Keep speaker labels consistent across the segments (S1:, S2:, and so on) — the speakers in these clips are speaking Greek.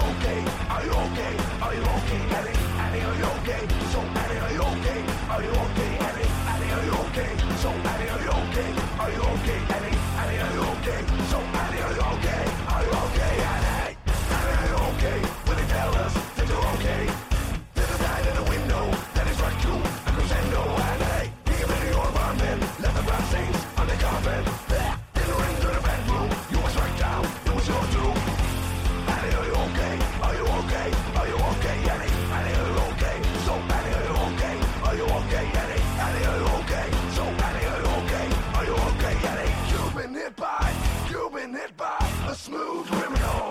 S1: Are you okay? Are you okay, Ellie? Ellie, are you okay? So Ellie, are you okay? Are you okay, Ellie? Ellie, are you okay? So Ellie, are you okay? Are you okay, Ellie? Ellie, are you okay? So Ellie, are you okay? Are you okay, Ellie? Ellie, are you okay? Will you tell us that you're okay? There's a light in the window that is right you. A crescendo, and hey, give me your ramen. Let the brass sings on the carpet. Then ring to the bedroom. You was right down. It was your doom. Annie, are you okay? Are you okay? Are you okay, Annie? Annie, are you okay? So Annie, are you okay? Are you okay, Annie? Annie, are you okay? So Annie, are you okay? Are you okay, Annie? You've been hit by, you've been hit by a smooth criminal.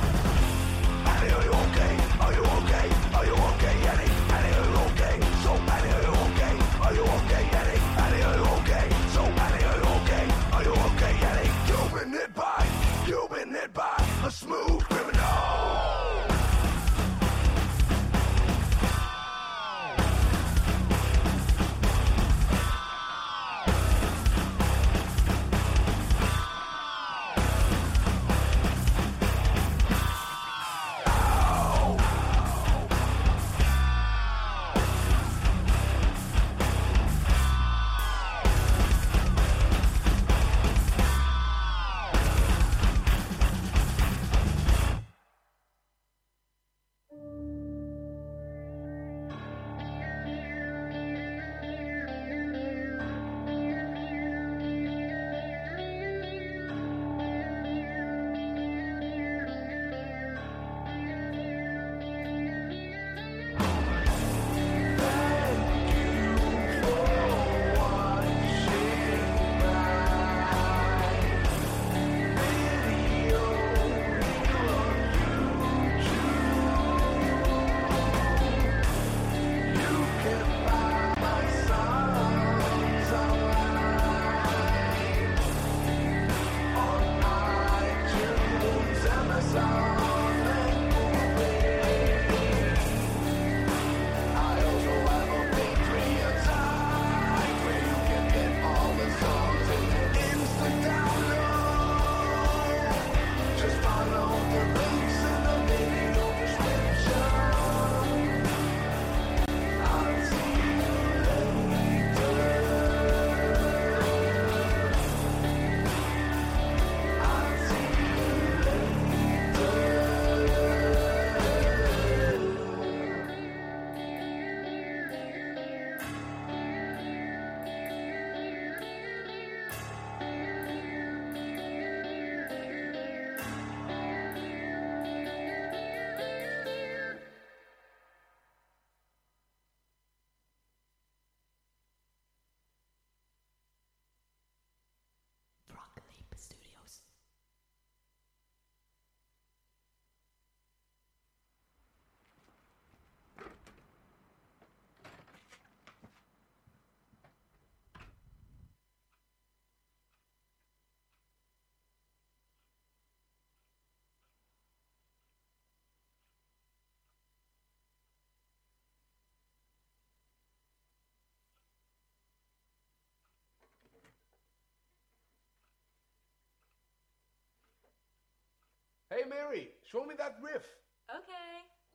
S1: Annie, are you okay? Are you okay? Are you okay, Annie? Annie, are you okay? So Annie, are you okay? Are you okay, Annie? Annie, are you okay? So Annie, are you okay? Are you okay, Annie? You've been hit by, you've been hit by a smooth criminal.
S2: Rock Leap Studios.
S3: Hey Mary, show me that riff.
S4: Okay.
S1: Oh,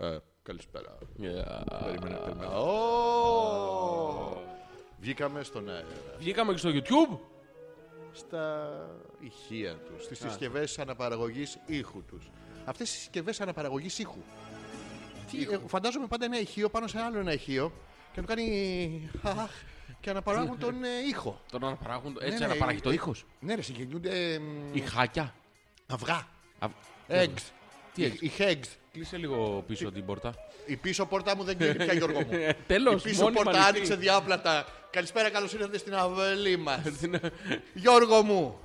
S1: Uh,
S4: Ε, καλησπέρα. Περίμενε,
S5: Yeah.
S4: περίμενε. Ω! Βγήκαμε στον αέρα.
S5: Βγήκαμε και στο YouTube.
S4: Στα ηχεία τους, στις συσκευές αναπαραγωγής ήχου τους. Αυτές οι συσκευές αναπαραγωγής ήχου. Τι, ε, φαντάζομαι πάντα ένα ηχείο πάνω σε άλλο ένα ηχείο και να του κάνει. αχ, και αναπαράγουν τον ε, ήχο.
S5: Τον αναπαράγουν. Έτσι
S4: ναι,
S5: αναπαράγει το
S4: η-
S5: ήχος.
S4: Ναι, ρε, συγκινούνται. ε, μ,
S5: Ηχάκια.
S4: Αυγά.
S5: Αυ-
S4: Eggs.
S5: Τι
S4: Οι-
S5: eggs?
S4: Οι eggs.
S5: Κλείσε λίγο πίσω την πόρτα.
S4: Η πίσω πόρτα μου δεν κλείνει πια, Γιώργο μου.
S5: Ε, τέλος,
S4: Η πίσω
S5: μόνιμα
S4: πόρτα
S5: ανοιχτή.
S4: άνοιξε διάπλατα. Καλησπέρα, καλώς ήρθατε στην αυλή μα. Γιώργο μου.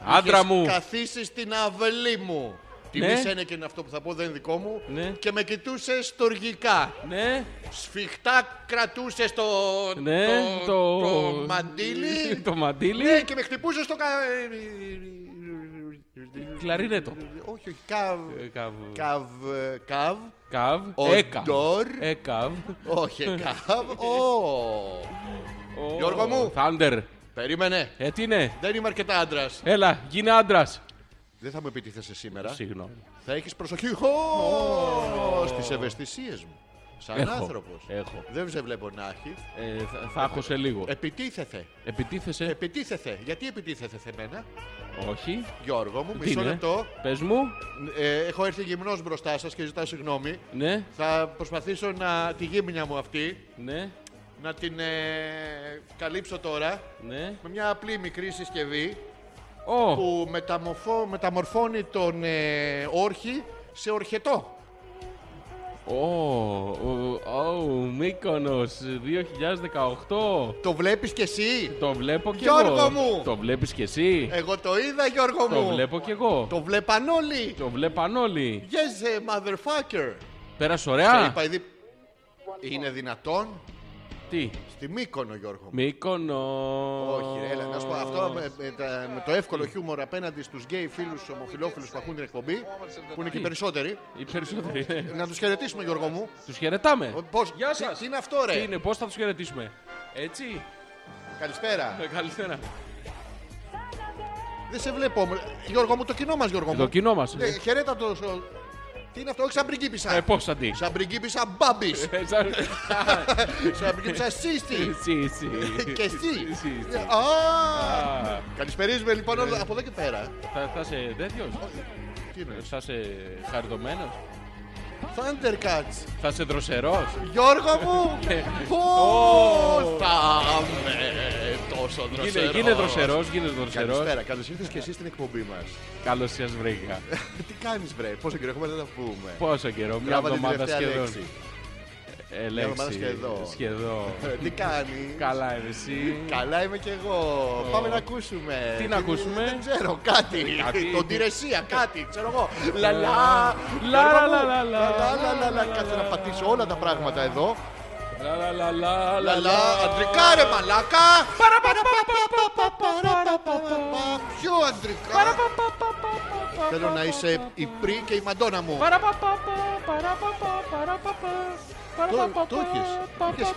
S5: Άντρα
S4: έχεις
S5: μου.
S4: Καθίσει στην αυλή μου. Τι
S5: Ναι.
S4: ναι. και είναι αυτό που θα πω, δεν είναι δικό μου.
S5: Ναι.
S4: Και με κοιτούσες στοργικά.
S5: Ναι,
S4: Σφιχτά κρατούσες το,
S5: ναι, το.
S4: το μαντίλι.
S5: Το μαντίλι.
S4: Ναι, και με χτυπούσες στο. Κα...
S5: Κλαρίνετο.
S4: Όχι, όχι. Καβ.
S5: Ε, Καβ.
S4: Καβ. Καβ.
S5: Καβ. Ε,
S4: Ο
S5: Έκα.
S4: Ντόρ.
S5: Έκαβ.
S4: Όχι, καβ. Ω.
S5: Ο-
S4: Γιώργο μου.
S5: Thunder.
S4: Περίμενε.
S5: Ε, τι είναι.
S4: Δεν είμαι αρκετά άντρας.
S5: Έλα, γίνε άντρας.
S4: Δεν θα μου επιτίθεσαι σήμερα.
S5: Συγγνώμη.
S4: Θα έχεις προσοχή στις ευαισθησίες μου. Σαν
S5: Έχω.
S4: άνθρωπος.
S5: Έχω.
S4: Δεν σε βλέπω να έχεις.
S5: Ε, θα, θα έχω σε λίγο.
S4: Ε, Επιτίθεθε.
S5: Επιτίθεσαι.
S4: Επιτίθεθε. Γιατί επιτίθεθε σε μένα,
S5: Όχι.
S4: Γιώργο μου,
S5: Τι
S4: ε, μισό
S5: είναι.
S4: λεπτό.
S5: Πες μου.
S4: Ε, έχω έρθει γυμνός μπροστά σας και ζητάω συγγνώμη.
S5: Ναι,
S4: Θα προσπαθήσω να τη γύμνια μου αυτή
S5: ναι,
S4: να την ε, καλύψω τώρα
S5: ναι.
S4: με μια απλή μικρή συσκευή
S5: Ω,
S4: που μεταμορφώ- μεταμορφώνει τον ε, όρχη σε ορχετό.
S5: ω, ω, ω, Μύκονος 2018.
S4: Το βλέπεις κι εσύ.
S5: Το βλέπω κι
S4: Γιώργο
S5: εγώ.
S4: μου!
S5: Το βλέπεις κι εσύ.
S4: Εγώ το είδα Γιώργο
S5: Το
S4: μου.
S5: βλέπω κι εγώ.
S4: Το βλέπαν όλοι.
S5: Το βλέπαν όλοι.
S4: Yes, eh, motherfucker.
S5: Πέρασε
S4: Το
S5: ωραία.
S4: είπα ήδη. Είναι δυνατόν
S5: Τι,
S4: στη Μύκονο Γιώργο μου.
S5: Μύκονο.
S4: Όχι, ρε, έλα, να σου πω αυτό με, με τα- με το εύκολο χιούμορ απέναντι στους γκέι φίλους ομοφυλόφιλους που ακούν την εκπομπή, που είναι και οι περισσότεροι.
S5: Οι περισσότεροι. ναι.
S4: Να τους χαιρετήσουμε, Γιώργο μου.
S5: Τους χαιρετάμε.
S4: Πώς,
S5: Γεια σας.
S4: Τι είναι αυτό, ρε.
S5: Τι είναι, πώς θα τους χαιρετήσουμε. Έτσι,
S4: Καλησπέρα.
S5: ε, καλησπέρα.
S4: Δεν σε βλέπω. μ- Γιώργο μου, το κοινό μας, Γιώργο
S5: Το
S4: μου.
S5: κοινό μας.
S4: Ε, Χαιρέτα το. σο- Τι είναι αυτό, όχι σαν
S5: Ε,
S4: πριγκίπισσα.
S5: πώς θα τι.
S4: Σαν πριγκίπισσα μπάμπης.
S5: Ε, σαν-
S4: Σαν πριγκίπισσα σύστη.
S5: Εσύ, εσύ.
S4: Ε, Και εσύ.
S5: Εσύ, εσύ.
S4: Α,
S5: Α,
S4: Καλησπερίζουμε λοιπόν
S5: Ναι.
S4: όλα από εδώ και πέρα.
S5: Θα, θα είσαι τέτοιος.
S4: Τι είναι.
S5: Θα είσαι χαριτωμένος.
S4: Thundercats.
S5: Θα είσαι δροσερός.
S4: Γιώργο μου,
S5: Ω.
S4: πώς θα είμαι τόσο δροσερός.
S5: Γίνε δροσερός, γίνε δροσερός.
S4: Καλησπέρα, καλώς ήρθες και εσύ στην εκπομπή μας.
S5: Καλώς σας βρήκα.
S4: Τι κάνεις βρε, πόσο καιρό έχουμε να τα πούμε.
S5: Πόσο καιρό, μια
S4: Γράβατε την
S5: εβδομάδα
S4: τελευταία
S5: σχεδόν.
S4: λέξη.
S5: Ε,
S4: εβδομάδα σχεδόν.
S5: Σχεδόν.
S4: Ε, Τι κάνεις.
S5: Καλά, είμαι εσύ.
S4: Καλά είμαι κι εγώ. Πάμε να ακούσουμε.
S5: Τι να ακούσουμε? Ε,
S4: Δεν ξέρω, κάτι.
S5: Κάτι. Ε,
S4: Τον Τηρεσία, κάτι. Ξέρω εγώ. Λα λα.
S5: Λα,
S4: Γιώργο
S5: λα,
S4: μου,
S5: λα, λα, λα.
S4: λα, λα, λα. Κάτσε να πατήσω όλα τα πράγματα εδώ.
S5: Λα λα λα λα
S4: Λα λα. Αντρικά ρε μαλάκα. Πιο αντρικά. Θέλω να είσαι η πρι και η μαντόνα μου. Το- Το έχεις. Είχες-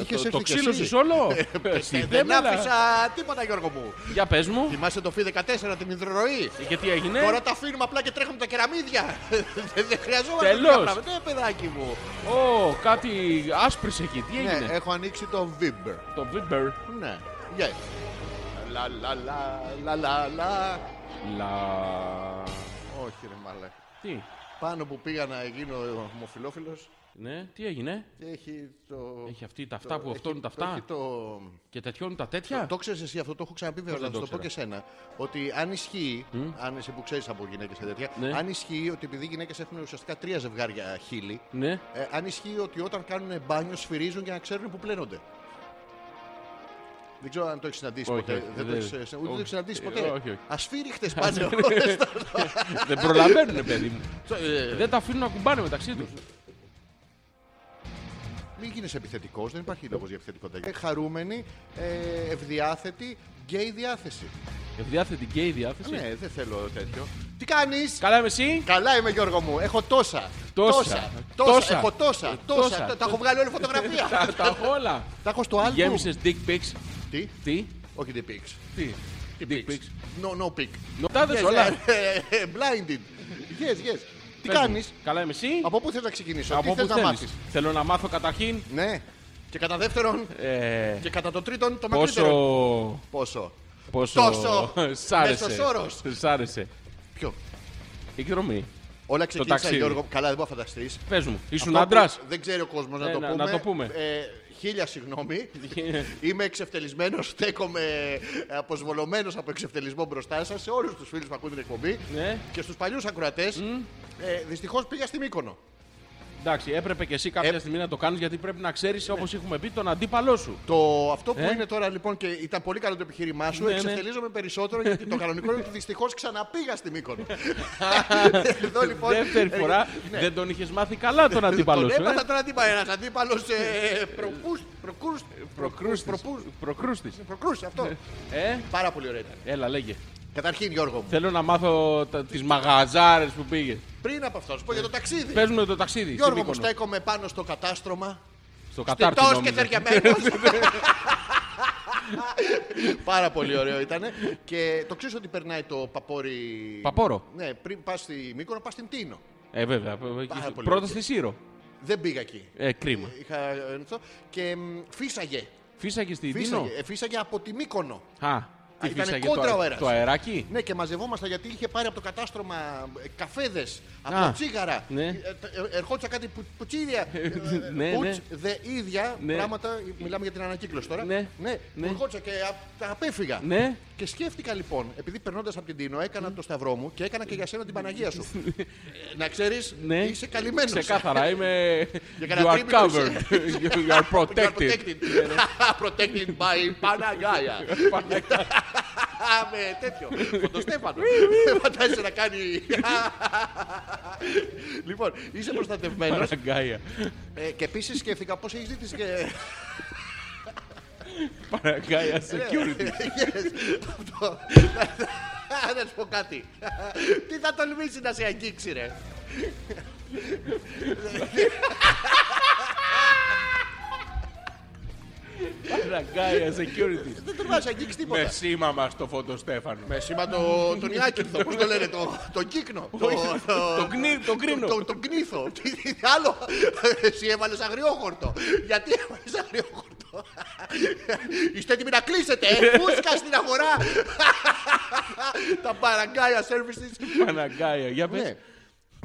S4: Είχες
S5: Το- Το
S4: έρθει κι
S5: ξύλωσες
S4: εσύ.
S5: όλο.
S4: Ε,
S5: Εσύ,
S4: Δεν
S5: μιλάς.
S4: άφησα τίποτα Γιώργο μου.
S5: Για πες μου. Ε,
S4: Θυμάσαι το Φι14 την υδροροή.
S5: Και τι έγινε.
S4: Τώρα τα αφήνουμε απλά και τρέχουμε τα κεραμίδια. Δεν- Δεν χρειαζόμαστε
S5: Τέλος.
S4: τέτοια πράγματα. Ναι, παιδάκι μου.
S5: Ω, κάτι άσπρισε εκεί. Τι
S4: Ναι,
S5: έγινε.
S4: έχω ανοίξει το Viber.
S5: Το Viber.
S4: Ναι. Yes. Λα λα λα λα λα λα.
S5: Λα.
S4: Όχι ρε μάλα.
S5: Τι.
S4: Πάνω που πήγα να γίνω ομοφιλόφιλος
S5: Ναι, τι έγινε.
S4: έχει το...
S5: Έχει αυτή τα αυτά
S4: το-
S5: που
S4: έχει-
S5: αυτόν τα
S4: το-
S5: αυτά.
S4: έχει το...
S5: Και τέτοιον τα τέτοια.
S4: Το, το ξέρεις εσύ αυτό, το έχω ξαναπεί βέβαια,
S5: δεν
S4: αλλά θα
S5: το
S4: το πω και
S5: ξέρω.
S4: σένα. Ότι αν ισχύει, αν εσύ που ξέρεις από γυναίκες και τέτοια,
S5: Ναι.
S4: αν ισχύει ότι επειδή οι γυναίκες έχουν ουσιαστικά τρία ζευγάρια χείλη,
S5: Ναι.
S4: ε, αν ισχύει ότι όταν κάνουν μπάνιο σφυρίζουν για να ξέρουν που πλένονται. Δεν ξέρω αν το έχεις συναντήσει
S5: Όχι,
S4: ποτέ.
S5: όχι,
S4: δεν το
S5: δεν-
S4: έχεις, ε, ούτε το
S5: όχι.
S4: έχει συναντήσει
S5: Ε,
S4: ποτέ.
S5: όχι, όχι.
S4: Ασφύριχτε πάνε όλες τα-
S5: Δεν προλαβαίνουν, παιδί μου.
S4: Ε,
S5: Δεν τα αφήνουν να κουμπάνε μεταξύ τους.
S4: Μην γίνεις επιθετικός, δεν υπάρχει λόγος για επιθετικότητα. Ε, χαρούμενη, ε, ευδιάθετη, γκέι διάθεση.
S5: Ευδιάθετη γκέι διάθεση.
S4: Ναι, δεν θέλω τέτοιο. Τι κάνεις!
S5: Καλά είμαι εσύ.
S4: Καλά είμαι Γιώργο μου, έχω τόσα.
S5: Τόσα.
S4: τόσα,
S5: Τόσα. Ε,
S4: έχω τόσα,
S5: Τόσα.
S4: τόσα. Τα- Τα έχω βγάλει όλη φωτογραφία.
S5: Τα τα έχω όλα.
S4: Τα έχω στο album.
S5: Γέμισες dick pics.
S4: Τι,
S5: Τι.
S4: όχι δεν πήξ.
S5: Τι. Dick pics.
S4: No, no pick.
S5: Νοτάδε όλα.
S4: Ε, ε, Blinded. Yes, yes. ναι. Τι
S5: Πες μου.
S4: κάνεις,
S5: Καλά είμαι εσύ.
S4: από πού θες να ξεκινήσω,
S5: Από
S4: τι θε
S5: πού
S4: να
S5: θέλεις.
S4: μάθεις.
S5: Θέλω να μάθω καταρχήν.
S4: Ναι. Και κατά δεύτερον,
S5: ε,
S4: και κατά το τρίτον, το μακρύτερο.
S5: Πόσο.
S4: Πόσο.
S5: Πόσο.
S4: Τόσο.
S5: Σ' άρεσε.
S4: Μέσος όρος.
S5: Σ' άρεσε.
S4: Ποιο.
S5: Η εκδρομή.
S4: Όλα ξεκίνησαν,
S5: ταξίδι.
S4: Γιώργο. Καλά, δεν μπορώ να φανταστείς.
S5: Πες μου, ήσουν
S4: Αυτό
S5: άντρα.
S4: που Δεν ξέρει ο κόσμος να,
S5: Ναι,
S4: το
S5: να-
S4: πούμε.
S5: να το πούμε.
S4: Ε, χίλια συγγνώμη. Είμαι εξευτελισμένος. Στέκομαι αποσβολωμένος από εξευτελισμό μπροστά σας σε όλους τους φίλους που ακούν την εκπομπή
S5: Ναι.
S4: και στους παλιούς ακροατές. Ε, Δυστυχώς πήγα στην Μύκονο.
S5: Εντάξει, έπρεπε και εσύ κάποια
S4: Ε. Ναι.
S5: στιγμή να το κάνεις γιατί πρέπει να ξέρεις, όπως έχουμε πει, τον αντίπαλό σου.
S4: Το αυτό που
S5: Ε.
S4: είναι τώρα λοιπόν και ήταν πολύ καλό το επιχείρημά σου,
S5: Ναι, ναι.
S4: εξευτελίζομαι περισσότερο γιατί το κανονικό είναι ότι δυστυχώς ξαναπήγα στη Μύκονο. Εδώ λοιπόν.
S5: Δεύτερη
S4: ε,
S5: φορά
S4: ναι.
S5: δεν τον είχες μάθει καλά τον ε? αντίπαλό
S4: Τον
S5: σου.
S4: έπαθα τώρα αντίπαλο. Ένας αντίπαλος. Προκρούστη.
S5: Προκρούστη.
S4: αυτό.
S5: Ε,
S4: Πάρα πολύ ωραία ήταν.
S5: έλα, λέγε.
S4: Καταρχήν, Γιώργο μου,
S5: Θέλω να μάθω τις μαγαζάρες που πήγε.
S4: πριν από αυτό, να σου πω για το ταξίδι.
S5: Πες μου το ταξίδι. στην
S4: Γιώργο μου,
S5: Μύκονο.
S4: στέκομαι πάνω στο κατάστρωμα.
S5: Στο κατάρτι.
S4: Στιτός και
S5: νόμιζα.
S4: θερκεμένο. Πάρα πολύ ωραίο ήταν. Και το ξέρεις ότι περνάει το παπόρι.
S5: Παπόρο.
S4: Ναι, πριν πας στη Μύκονο, πας στην Τίνο.
S5: Ε, βέβαια.
S4: Πάρα πολύ
S5: Πρώτα
S4: ωραία.
S5: στη Σύρο.
S4: Δεν πήγα εκεί.
S5: Ε, κρίμα.
S4: Είχα ενθώ και μ, φύσαγε.
S5: Φύσαγε στη Δίνο.
S4: Φύσαγε, Ε, φύσαγε από τη Μύκονο.
S5: Α, τι
S4: ήτανε
S5: φύσαγε
S4: κόντρα ο
S5: το, αε-
S4: αέρας.
S5: το αεράκι.
S4: Ναι, και μαζευόμασταν γιατί είχε πάρει από το κατάστρωμα καφέδες, από
S5: Α,
S4: τα τσίγαρα.
S5: ναι.
S4: Ε, ε, Ερχόντουσαν κάτι που, πουτσίδια. ε, ε,
S5: Ναι,
S4: πουτς,
S5: ναι.
S4: δε ίδια
S5: Ναι.
S4: πράγματα. Μιλάμε για την ανακύκλωση τώρα.
S5: Ναι,
S4: ναι.
S5: ναι.
S4: ερχόντουσαν και απ- τα απέφυγα.
S5: Ναι.
S4: Και σκέφτηκα λοιπόν, επειδή περνώντας από την Τίνο, έκανα το σταυρό μου και έκανα και για σένα την Παναγία σου. Ε, Να ξέρεις,
S5: Ναι.
S4: είσαι καλυμμένος.
S5: Ξεκάθαρα είμαι.
S4: Για
S5: You are
S4: κατατρίμητο είσαι.
S5: covered. You are protected.
S4: Protected. Protected by Παναγία. Α, με τέτοιο. Φωτοστέφανο. Φαντάζεσαι να κάνει. λοιπόν, είσαι προστατευμένος.
S5: Παραγκάια.
S4: και επίσης σκέφτηκα πώς έχεις δει τις και.
S5: Παραγκάια security.
S4: Yes, αυτό. Να σου πω κάτι. Τι θα τολμήσει να σε αγγίξει, ρε. Ε,
S5: Παραγκάια security.
S4: Δεν τολμά να σε αγγίξει
S5: Με
S4: τίποτα.
S5: σήμα μας το φωτοστέφανο.
S4: Με σήμα το, τον Ιάκυνθο, πώς το λένε, το, το κύκνο. Το,
S5: Το γνή- το κρίνο.
S4: Το, το κνήθο. Τι, τι άλλο, εσύ έβαλες αγριόχορτο. Γιατί έβαλες αγριόχορτο. Είστε έτοιμοι να κλείσετε, ε, φούσκα στην αγορά. Τα παραγκάια services.
S5: Παραγκάια. Για πες.
S4: Ναι.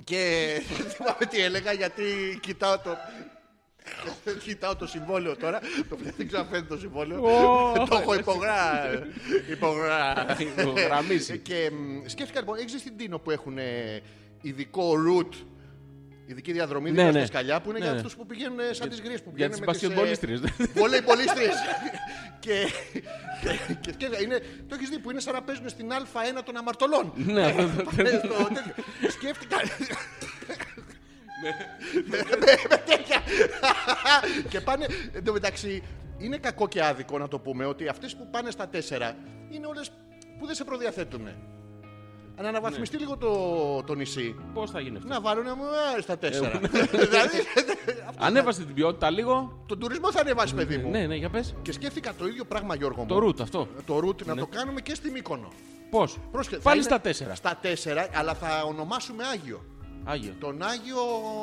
S4: Και δεν θυμάμαι τι έλεγα γιατί κοιτάω το... Κοιτάω το συμβόλαιο τώρα. Το βλέπω, δεν ξέρω αν φαίνεται το συμβόλαιο.
S5: Ω.
S4: το έχω υπογρά... υπογρά...
S5: Υπογραμμίσει.
S4: Ε, και μ, σκέφτηκα λοιπόν, έχεις δει στην Τίνο που έχουν ε, ειδικό route Ειδική διαδρομή
S5: Ναι,
S4: δίπλα
S5: ναι.
S4: στα σκαλιά που είναι
S5: Ναι,
S4: για
S5: ναι.
S4: αυτούς που πηγαίνουν ε, σαν τι γρίε που
S5: Για
S4: πηγαίνουν.
S5: τις
S4: με τις, ε,
S5: μπασκετμπολίστριες.
S4: Βολεϊμπολίστριες. και, και, και είναι, το έχεις δει που είναι σαν να παίζουν στην Α1 των αμαρτωλών.
S5: Ναι, αυτό το-
S4: Πάνε στο τέτοιο. Σκέφτηκα. Με τέτοια. Και πάνε. Εν τω μεταξύ, είναι κακό και άδικο να το πούμε ότι αυτές που πάνε στα τέσσερα είναι όλες που δεν σε προδιαθέτουν. Αν αναβαθμιστεί λίγο το, το νησί,
S5: Πώς θα γίνει αυτό.
S4: να βάλουν ε, στα τέσσερα. δηλαδή, αυτό-
S5: Ανέβασε την ποιότητα λίγο.
S4: τον τουρισμό θα ανεβάσει, παιδί μου.
S5: Ναι, ναι, για πες.
S4: Και σκέφτηκα το ίδιο πράγμα, Γιώργο μου.
S5: Το root αυτό.
S4: Το route να το κάνουμε και στη Μύκονο.
S5: Πώς.
S4: Πρόσεχε, θα
S5: Πάλι
S4: είναι
S5: στα τέσσερα.
S4: Στα τέσσερα, αλλά θα ονομάσουμε Άγιο.
S5: Άγιο.
S4: Τον Άγιο.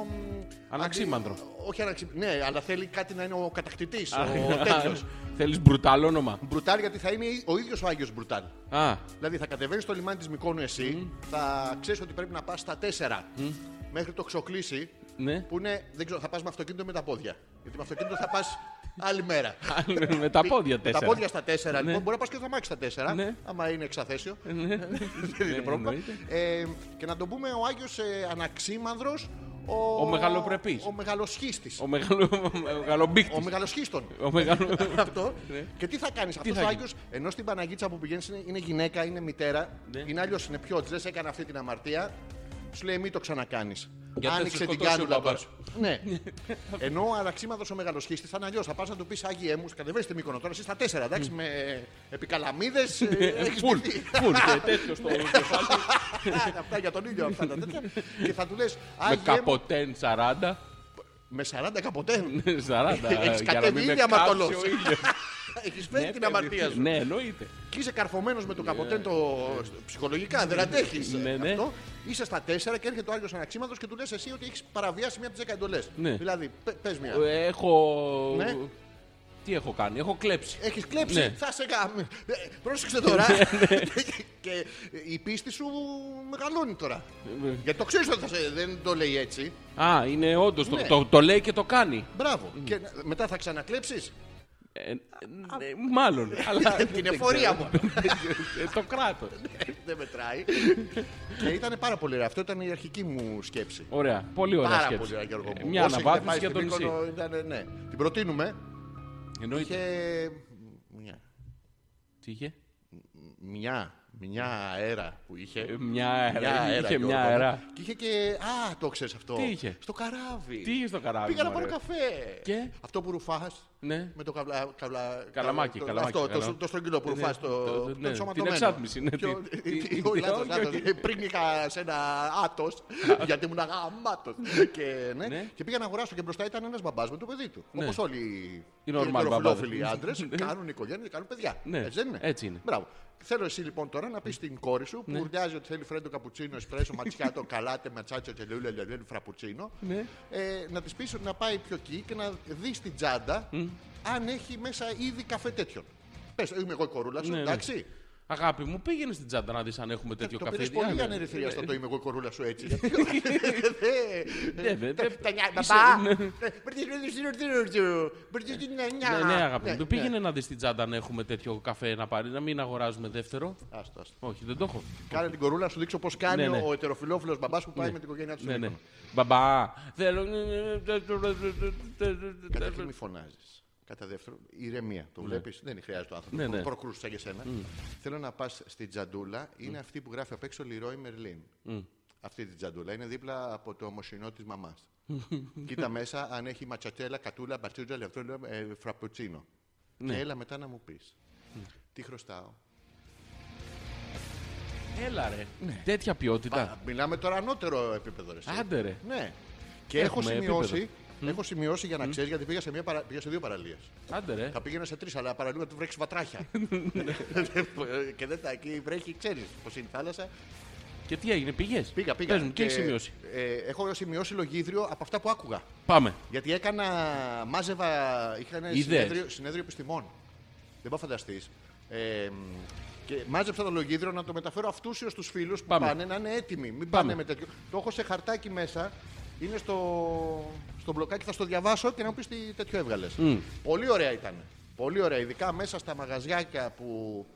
S4: μ,
S5: Αναξίμανδρο.
S4: αντί- Όχι αναξίμανδρο. Ναι, αλλά θέλει κάτι να είναι ο κατακτητής.
S5: ναι.
S4: ο τέτοιος.
S5: Θέλεις μπρουτάλ όνομα.
S4: Μπρουτάλ, γιατί θα είναι ο ίδιος ο Άγιος Μπρουτάλ.
S5: Α,
S4: Δηλαδή θα κατεβαίνεις στο λιμάνι της Μικόνου εσύ, θα ξέρεις ότι πρέπει να πας στα τέσσερα. Μέχρι το ξοκλήσι,
S5: ναι.
S4: που είναι. Δεν ξέρω, θα πας με αυτοκίνητο ή με τα πόδια. Γιατί με αυτοκίνητο θα πας άλλη μέρα.
S5: Με τα πόδια
S4: Με τα
S5: τέσσερα.
S4: πόδια στα τέσσερα, λοιπόν. Μπορεί να πας και στο μάξι στα τέσσερα.
S5: Ναι.
S4: Άμα είναι εξαθέσιο. Δεν
S5: Ναι,
S4: είναι πρόβλημα.
S5: εννοείται.
S4: Ε, και να τον πούμε ο Άγιος ε, Αναξίμανδρος. Ο,
S5: Ο μεγαλοπρεπής.
S4: Ο μεγαλοσχίστης.
S5: Ο μεγάλο- ο
S4: Ο
S5: μεγαλομπίκτης.
S4: μεγαλοσχίστων.
S5: Ο μεγάλο.
S4: Αυτό. Και τι θα κάνεις.
S5: Ναι. θα
S4: Αυτό ο
S5: γίνει.
S4: Άγιος, ενώ στην Παναγίτσα που πηγαίνεις είναι, είναι γυναίκα, είναι μητέρα.
S5: Ναι.
S4: Είναι άλλος, είναι πιο τζες, έκανε αυτή την αμαρτία. Σου λέει μην το ξανακάνεις.
S5: Γιατί θα σε
S4: Άνοιξε την
S5: σκοτώσει ο
S4: κάνουλα
S5: μπαμπάς.
S4: τώρα. Ναι. Ενώ ο Αραξίμαδο ο μεγαλοσχίστης θα είναι αλλιώς. Θα πας να του πεις Άγιε μου, κατεβέστε τη μήκονο τώρα, εσύ στα τέσσερα, εντάξει,
S5: Mm.
S4: με ε, επικαλαμίδε.
S5: Ναι,
S4: Έχεις
S5: Φουλ. Φουλ. και Τέτοιο στο κεφάλι.
S4: Αυτά για τον ήλιο, αυτά τα τέτοια. Και θα του λες
S5: Με
S4: Άγιε μου,
S5: καποτέν Ναι, 40.
S4: με 40 καποτέν.
S5: 40.
S4: Έχεις
S5: για να
S4: κατεβεί
S5: μην με
S4: ήδη άμα το
S5: κάψει
S4: λες.
S5: ο ήλιος.
S4: έχεις φέρει
S5: Ναι,
S4: την
S5: παιδί.
S4: αμαρτία σου.
S5: Ναι, εννοείται.
S4: Και είσαι καρφωμένος με το καποτέν το ψυχολογικά, δεν αντέχεις
S5: Ναι, ναι.
S4: αυτό. Είσαι στα τέσσερα και έρχεται ο Άγιος Αναξίματο και του λες εσύ ότι έχεις παραβιάσει μία από τις δέκα εντολές.
S5: Ναι.
S4: Δηλαδή, πε μία.
S5: Ε, Έχω.
S4: Ναι.
S5: Τι έχω κάνει, έχω κλέψει.
S4: Έχεις κλέψει.
S5: Ναι.
S4: Θα σε κάνω. Πρόσεξε τώρα. και η πίστη σου μεγαλώνει τώρα.
S5: Ε, ναι.
S4: Γιατί το ξέρεις ότι θα σε- δεν το λέει έτσι.
S5: Α, είναι όντως.
S4: Ναι.
S5: Το, το, το λέει και το κάνει.
S4: Μπράβο. Και μετά θα ξανακλέψεις.
S5: Ε, ναι, μάλλον. αλλά δεν
S4: Την
S5: ξέρω.
S4: εφορία μου.
S5: Ε, το κράτος.
S4: δεν μετράει. και ήταν πάρα πολύ ωραίο. Αυτό ήταν η αρχική μου σκέψη.
S5: Ωραία. Πολύ ωραία
S4: Πάρα
S5: σκέψη.
S4: πολύ ωραία, Γιώργο
S5: Ε,
S4: μου.
S5: Μια
S4: Όσοι έχετε
S5: αναβάθμιση
S4: πάει
S5: για το
S4: στην
S5: νησί.
S4: Μύκονο, ήταν, ναι. Την προτείνουμε.
S5: Εννοείται.
S4: Είχε. Μια.
S5: Τι είχε.
S4: Μια. Μια αέρα που είχε.
S5: Ε, Μια αέρα. Είχε
S4: Γιώργο
S5: μια
S4: μου.
S5: αέρα.
S4: Και είχε και. Α, το ξέρεις αυτό.
S5: Τι είχε?
S4: Στο καράβι.
S5: Τι είχε στο καράβι.
S4: Πήγα να
S5: μωρέ.
S4: πάρω καφέ.
S5: Και?
S4: Αυτό που ρουφάς.
S5: Ναι.
S4: Με το καβλα, καβλα,
S5: Καλαμάκι,
S4: το-
S5: καλαμάκι,
S4: Αυτό, το,
S5: καλά.
S4: το, στρογγυλό που ρουφάς το,
S5: το-
S4: το,
S5: ναι, την
S4: ενσωματωμένο.
S5: εξάτμιση, ναι,
S4: Ποιο-
S5: την-
S4: τι-
S5: την-
S4: όχι,
S5: την-
S4: λάθος,
S5: όχι,
S4: λάθος.
S5: όχι.
S4: Ε, Πριν είχα σε ένα άτος, γιατί ήμουν αγαμάτος. και, ναι,
S5: Ναι.
S4: και πήγα να αγοράσω και μπροστά ήταν ένας μπαμπάς με το παιδί του.
S5: Ναι.
S4: Όπως όλοι οι
S5: Οι normal
S4: ετεροφιλόφιλοι
S5: μπαμπάδες.
S4: άντρε
S5: Ναι.
S4: κάνουν οικογένεια και κάνουν παιδιά.
S5: Ναι,
S4: Έτσι δεν είναι.
S5: έτσι είναι.
S4: Μπράβο. Θέλω εσύ λοιπόν τώρα να πεις στην κόρη σου που ουρλιάζει ότι θέλει φρέντο καπουτσίνο, εσπρέσο, ματσιάτο, καλάτε, ματσάτσο και λούλε, λουλε, φραπουτσίνο.
S5: Ναι.
S4: Ε, να της πεις να πάει πιο εκεί και να δει στην τσάντα αν έχει μέσα ήδη καφέ τέτοιον. Πες, είμαι εγώ η κορούλα σου,
S5: Ναι, ναι.
S4: εντάξει.
S5: Αγάπη μου, πήγαινε στην τσάντα να δεις αν έχουμε τέτοιο
S4: Ε, Το
S5: καφέ. Ε,
S4: πήρε πολύ ανερεθρίαστα το είμαι εγώ η κορούλα σου έτσι. Γιατί-
S5: Ναι,
S4: Δεν.
S5: ναι,
S4: Τα-
S5: ναι.
S4: τα νιά-
S5: Είσαι-
S4: Μπαμπά.
S5: ναι.
S4: Μπορείτε να δεις την ορτήρα σου. Μπορείτε να δεις την νιά.
S5: Ναι, ναι, αγάπη
S4: Ναι,
S5: μου.
S4: ναι.
S5: Πήγαινε να δεις στην τσάντα αν έχουμε τέτοιο καφέ να πάρει. Να μην αγοράζουμε δεύτερο.
S4: Άστο, άστο.
S5: Όχι, δεν το έχω.
S4: Κάνε την κορούλα, σου δείξω πώς κάνει
S5: Ναι, ναι.
S4: ο ετεροφιλόφιλος μπαμπάς που πάει με την οικογένειά του.
S5: Ναι,
S4: στον
S5: ναι.
S4: Μύκονο.
S5: Μπαμπά, θέλω.
S4: Καταρχήν μη φωνάζεις. Κατά δεύτερον, ηρεμία. Το βλέπεις, δεν χρειάζεται ο άνθρωπος.
S5: Ναι, ναι.
S4: Προκρούσει σαν και σένα. Θέλω να πας στην τζαντούλα,
S5: Mm.
S4: είναι αυτή που γράφει απ' έξω Λιρόι Μερλίν. Αυτή την τζαντούλα είναι δίπλα από το μοσινό της μαμάς. Κοίτα μέσα αν έχει ματσατέλα, κατούλα, μπαρτσούτζα, λεφτό, ε, φραπουτσίνο.
S5: Ναι.
S4: Και έλα μετά να μου πεις.
S5: Mm.
S4: Τι χρωστάω.
S5: Έλα ρε.
S4: Ναι.
S5: Τέτοια ποιότητα.
S4: Πα- Μιλάμε τώρα ανώτερο επίπεδο. Ρε, εσύ.
S5: Άντε ρε.
S4: Ναι. Και έχω
S5: Έχουμε
S4: σημειώσει, έχω σημειώσει για να ξέρεις, γιατί πήγα σε, μια παρα- πήγα σε δύο παραλίες.
S5: Άντε ρε.
S4: Θα πήγαινα σε τρεις, αλλά παραλίγο να του βρέξεις βατράχια.
S5: Ναι.
S4: και δεν τα εκεί βρέχει, ξέρεις πώς είναι η θάλασσα.
S5: Και τι έγινε, πήγες.
S4: Πήγα, πήγα.
S5: Πες μου, τι έχεις σημειώσει.
S4: ε, έχω σημειώσει λογίδριο από αυτά που άκουγα.
S5: Πάμε.
S4: Γιατί έκανα, μάζευα, είχα ένα
S5: Ιδέες.
S4: συνέδριο, συνέδριο επιστημών. Δεν πάω φανταστείς. Ε, μ, και μάζεψα το λογίδριο να το μεταφέρω αυτούσιο στους φίλους που
S5: Πάμε.
S4: πάνε να είναι έτοιμοι. Μην πάνε
S5: Πάμε.
S4: με τέτοιο. Το έχω σε χαρτάκι μέσα. Είναι στο, στο μπλοκάκι, θα στο διαβάσω και να μου πεις τι τέτοιο έβγαλες. Πολύ ωραία ήταν. Πολύ ωραία. Ειδικά μέσα στα μαγαζιάκια που.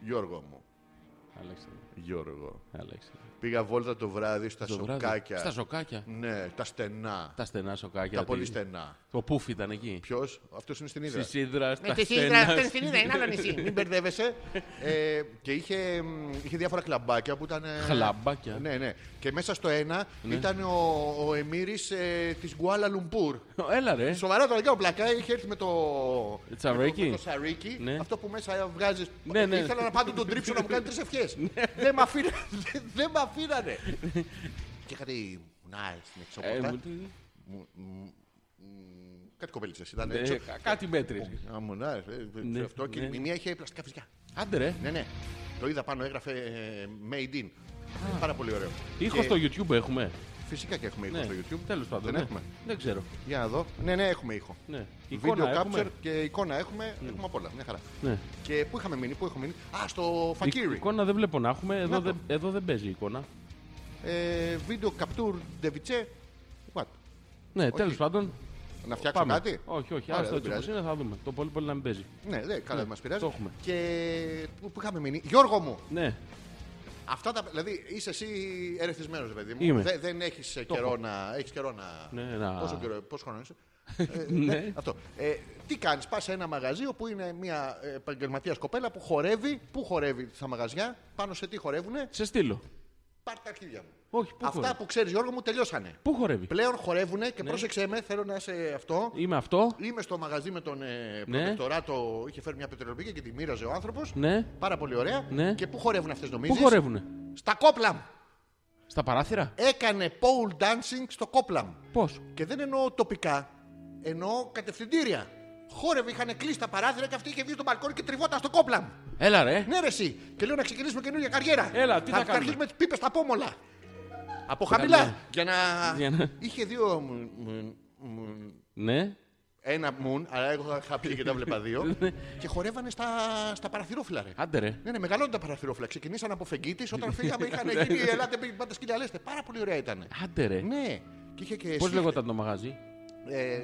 S4: Γιώργο μου.
S5: Αλέξανδρε.
S4: Γιώργο.
S5: Αλέξανδρε.
S4: Πήγα βόλτα το βράδυ στα
S5: Το βράδυ.
S4: σοκάκια.
S5: Στα σοκάκια.
S4: Ναι, τα στενά.
S5: Τα στενά σοκάκια.
S4: Τα
S5: τι-
S4: πολύ στενά.
S5: Το πουφ ήταν εκεί.
S4: Ποιος, αυτός είναι στην
S5: Στη
S4: Ήδρα.
S5: σίδρα,
S4: Με
S5: στα
S4: τη Σίδρα,
S5: στενά.
S4: αυτός είναι στην Ήδρα, είναι άλλο νησί. Μην μπερδεύεσαι. Ε, και είχε, μ, είχε διάφορα κλαμπάκια που ήταν. ε,
S5: Χλαμπάκια. Ναι.
S4: Ναι, ναι. Και μέσα στο ένα ήταν ο, ο Εμμύρης ε, της Γκουάλα Λουμπούρ.
S5: Έλα ρε.
S4: Σοβαρά τώρα, δεν κάνω πλακά. Είχε έρθει με το. με
S5: Τσαρίκι.
S4: το- με το σαρίκι.
S5: Ναι.
S4: Αυτό που μέσα βγάζεις.
S5: Ναι, ναι.
S4: Ήθελα να πάω να τον τρίψω να μου κάνει τρεις ευχές. δεν με αφήνα- δεν με αφήνανε. και κάτι. Να, στην
S5: Ναι. Ε,
S4: εξωπορτά.
S5: μου τι-
S4: Κάτι κοπέλιτσε ήταν.
S5: Ε,
S4: έξω.
S5: κα- Κάτι μέτρη.
S4: Αμονά,
S5: Ναι,
S4: ε, αυτό και
S5: ναι.
S4: η μία είχε πλαστικά φυσικά.
S5: Άντε ρε.
S4: Ναι, ναι. Το είδα πάνω, έγραφε ε, Made in. Είναι Πάρα πολύ ωραίο.
S5: Ήχο
S4: Και
S5: στο YouTube έχουμε.
S4: Φυσικά και έχουμε ήχο
S5: Ναι.
S4: στο YouTube.
S5: Τέλος πάντων.
S4: Δεν
S5: ναι.
S4: έχουμε.
S5: Δεν ξέρω.
S4: Για να δω. Ναι, ναι, έχουμε ήχο.
S5: Ναι.
S4: Video
S5: Εικόνα
S4: capture
S5: έχουμε.
S4: και εικόνα έχουμε. Έχουμε απ' όλα. Μια χαρά.
S5: Ναι.
S4: Και πού είχαμε μείνει, πού έχω μείνει. Α, στο Φακύρι.
S5: Εικόνα δεν βλέπω να έχουμε.
S4: Να
S5: Εδώ,
S4: το.
S5: δεν, εδώ δεν παίζει η εικόνα.
S4: Ε, video capture device. What.
S5: Ναι, τέλος πάντων.
S4: Να φτιάξουμε κάτι.
S5: Όχι, όχι.
S4: Ωραία, δεν
S5: Άστο έτσι όπως
S4: πειράζει.
S5: είναι, θα δούμε. Το πολύ πολύ να μην παίζει.
S4: Ναι, δεν, καλά, δεν μας πειράζει.
S5: το έχουμε.
S4: Και πού πού είχαμε μείνει. Γιώργο μου,
S5: Ναι,
S4: Αυτά τα, δηλαδή είσαι εσύ ερεθισμένος, παιδί μου.
S5: Είμαι.
S4: Δε- δεν έχεις καιρό, να, έχεις καιρό να.
S5: Ναι, να-
S4: Πόσο, καιρό, πόσο χρόνο είσαι. Ε, ναι, αυτό. Ε, τι κάνεις, πας σε ένα μαγαζί όπου είναι μια επαγγελματίας κοπέλα που χορεύει. Πού χορεύει στα μαγαζιά, πάνω σε τι χορεύουνε.
S5: σε στείλω.
S4: Πάρ τα αρχίδια μου.
S5: Όχι, πού
S4: Αυτά
S5: χορεύει.
S4: που ξέρεις, Γιώργο μου, τελειώσανε.
S5: Πού Ναι. χορεύει.
S4: Πλέον χορεύουνε και πρόσεξε με, θέλω να είσαι αυτό.
S5: Είμαι αυτό.
S4: Είμαι στο μαγαζί με τον ε,
S5: Ναι.
S4: προτεκτοράτο, είχε φέρει μια πετρελοπίκια και τη μοίραζε ο άνθρωπος.
S5: Ναι.
S4: Πάρα πολύ ωραία.
S5: Ναι.
S4: Και πού χορεύουν αυτέ,
S5: Πού
S4: νομίζεις?
S5: χορεύουνε.
S4: Στα κόπλαμ.
S5: Στα παράθυρα.
S4: έκανε pole dancing στο Κόπλαμ.
S5: Πώς.
S4: Και δεν εννοώ τοπικά, εννοώ κατευθυντήρια. Χόρευε, είχαν κλείσει τα παράθυρα και αυτή είχε βγει στο μπαλκόνι και τριβόταν στο κόπλα μου.
S5: Έλα ρε.
S4: Ναι, ρε, εσύ. Και λέω να ξεκινήσουμε καινούργια καριέρα.
S5: Έλα, τι θα κάνουμε.
S4: αρχίσουμε τις πίπες στα πόμολα. Από χαμηλά.
S5: Καλά.
S4: Για να.
S5: Για να-
S4: Είχε δύο. μουν- μουν- μουν-
S5: Ναι.
S4: Ένα μουν, αλλά εγώ είχα πει και τα βλέπα δύο. και χορεύανε στα, στα παραθυρόφυλλα, ρε.
S5: Άντε ρε.
S4: Ναι, ναι, μεγαλώνουν τα παραθυρόφυλλα. Ξεκινήσαν από φεγγίτης. Όταν φύγαμε, είχαν
S5: Ναι.
S4: γίνει. Ελάτε, πήγε πάντα σκυλιά, λέστε. Πάρα πολύ ωραία ήταν.
S5: Άντε ρε.
S4: Ναι, και είχε και.
S5: Πώς
S4: εσύ-
S5: λεγόταν το μαγαζί.
S4: ε,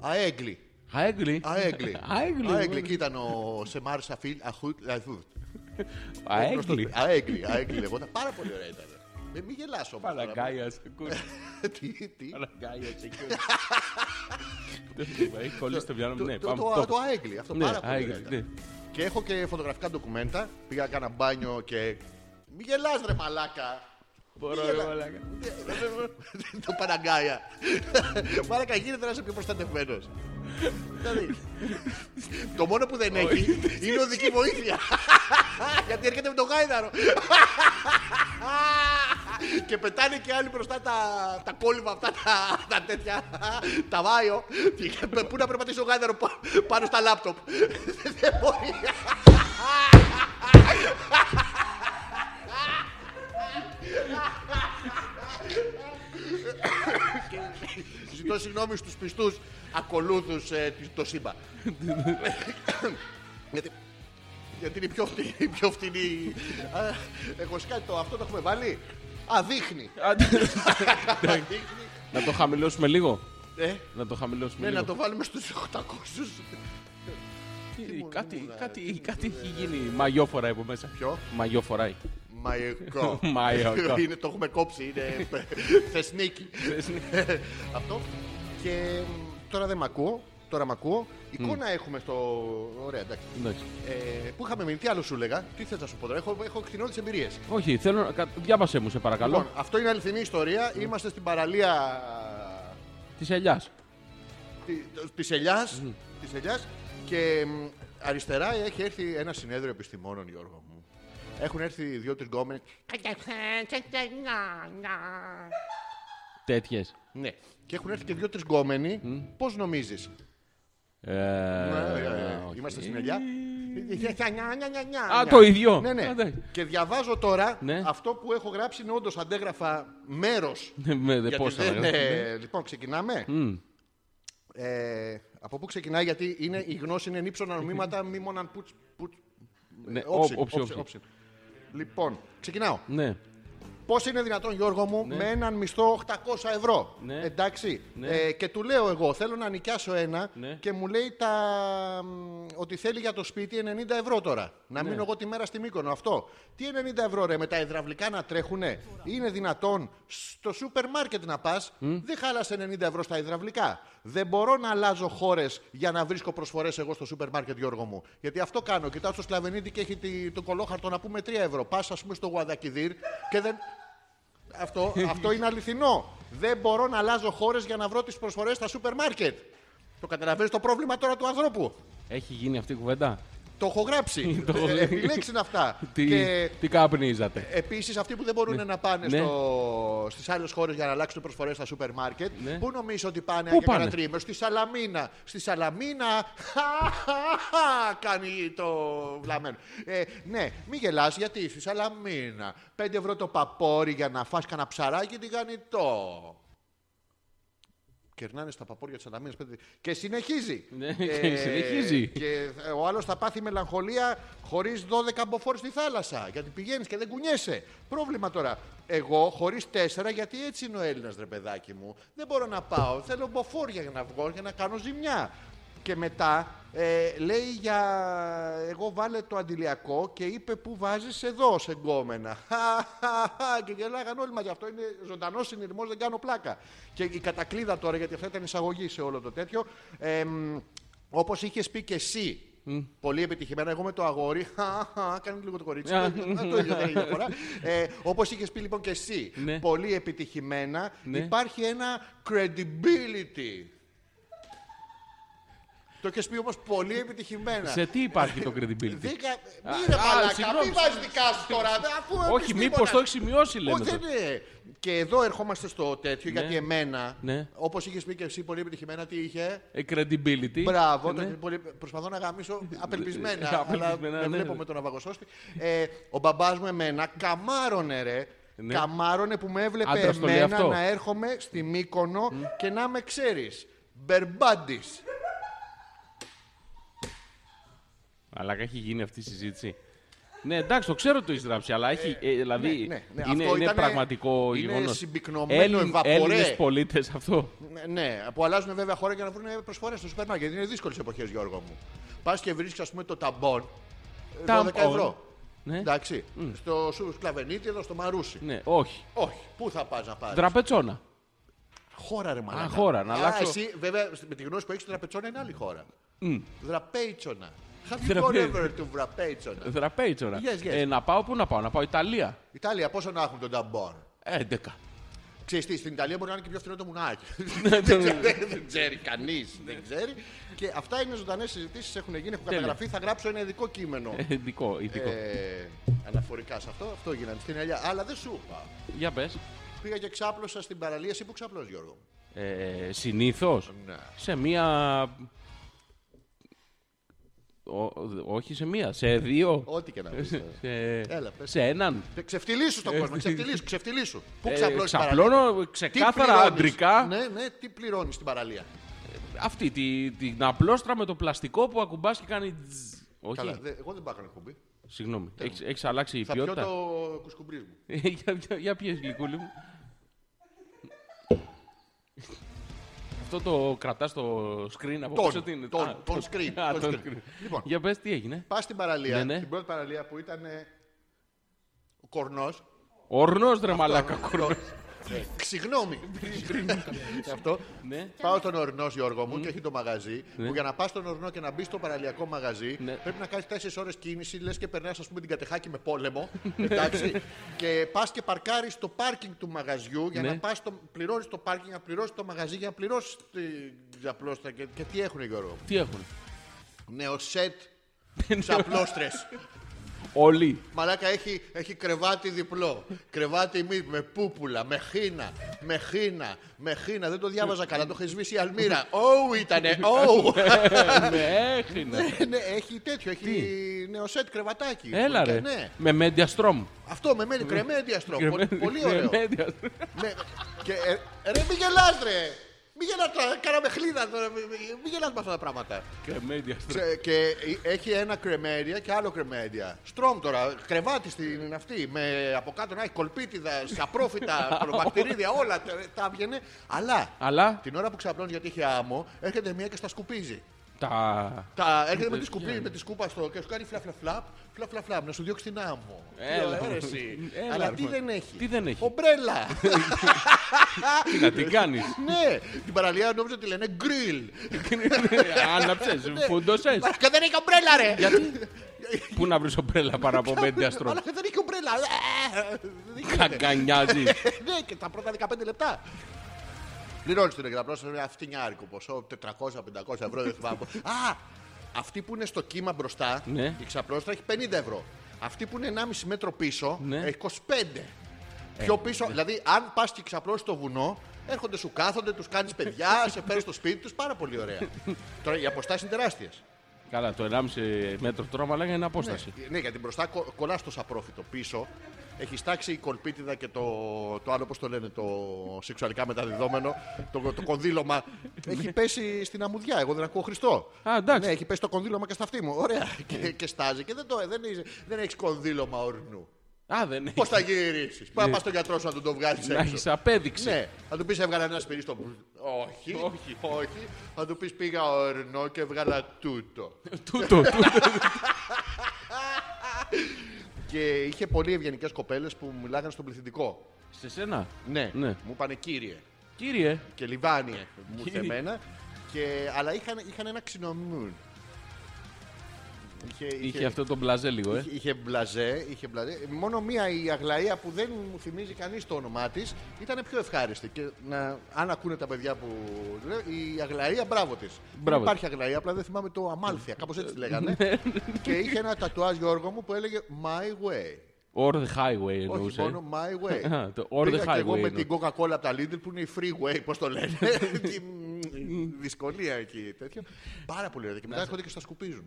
S4: Αέγκλι.
S5: Αέγκλι.
S4: Αέγκλι.
S5: Αέγκλι.
S4: Αέγκλι. Εκεί ήταν ο Σεμάρ Σαφίλ Αχούτ Λαϊθούτ.
S5: Αέγκλι.
S4: Αέγκλι. Αέγκλι λεγόταν. Πάρα πολύ ωραία ήταν. Ε, Μην γελάς όμως. τώρα.
S5: Παραγκάιας.
S4: Τι, τι.
S5: Παραγκάιας. Έχει κολλήσει το μυαλό μου.
S4: Το-
S5: Ναι,
S4: το-
S5: πάμε.
S4: το-
S5: Το-
S4: Το Αέγκλι. Αυτό
S5: Ναι,
S4: πάρα πολύ
S5: Αέγκλι,
S4: ωραία
S5: ναι.
S4: ήταν. Και έχω και φωτογραφικά ντοκουμέντα. Πήγα κάνα μπάνιο και. Μην γελάς ρε μαλάκα.
S5: Μπορώ,
S4: Μην
S5: ρε,
S4: γελάς.
S5: μαλάκα.
S4: Το παραγκάια. Μαλάκα γίνεται να είσαι πιο προστατευμένος. Δηλαδή, Το μόνο που δεν έχει είναι οδική βοήθεια. Γιατί έρχεται με το γάιδαρο. και πετάνε και άλλοι μπροστά τα, τα κόλλημα αυτά, τα, τα τέτοια. τα βάιο. Και Πού να περπατήσει ο γάιδαρο πα- πάνω στα λάπτοπ. δεν μπορεί. Ζητώ συγγνώμη στους πιστούς ακολούθους ε, της- το ΣΥΜΠΑ. Γιατί, γιατί είναι η πιο φτηνή. η Πιο φτηνή. Α, Έχω σκάσει το αυτό το έχουμε βάλει. Α, δείχνει.
S5: Άντε.
S4: Α, δείχνει.
S5: Να το χαμηλώσουμε λίγο.
S4: Ε,
S5: Να το χαμηλώσουμε
S4: ναι, να
S5: λίγο.
S4: το βάλουμε στους 800.
S5: Τι- Κάτι, κάτι, κάτι έχει γίνει. Μαγιόφορα από μέσα.
S4: ε, Ποιο?
S5: Μαγιόφοραει.
S4: Μαϊκό.
S5: Μαϊκό.
S4: Είναι- Το έχουμε κόψει. Είναι θεσνίκι. αυτό. Και μ, τώρα δεν μ' ακούω. Τώρα μ' ακούω. Εικόνα έχουμε στο. Ωραία, εντάξει.
S5: Εντάξει.
S4: Ε, πού είχαμε μείνει, τι άλλο σου λέγα, τι θες να σου πω τώρα. Έχω, έχω κτηνώδει εμπειρίες.
S5: Όχι, θέλω να. κα- Διάβασέ μου, σε παρακαλώ.
S4: Λοιπόν, αυτό είναι αληθινή ιστορία. Είμαστε στην παραλία
S5: Της ελιάς.
S4: τη Ελιά. Της Ελιάς και μ, αριστερά έχει έρθει ένα συνέδριο επιστημόνων, Γιώργο μου. Έχουν έρθει δύο τριγκόμενοι.
S5: Τέτοιες.
S4: Ναι. Και έχουν έρθει και δύο τριγκόμενοι. Πώς νομίζεις.
S5: Ε,
S4: Ναι. Είμαστε στην Ελιά.
S5: Α, το ίδιο.
S4: Ναι, ναι.
S5: Α, εντάξει.
S4: Και διαβάζω τώρα
S5: Ναι.
S4: αυτό που έχω γράψει είναι όντω αντέγραφα μέρο.
S5: Πώ θα
S4: δεν,
S5: λέγαμε.
S4: ε, Λοιπόν, ξεκινάμε. Ε, από πού ξεκινάει, γιατί είναι, η γνώση είναι νύψωνα νομίματα, μη μόναν πουτς, πουτς,
S5: Ναι,
S4: ε, όψιν,
S5: όψι,
S4: όψιν,
S5: όψι.
S4: όψιν. Λοιπόν, ξεκινάω.
S5: Ναι.
S4: Πώς είναι δυνατόν, Γιώργο μου, με έναν μισθό 800 ευρώ.
S5: Ναι.
S4: Εντάξει. Ε, και του λέω εγώ, θέλω να νοικιάσω ένα
S5: Ναι.
S4: και μου λέει τα... μ, ότι θέλει για το σπίτι 90 ευρώ τώρα. Να
S5: Ναι.
S4: μείνω εγώ τη μέρα στη Μύκονο. Αυτό. Τι 90 ευρώ, ρε, με τα υδραυλικά να τρέχουνε. Είναι δυνατόν στο σούπερ μάρκετ να πας, δεν χάλασε 90 ευρώ στα υδραυλικά. Δεν μπορώ να αλλάζω χώρες για να βρίσκω προσφορές εγώ στο σούπερ μάρκετ, Γιώργο μου. Γιατί αυτό κάνω. Κοιτάω στο Σλαβενίδη και έχει τη- το κολόχαρτο να πούμε 3 ευρώ. Πας, ας πούμε, στο Γουαδακιδίρ και δεν. Αυτό, αυτό είναι αληθινό. Δεν μπορώ να αλλάζω χώρες για να βρω τις προσφορές στα σούπερ μάρκετ. Το καταλαβαίνεις το πρόβλημα τώρα του ανθρώπου.
S5: Έχει γίνει αυτή η κουβέντα.
S4: Το έχω γράψει.
S5: Το έχω
S4: Ε,
S5: γράψει.
S4: Επιλέξεις είναι αυτά.
S5: Τι,
S4: Και
S5: τι καπνίζατε.
S4: επίσης αυτοί που δεν μπορούν να πάνε
S5: Ναι.
S4: στο... στις άλλες χώρες για να αλλάξουν προσφορές στα σούπερ μάρκετ,
S5: Ναι.
S4: πού νομίζω ότι πάνε
S5: Πού
S4: για κανένα
S5: πάνε?
S4: τρίμηνο, στη Σαλαμίνα. Στη Σαλαμίνα, χα, χα, χα, κάνει το βλαμμένο. Ε, ναι, μην γελάς, γιατί στη Σαλαμίνα 5 ευρώ το παπόρι για να φας κανένα ψαράκι τηγανιτό. Κερνάνε στα παπόρια της Σαλαμίνα. Και συνεχίζει. Ε,
S5: Ναι, και συνεχίζει.
S4: Και ε, ο άλλος θα πάθει μελαγχολία χωρίς 12 μποφόρ στη θάλασσα. Γιατί πηγαίνεις και δεν κουνιέσαι. Πρόβλημα τώρα. Εγώ χωρίς 4, γιατί έτσι είναι ο Έλληνας, ρε παιδάκι μου. Δεν μπορώ να πάω. Θέλω μποφόρ για να βγω για να κάνω ζημιά. Και μετά ε, λέει για. Εγώ βάλε το αντιλιακό και είπε που βάζεις εδώ σε γκόμενα. Χαχαχα, και γελάγαν όλοι μαζί. Αυτό είναι ζωντανός συνειρμός, δεν κάνω πλάκα. Και η κατακλίδα τώρα, γιατί αυτό ήταν εισαγωγή σε όλο το τέτοιο. εμ, Όπως είχες πει και εσύ. Πολύ επιτυχημένα, εγώ με το αγόρι. Κάνει λίγο το κορίτσι.
S5: Α.
S4: το ίδιο δεν είναι διαφορά. Ε, Όπως είχες πει λοιπόν και εσύ.
S5: Ναι.
S4: Πολύ επιτυχημένα,
S5: Ναι.
S4: υπάρχει ένα credibility. Το Το έχεις πει όμως πολύ επιτυχημένα.
S5: Σε τι υπάρχει το credibility.
S4: Δίκα...
S5: Α,
S4: Μη ρε
S5: α,
S4: μαλάκα,
S5: συγγνώμη.
S4: μην βάζει δικά σου τώρα. δε, Αφού
S5: Όχι,
S4: επιστήμονα.
S5: μήπω το έχεις σημειώσει, λέμε.
S4: Όχι,
S5: το.
S4: δεν είναι. ναι. Και εδώ ερχόμαστε στο τέτοιο,
S5: Ναι.
S4: γιατί εμένα,
S5: Ναι.
S4: όπως είχες πει και εσύ πολύ επιτυχημένα, τι είχε.
S5: Ε, Credibility.
S4: Μπράβο,
S5: Ναι.
S4: το έχεις πολύ... προσπαθώ να γαμίσω
S5: Ε,
S4: απελπισμένα. αλλά
S5: απελπισμένα,
S4: δεν
S5: ναι,
S4: βλέπω
S5: ναι.
S4: με τον Αβαγοσώστη. Ε, ο μπαμπάς μου εμένα καμάρωνε ρε.
S5: Ναι.
S4: Καμάρωνε που με έβλεπε
S5: Άντρας το λέει
S4: εμένα
S5: αυτό.
S4: να έρχομαι στη Μύκονο και να με ξέρεις. Μπερμπάντης.
S5: Αλλά έχει γίνει αυτή η συζήτηση. Ναι, εντάξει, το ξέρω το έχεις γράψει, αλλά έχει. ε, δηλαδή
S4: ναι, ναι, ναι.
S5: είναι,
S4: Αυτό
S5: είναι
S4: ήτανε-
S5: πραγματικό
S4: είναι
S5: γεγονός.
S4: συμπυκνωμένο ευαπορέ.
S5: Έλληνες πολίτες αυτό.
S4: Ναι, Ναι, που αλλάζουν βέβαια χώρα για να βρουν προσφορές στο σούπερ μάρκετ. Είναι δύσκολες εποχές, Γιώργο μου. Πας και βρίσκεις, ας πούμε, το ταμπον. ε, 12
S5: Tampon.
S4: ευρώ.
S5: Ναι.
S4: Εντάξει. Στο σου σκλαβενίτη, εδώ στο μαρούσι.
S5: Ναι, όχι.
S4: Όχι. Πού θα πας να πάρεις.
S5: Τραπετσόνα.
S4: Χώρα, ρε μαλάκα.
S5: χώρα, να αλλάξω.
S4: Εσύ, βέβαια, με τη γνώση που έχεις, τραπετσόνα είναι άλλη χώρα. Δραπέτσονα. Have you
S5: Δραπέ-
S4: gone ever to Δραπέτσονα.
S5: Δραπέτσονα.
S4: Yes, yes.
S5: Ε, να πάω πού να πάω, να πάω Ιταλία.
S4: Ιταλία, πόσο να έχουν τον ταμπον.
S5: 11.
S4: Ξέρεις τι, στην Ιταλία μπορεί να είναι και πιο φθηνό το μουνάκι.
S5: Ναι,
S4: Δεν ξέρει κανείς. Δεν ξέρει. Και αυτά είναι ζωντανές συζητήσεις, έχουν γίνει, έχουν
S5: Τέλεια.
S4: καταγραφεί. Θα γράψω ένα ειδικό κείμενο
S5: Ε, Ειδικό, ειδικό.
S4: ε, αναφορικά σε αυτό. Αυτό γίνανε στην Ελιά. Αλλά δεν σου είπα.
S5: Για πες.
S4: Πήγα και ξάπλωσα στην παραλία. Εσύ που ξάπλωσες Γιώργο. μου?
S5: Ε, Συνήθως
S4: Ναι.
S5: σε μία. Ο- όχι σε μία, σε δύο.
S4: Ό,τι και να ε. πεις.
S5: σε,
S4: Έλα, πες.
S5: σε έναν.
S4: Ξεφτυλίσου τον κόσμο, ξεφτυλίσου, ξεφτυλίσου. Πού
S5: Ε,
S4: ξαπλώνεις την παραλία.
S5: ξαπλώνω
S4: Τι
S5: ξεκάθαρα
S4: πληρώνεις?
S5: αντρικά.
S4: Ναι, ναι, τι πληρώνεις στην παραλία.
S5: Αυτή τη, την απλόστρα με το πλαστικό που ακουμπάς και κάνει. τζζζ. Όχι.
S4: Καλά, δε- εγώ δεν πάω να κάνω κουμπί.
S5: Συγγνώμη. Έχεις, έχεις αλλάξει η
S4: Θα πιω
S5: ποιότητα.
S4: το κουσκουμπρί μου.
S5: για, για, για πιες, γλυκούλη μου. Αυτό το κρατάς στο screen από
S4: Τον,
S5: πίσω τι είναι.
S4: τον,
S5: Α,
S4: τον screen,
S5: α,
S4: τον
S5: τον
S4: screen.
S5: screen.
S4: Λοιπόν.
S5: Για πες τι έγινε.
S4: Πας στην παραλία,
S5: Ναι, ναι.
S4: την πρώτη παραλία που ήταν ε, ο κορνός.
S5: Ορνός ρε μαλάκα κορνός.
S4: Συγγνώμη. Σε Ε, αυτό.
S5: Ναι.
S4: Πάω στον ορεινό Γιώργο μου και έχει το μαγαζί. Που για να πας στον ορεινό και να μπεις στο παραλιακό μαγαζί
S5: Ναι.
S4: πρέπει να κάνεις 4 ώρες κίνηση. Λες και περνάς, ας πούμε, την κατεχάκι με πόλεμο. Εντάξει. και πας και παρκάρεις στο πάρκινγκ του μαγαζιού για
S5: Ναι.
S4: να πα πληρώνεις το πάρκινγκ, να πληρώσεις το μαγαζί για να πληρώσεις την απλώστρα. Και, και τι έχουν Γιώργο μου.
S5: Τι έχουν.
S4: Νέο σετ ξαπλώστρε.
S5: Όλοι.
S4: Μαλάκα έχει, έχει κρεβάτι διπλό. Κρεβάτι μη, με πούπουλα, με χίνα, με χίνα, με χίνα. Δεν το διάβαζα καλά, το είχε σβήσει η αλμύρα. Ωου ήτανε, ωου.
S5: ναι, έχινε.
S4: ναι, έχει τέτοιο, έχει νέο σετ κρεβατάκι.
S5: Έλα
S4: Και
S5: ρε.
S4: Ναι.
S5: Με Media Strom.
S4: Αυτό με μένει κρεμέντια στρώ. Πολύ- Πολύ ωραίο.
S5: Με Media Strom.
S4: Ναι. Και, ε, ρε, μη γελάς ρε. Μη γελάς τώρα, κάναμε χλίδα τώρα. μη- μη- Μη γελάς με αυτά τα πράγματα.
S5: Και Media Strom.
S4: Ξε- Και έχει ένα κρεμέρια και άλλο κρεμέρια. Στρόμ τώρα, κρεβάτι στην είναι αυτή. Με από κάτω να έχει κολπίτιδα, σαπρόφυτα, προβακτηρίδια, όλα τα- τα βγαίνε. Αλλά
S5: Αλλά
S4: την ώρα που ξαπλώνει γιατί έχει άμμο, έρχεται μία και στα σκουπίζει.
S5: τα...
S4: Τα έρχεται με τη, σκουπί, με τη σκούπα στο και σου κάνει φλα φλα φλα, φλα φλα φλα, να σου διώξει την άμμο.
S5: Έλα,
S4: Λέω, «Ε, ρε,
S5: ρε.
S4: εσύ».
S5: Έλα,
S4: Αλλά
S5: ρε,
S4: τι
S5: μωρέ.
S4: δεν έχει.
S5: Τι δεν έχει.
S4: Ομπρέλα.
S5: Τι να την κάνεις.
S4: ναι, την παραλία νόμιζα ότι λένε γκριλ.
S5: Άναψες,
S4: Ναι.
S5: φουντώσες.
S4: Μαλάκα, δεν έχει ομπρέλα ρε.
S5: Πού να βρεις ομπρέλα παρά από Media Strom.
S4: Αλλά δεν έχει ομπρέλα. Ε, δεν γίνεται.
S5: Καγκανιάζει.
S4: Ναι, και τα πρώτα 15 λεπτά. Πληρώνεις την εγγραφή σε ένα αυτινιάρικο ποσό, 400-500 ευρώ, δεν θυμάμαι. Α, αυτή που είναι στο κύμα μπροστά,
S5: Ναι.
S4: η ξαπλώστρα έχει 50 ευρώ. Αυτή που είναι 1,5 μέτρο πίσω,
S5: Ναι. Ε,
S4: έχει 25. Πιο πίσω, δηλαδή αν πας και ξαπλώσει στο βουνό, έρχονται σου κάθονται, τους κάνεις παιδιά, σε παίρνει στο σπίτι τους, πάρα πολύ ωραία. Τώρα οι αποστάσεις είναι τεράστιες.
S5: Καλά, το 1,5 μέτρο τρώμα λέγανε είναι απόσταση.
S4: Ναι, γιατί μπροστά κο, κολλά το σαπρόφιτο πίσω. Έχει στάξει η κολπίτιδα και το, το άλλο, πώς το λένε, το σεξουαλικά μεταδιδόμενο, το, το κονδύλωμα. έχει πέσει στην αμμουδιά. Εγώ δεν ακούω Χριστό.
S5: Α, εντάξει.
S4: Ναι, έχει πέσει το κονδύλωμα και στα αυτή μου. Ωραία. και, και στάζει και δεν, το, ε, δεν, είσαι- δεν έχεις κονδύλωμα ορεινού.
S5: Α, δεν
S4: Πώ
S5: έχει.
S4: θα γυρίσεις. Πάει να πας στον γιατρό σου να του το βγάλεις
S5: Ε, Να
S4: έξω.
S5: έχεις απέδειξη.
S4: Ναι, θα του πεις έβγαλα ένα σπυρί στο. Όχι,
S5: Όχι.
S4: όχι. Θα του πεις πήγα ορεινό και έβγαλα τούτο.
S5: Τούτο, τούτο.
S4: Και είχε πολύ ευγενικές κοπέλες που μου μιλάγανε στον πληθυντικό.
S5: Σε σένα.
S4: Ναι.
S5: Ναι.
S4: Μου είπανε κύριε
S5: Κύριε.
S4: και λιβάνιε μου ήρθε
S5: Κύριε.
S4: εμένα. Και, αλλά είχαν, είχαν ένα ξινομούν. Είχε,
S5: Είχε αυτό το μπλαζέ λίγο, ε.
S4: είχε- είχε μπλαζέ, είχε μπλαζέ. Μόνο μία η Αγλαία που δεν μου θυμίζει κανείς το όνομά της ήταν πιο ευχάριστη. Και να, αν ακούνε τα παιδιά που. λέω, Η Αγλαία, μπράβο της.
S5: Μπράβο. Ε, ναι,
S4: Υπάρχει Αγλαία, απλά δεν θυμάμαι το Αμάλθια, κάπως έτσι τη λέγανε. και είχε ένα τατουάζ Γιώργο μου που έλεγε My Way.
S5: Or the highway
S4: Όχι
S5: εννοούσε.
S4: μόνο My Way.
S5: Α, το Or the
S4: Πήγα και εγώ
S5: Highway
S4: με
S5: εννοώ.
S4: την Coca-Cola από τα Lidl που είναι η Freeway, πώς το λένε. Και, μ, δυσκολία εκεί. Τέτοιο. Πάρα πολύ ωραία. Και
S5: Ναι.
S4: μετά έρχονται και στα σκουπίζουν.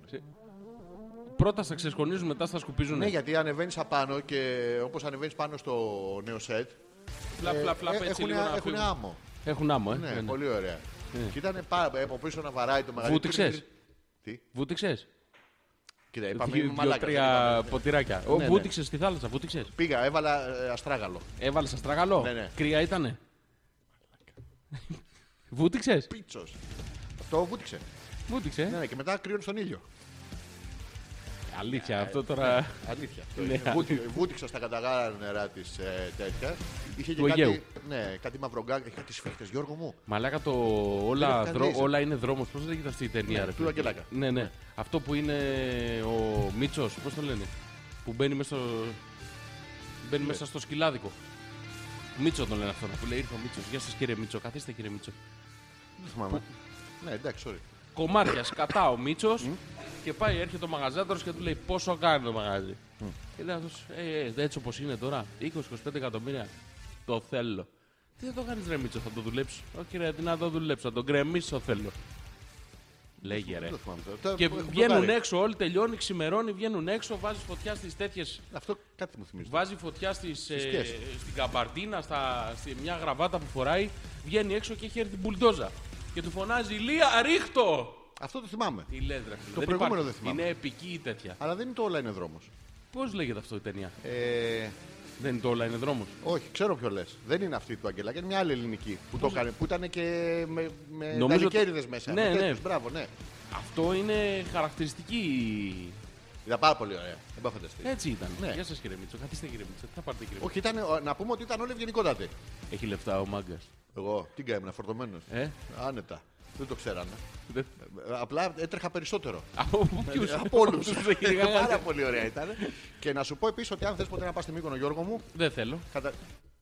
S5: Πρώτα στα ξεσκονίζουν, μετά στα σκουπίζουν.
S4: Ναι, γιατί ανεβαίνεις απάνω και όπως ανεβαίνεις πάνω στο νέο σετ. ε,
S5: Φλαπ, φλαπ, φλαπ, έτσι λίγο να
S4: Έχουν
S5: φύγουν.
S4: άμμο.
S5: Έχουν άμμο, ε.
S4: Ναι,
S5: ναι, ναι.
S4: πολύ ωραία. Και ήταν πάρα πολύ από πίσω να βαράει το μαγαζί.
S5: Βούτυξες.
S4: Τι.
S5: Βούτυξες.
S4: Κοίτα, Ε, είπαμε
S5: Δύο-
S4: μαλάκα.
S5: Δύο-τρία ποτηράκια. Ο,
S4: Ναι, ναι.
S5: Βούτυξες στη θάλασσα, βούτυξες.
S4: Πήγα, έβαλα ε, αστράγαλο.
S5: Έβαλες αστραγαλό.
S4: Ναι, ναι.
S5: Κρύα ήτανε. Βούτυξες.
S4: Πίτσος. Το βούτυξε.
S5: Βούτυξε.
S4: Ναι, ναι, και μετά κρύωνε στον ήλιο.
S5: Ε, Αλήθεια,
S4: Ε,
S5: αυτό τώρα.
S4: Αλήθεια. αυτό
S5: Ναι,
S4: είναι.
S5: αλήθεια.
S4: Βούτι- Βούτυξα στα καταγάρα νερά της τέτοια. Είχε και
S5: Του
S4: κάτι,
S5: Αιγαίου.
S4: ναι, κάτι μαυρογκάκι, είχε κάτι σφίχτε, Γιώργο μου.
S5: Μαλάκα το
S4: Δεν
S5: όλα,
S4: έχει
S5: δρο-
S4: κανείς.
S5: όλα είναι δρόμος. Πώς λέγεται αυτή η ταινία,
S4: Ναι,
S5: ρε
S4: του
S5: φίλε.
S4: Αγγελάκα.
S5: Ναι, ναι. Αυτό που είναι ο Μίτσος, πώς το λένε. Που μπαίνει μέσα στο,
S4: Ναι.
S5: μπαίνει μέσα στο σκυλάδικο. Μίτσο τον λένε αυτό. Που λέει ήρθε ο Μίτσος. Γεια σας κύριε Μίτσο, καθίστε κύριε Μίτσο.
S4: Δεν θυμάμαι. Ναι, εντάξει, sorry.
S5: κομμάτια σκατά ο Μίτσος και πάει, έρχεται ο μαγαζάτορος και του λέει πόσο κάνει το μαγαζί. Και λέει αυτός, ε, ε, έτσι όπως είναι τώρα, 20-25 εκατομμύρια. Το θέλω. Τι θα το κάνεις, Ρε Μίτσο, θα το δουλέψεις. Όχι, ρε, τι να το δουλέψω, θα τον κρεμίσω θέλω. Λέγε ρε.
S4: Δεν το θυμάμαι τώρα. Τα-
S5: Και
S4: έχουμε
S5: βγαίνουν
S4: μπλοκάρει.
S5: έξω, όλοι τελειώνει, ξημερώνει, βγαίνουν έξω, βάζεις φωτιά στις τέτοιες.
S4: Αυτό κάτι μου θυμίζει.
S5: Βάζει φωτιά στις, ε,
S4: σκιές.
S5: στην καμπαρτίνα, στα, στη μια γραβάτα που φοράει. Βγαίνει έξω και έχει έρθει μπουλντόζα. Και του φωνάζει Λία, ρίχτω!
S4: Αυτό το θυμάμαι.
S5: Τι λες, ρε φίλε.
S4: Το προηγούμενο
S5: υπάρχει.
S4: δεν θυμάμαι.
S5: Είναι επική η τέτοια.
S4: Αλλά δεν είναι το όλα είναι δρόμος.
S5: Πώς λέγεται αυτό η ταινία.
S4: Ε,
S5: Δεν είναι το όλα, είναι δρόμος.
S4: όχι, ξέρω ποιο λες. Δεν είναι αυτή του Αγγελάκη, είναι μια άλλη ελληνική που, το έκανε, που ήταν και με, με
S5: Νομίζω ότι-
S4: δανεικέριδες μέσα.
S5: Ναι,
S4: με
S5: ναι.
S4: τέτοιους, Μπράβο, ναι.
S5: Αυτό είναι χαρακτηριστική.
S4: Ήταν πάρα πολύ ωραία. Δεν πάω φανταστεί.
S5: Έτσι ήταν.
S4: Ναι.
S5: Γεια σας κύριε Μίτσο. Καθίστε κύριε Μίτσο. Τι θα πάρετε κύριε Μίτσο.
S4: Όχι, ήταν, να πούμε ότι ήταν όλοι ευγενικότατοι.
S5: Έχει λεφτά ο μάγκας.
S4: Εγώ, τι καίμενα, φορτωμένος.
S5: Ε,
S4: Άνετα. Δεν το ξέρανε.
S5: δεν-
S4: Ε, Απλά έτρεχα περισσότερο.
S5: από ποιους.
S4: Ε, Από όλους. Πάρα πολύ ωραία ήταν. Και να σου πω επίσης ότι αν θες ποτέ να πας στη Μύκονο, Γιώργο μου.
S5: Δεν θέλω.
S4: Κατα...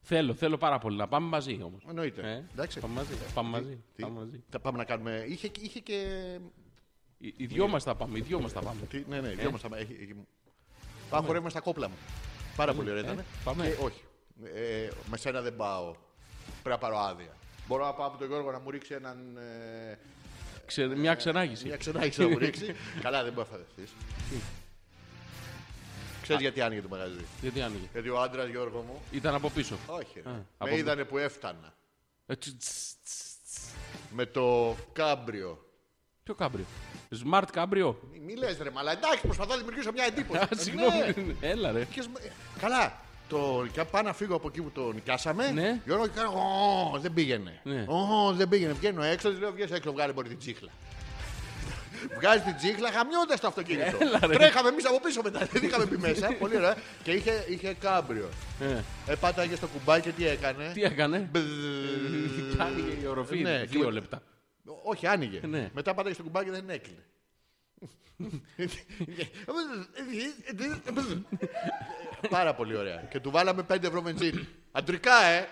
S5: Θέλω, θέλω πάρα πολύ να πάμε μαζί όμως.
S4: Εννοείται. Εντάξει.
S5: Ε, Πάμε μαζί. Πάμε μαζί.
S4: Τι?
S5: Πάμε μαζί.
S4: Θα πάμε να κάνουμε. Είχε, είχε και.
S5: Οι οι δυο μας τα πάμε. Οι δυο μας τα πάμε.
S4: Τι, ναι, ναι, δυο μας θα- έχει- έχει- Πάω χορεύουμε στα κόπλα μου. Πάρα πολύ ωραία ήταν.
S5: Ε, πάμε.
S4: Και όχι. Ε, με σένα δεν πάω. Πρέπει να πάρω άδεια. Μπορώ να πάω από τον Γιώργο να μου ρίξει έναν. ε,
S5: Ξε- Μια ξενάγηση.
S4: μια ξενάγηση να μου ρίξει. Καλά, δεν μπορεί να φανταστείς. Ξέρει γιατί άνοιγε το μαγαζί.
S5: Γιατί άνοιγε.
S4: Γιατί ο άντρας Γιώργο μου.
S5: Ήταν από πίσω.
S4: Όχι. ρε.
S5: Α, από-
S4: με είδανε που έφτανα.
S5: Ε, τσ- τσ- τσ- τσ.
S4: Με το κάμπριο.
S5: Ποιο κάμπριο. Smart κάμπριο.
S4: Μη, μη λες ρε, μαλά. Εντάξει, προσπαθώ να δημιουργήσω μια εντύπωση.
S5: Α,
S4: Ε, ναι.
S5: Συγγνώμη. Έλα ρε.
S4: Είχες- ε, Καλά. Το, και πάω να φύγω από εκεί που το νοικιάσαμε.
S5: Ναι.
S4: Γιώργο και κάνω. «Ω, δεν πήγαινε.
S5: Ναι.
S4: «Ω, δεν πήγαινε. Βγαίνω έξω, της λέω βγαίνει έξω, βγάλε μπορεί την τσίχλα. Βγάζεις την τσίχλα, χαμιώντα το αυτοκίνητο.
S5: Έλα, ρε.
S4: Τρέχαμε εμείς από πίσω μετά. Δεν είχαμε μπει μέσα. Πολύ ωραία. Και είχε, είχε κάμπριο.
S5: Ε,
S4: Ε, πάταγε στο κουμπάκι και τι έκανε.
S5: Τι έκανε.
S4: Μπζζ.
S5: Κι άνοιγε Ε, η οροφή
S4: Ναι, και
S5: δύο
S4: με-
S5: λεπτά.
S4: Όχι, άνοιγε.
S5: Ναι.
S4: Μετά πάταγε στο κουμπάκι και δεν έκλεινε. Πάρα πολύ ωραία. Και του βάλαμε 5 ευρώ βενζίνη. Αντρικά, ε!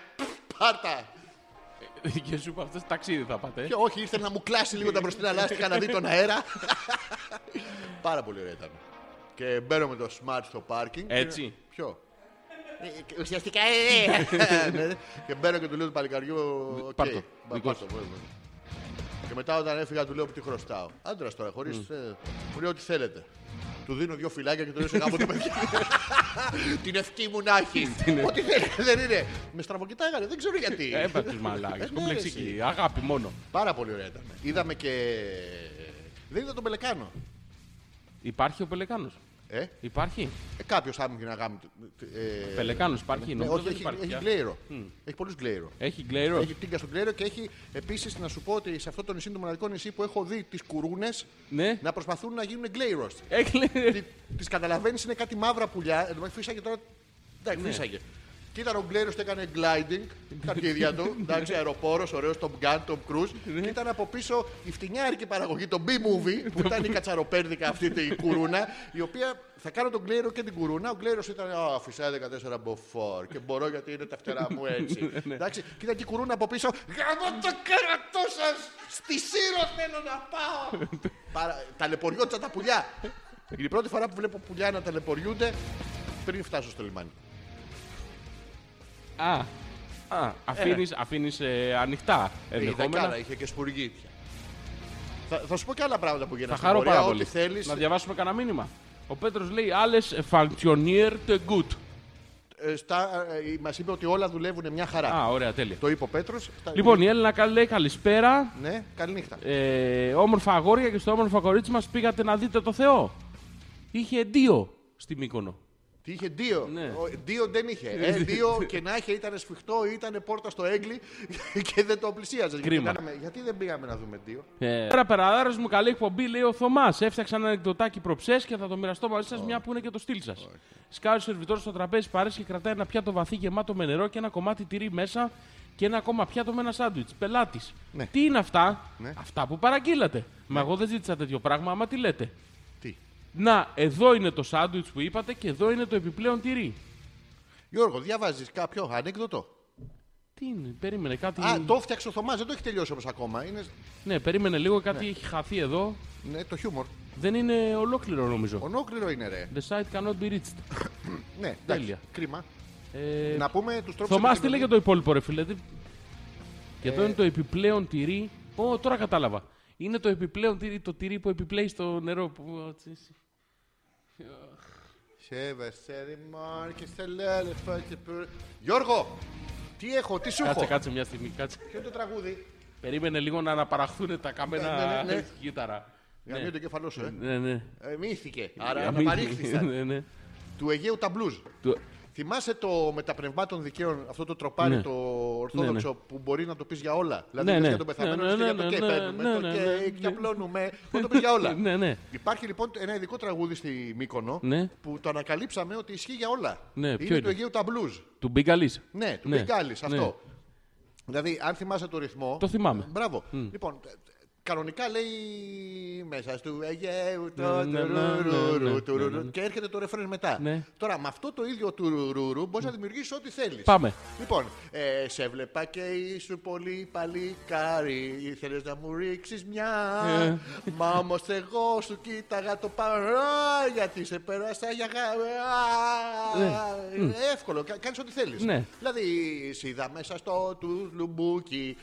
S4: Πάρτα!
S5: Και σου είπα αυτές ταξίδι θα πάτε. ε.
S4: Και όχι, ήρθε να μου κλάσει λίγο τα μπροστινά λάστιχα να δει τον αέρα. Πάρα πολύ ωραία ήταν. Και μπαίνω με το smart στο πάρκινγκ.
S5: Έτσι.
S4: Ποιο. Ε, Ουσιαστικά, ε, ναι. Και μπαίνω και του λέω του παλικαριού. «Οκ,
S5: Πάρ' το,
S4: μπα-
S5: δικό
S4: πάρ' το, βέβαια. Και μετά όταν έφυγα του λέω που τι χρωστάω. Άντρας τώρα, χωρίς. Μου λέει ό,τι θέλετε. Του δίνω δύο φυλάκια και του λέω σε γάμο το παιδί. Την ευχή μου να έχει. Ό,τι θέλετε, δεν είναι. Με στραβοκοιτάγανε, δεν ξέρω γιατί.
S5: Έπα Ε, τους μαλάκες,
S4: Ναι, ρε,
S5: κομπλεξική,
S4: εσύ.
S5: αγάπη μόνο.
S4: Πάρα πολύ ωραία ήταν. Είδαμε και. Δεν είδα τον Πελεκάνο.
S5: Υπάρχει ο Πελεκάνος.
S4: Ε,
S5: Υπάρχει.
S4: Κάποιο άμυγε να γάμει.
S5: Πελεκάνος υπάρχει.
S4: Ναι,
S5: νομίζω
S4: όχι,
S5: δεν
S4: έχει,
S5: υπάρχει
S4: έχει
S5: πια.
S4: γκλέιρο. Έχει πολλού γκλέιρο.
S5: Έχει γκλέιρο.
S4: Έχει τίγκα στον κλέιρο και έχει επίσης να σου πω ότι σε αυτό το νησί, το μοναδικό νησί που έχω δει τις κουρούνες
S5: Ναι.
S4: να προσπαθούν να γίνουν γκλέιρο.
S5: Έχει γκλέιρο.
S4: τις καταλαβαίνεις είναι κάτι μαύρα πουλιά. Εδώ Ναι, φύσαγε τώρα. Εντάξει, φύσαγε. Και ήταν ο Γκλέριο και έκανε gliding. Καρκίδια του. Εντάξει, αεροπόρος, ωραίος Tom Gunn, Tom Cruise. και ήταν από πίσω η φτηνιάρικη παραγωγή, το B-movie, που ήταν η κατσαροπέρδικα αυτή την κουρούνα, η οποία θα κάνω τον Γκλέριο και την κουρούνα. Ο Γκλέριο ήταν «Α, φυσάει 14 μποφόρ και μπορώ γιατί είναι τα φτερά μου έτσι. Εντάξει, και ήταν και η κουρούνα από πίσω. Γαμώ το κερατό σας! Στη σύρο θέλω να πάω! Παρα- Ταλαιπωριόντουσαν τα πουλιά. Είναι η πρώτη φορά που βλέπω πουλιά να ταλαιπωριούνται πριν φτάσω στο λιμάνι.
S5: Α, α αφήνεις, αφήνεις ε, ανοιχτά
S4: Είχε
S5: ενδεχόμενα.
S4: είχε και σπουργίτια. Θα, θα σου πω και άλλα πράγματα που γίνανε.
S5: Θα
S4: στην
S5: χαρώ
S4: πορεία,
S5: πάρα
S4: ό,τι
S5: πολύ.
S4: θέλεις.
S5: Να διαβάσουμε κανένα μήνυμα. Ο Πέτρος λέει ε, «Alles funktioniert gut».
S4: Ε, στα- ε, Μας είπε ότι όλα δουλεύουν μια χαρά.
S5: Α, ωραία, τέλεια.
S4: Το είπε ο Πέτρος.
S5: Λοιπόν, η Έλληνα κα- λέει «Καλησπέρα,
S4: Ναι, καληνύχτα.
S5: ε, όμορφα αγόρια και στο όμορφο κορίτσι μας πήγατε να δείτε το Θεό». Είχε δύο στη Μύκονο.
S4: Τι είχε δύο.
S5: Ναι.
S4: Ο- Δύο δεν είχε. Ε, δύο και να είχε ήταν σφιχτό ή ήταν πόρτα στο έγκλι και δεν το πλησίαζες. Γιατί
S5: Κρίμα.
S4: κάναμε- Γιατί δεν πήγαμε να δούμε δύο.
S5: Ε, Πέρα περαδάρα μου, καλή εκπομπή, λέει ο Θωμάς. Έφτιαξα ένα εκδοτάκι προψές και θα το μοιραστώ μαζί σας, μια που είναι και το στυλ σας. Σκάει ο σερβιτόρο στο τραπέζι, παρέσει και κρατάει ένα πιάτο βαθύ γεμάτο με νερό και ένα κομμάτι τυρί μέσα και ένα ακόμα πιάτο με ένα σάντουιτ. Πελάτης.
S4: Ναι.
S5: Τι είναι αυτά,
S4: Ναι.
S5: αυτά που παραγγείλατε. Μα εγώ δεν ζήτησα τέτοιο πράγμα, άμα τι λέτε.
S4: Τι.
S5: Να, εδώ είναι το σάντουιτ που είπατε και εδώ είναι το επιπλέον τυρί.
S4: Γιώργο, διαβάζεις κάποιο ανέκδοτο.
S5: Τι είναι, περίμενε κάτι.
S4: Α, το φτιάξε ο Θωμάς, δεν το έχει τελειώσει όμως ακόμα. Είναι
S5: Ναι, περίμενε λίγο, κάτι έχει χαθεί εδώ.
S4: ναι, το χιούμορ.
S5: Δεν είναι ολόκληρο νομίζω.
S4: Ονόκληρο είναι ρε.
S5: The site cannot be reached.
S4: Ναι, εντάξει,
S5: Τέλεια.
S4: Κρίμα.
S5: Ε,
S4: Να πούμε τους τρόπους.
S5: Θωμάς, τι λέει για το υπόλοιπο, ρε φίλε. τι- Και
S4: Ε.
S5: εδώ είναι το επιπλέον τυρί. Ω, τώρα κατάλαβα. Είναι το επιπλέον τυρί, το τυρί που επιπλέει στο νερό. Που... έτσι, έτσι.
S4: Σέβεσαι, ρε μάρκεσαι, λέλε, φάκε, πουρ. Γιώργο, τι έχω, τι σου έχω.
S5: Κάτσε, κάτσε μια στιγμή. Κάτσε.
S4: Ποιο είναι το τραγούδι.
S5: Περίμενε λίγο να αναπαραχθούν τα
S4: Ναι,
S5: καμένα
S4: ναι, ναι, ναι.
S5: κύτταρα.
S4: Για μείον το κεφαλό σου, ε.
S5: Ναι, ναι.
S4: Ε, Μύθηκε. Άρα
S5: Για μην-
S4: αναπαρήχθησαν.
S5: Ναι, ναι.
S4: Του Αιγαίου τα blues.
S5: Του-
S4: Θυμάσαι το μεταπνευμάτων δικαίων, αυτό το τροπάρι
S5: Ναι.
S4: το ορθόδοξο
S5: Ναι,
S4: που μπορεί να το πεις για όλα. Δηλαδή
S5: Ναι,
S4: ναι,
S5: ναι.
S4: για τον πεθαμένο,
S5: Ναι,
S4: ναι,
S5: ναι,
S4: για το
S5: ναι,
S4: και
S5: ναι,
S4: παίρνουμε,
S5: ναι,
S4: το
S5: ναι,
S4: και
S5: ναι.
S4: και απλώνουμε. Μπορεί να το πεις για όλα.
S5: Ναι, ναι.
S4: Υπάρχει λοιπόν ένα ειδικό τραγούδι στη Μύκονο
S5: Ναι.
S4: που το ανακαλύψαμε ότι ισχύει για όλα.
S5: Ναι, ποιο
S4: είναι
S5: είναι?
S4: του Αιγαίου τα blues.
S5: Του Μπίγκαλης.
S4: Ναι, του
S5: Ναι.
S4: ναι. αυτό.
S5: Ναι.
S4: Δηλαδή, αν θυμάσαι το ρυθμό.
S5: Το θυμάμαι.
S4: Μπράβο. Λοιπόν, κανονικά λέει μέσα στου Αιγαίου. το
S5: Ναι, ναι, ναι,
S4: τουρουρουρου,
S5: ναι, ναι,
S4: τουρουρου,
S5: ναι, ναι.
S4: Και έρχεται το ρεφρέν μετά.
S5: Ναι.
S4: Τώρα, με αυτό το ίδιο τουρουρουρου μπορείς να δημιουργήσεις ό,τι θέλεις.
S5: Πάμε.
S4: Λοιπόν, ε, σε βλέπα και ήσου πολύ παλικάρι. Ήθελες να μου ρίξεις μια.
S5: Ε.
S4: Μα όμως εγώ σου κοίταγα το παρά. Γιατί σε πέρασα για γα. Εύκολο, κάνεις ό,τι θέλεις.
S5: Ε, Ναι.
S4: Δηλαδή, είδα μέσα στο του λουμπούκι,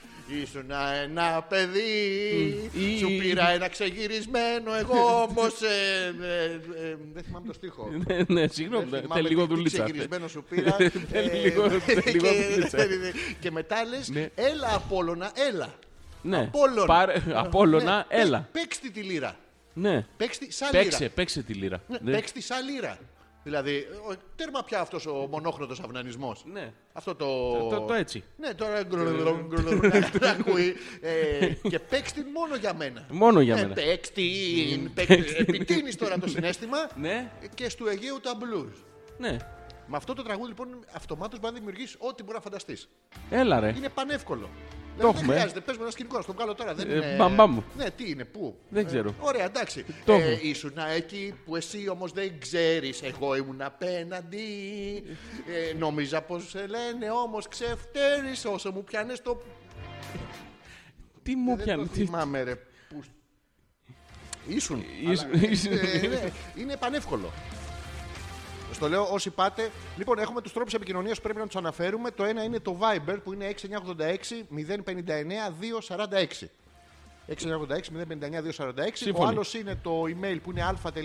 S4: ήσουν ένα παιδί.
S5: Ή-
S4: Σου πήρα ένα ξεγυρισμένο, εγώ ε, όμω. δεν θυμάμαι το στίχο.
S5: Ναι, ναι, συγγνώμη.
S4: Δεν
S5: τε-
S4: θυμάμαι
S5: τε- λίγο
S4: τι- τι
S5: δουλίτσα.
S4: ξεγυρισμένο σου πήρα.
S5: Τε-
S4: ε,
S5: λίγο- τε-
S4: και-
S5: λίγο δουλίτσα.
S4: Και μετά λες,
S5: Ναι.
S4: έλα Απόλλωνα, έλα.
S5: Ναι.
S4: Απόλλωνα. Ε,
S5: Πάρε- Απόλλωνα,
S4: Ναι,
S5: έλα.
S4: παί- Παίξτε τη λύρα.
S5: Ναι.
S4: Παίξτε σαν λύρα.
S5: Παίξε, παίξε τη λίρα.
S4: Ναι,
S5: Ναι.
S4: Παίξτε σαν λύρα. Δηλαδή, ο- τέρμα πια αυτός ο μονόχρονο αυνανισμός.
S5: Ναι.
S4: Αυτό το.
S5: Το- το έτσι. ναι.
S4: Ναι, τώρα γκρουλουλουλου, γκρουλουλουλου, να ακούει. Ε, Και παίξ την μόνο για μένα.
S5: Μόνο για
S4: Ε,
S5: μένα.
S4: Παίξ την. παίξ την. Επιτείνεις τώρα το συνέστημα
S5: Ναι.
S4: και στου Αιγαίου τα blues.
S5: Ναι.
S4: Με αυτό το τραγούδι λοιπόν αυτομάτως μπορεί να δημιουργήσει ό,τι μπορεί να φανταστείς.
S5: Έλα ρε.
S4: Είναι πανεύκολο. Δηλαδή,
S5: Ε. έχουμε.
S4: Δεν χρειάζεται. Πες με ένα σκηνικό, να στο βγάλω τώρα. Δεν
S5: Ε,
S4: είναι...
S5: μπαμ, μπαμ.
S4: Ναι, τι είναι, πού.
S5: Δεν
S4: Ε,
S5: ξέρω.
S4: ωραία, εντάξει.
S5: Το
S4: ε,
S5: έχουμε.
S4: ήσουν εκεί που εσύ όμως δεν ξέρεις. Εγώ ήμουν απέναντι. Ε, νόμιζα πως σε λένε όμως ξεφτέρεις όσο μου πιάνες το.
S5: Τι μου
S4: δεν το
S5: πιάνει. τι-
S4: θυμάμαι, ρε. Που... Ήσουν.
S5: Ήσουν-
S4: Αλλά, ε,
S5: ήσουν.
S4: ε, είναι, είναι πανεύκολο. Στο λέω όσοι πάτε. Λοιπόν, έχουμε τους τρόπους επικοινωνίας που πρέπει να τους αναφέρουμε. Το ένα είναι το Viber που είναι 6986-059-246. 6986-059-246. Ο
S5: Σύμφωνοι.
S4: άλλος είναι το email που είναι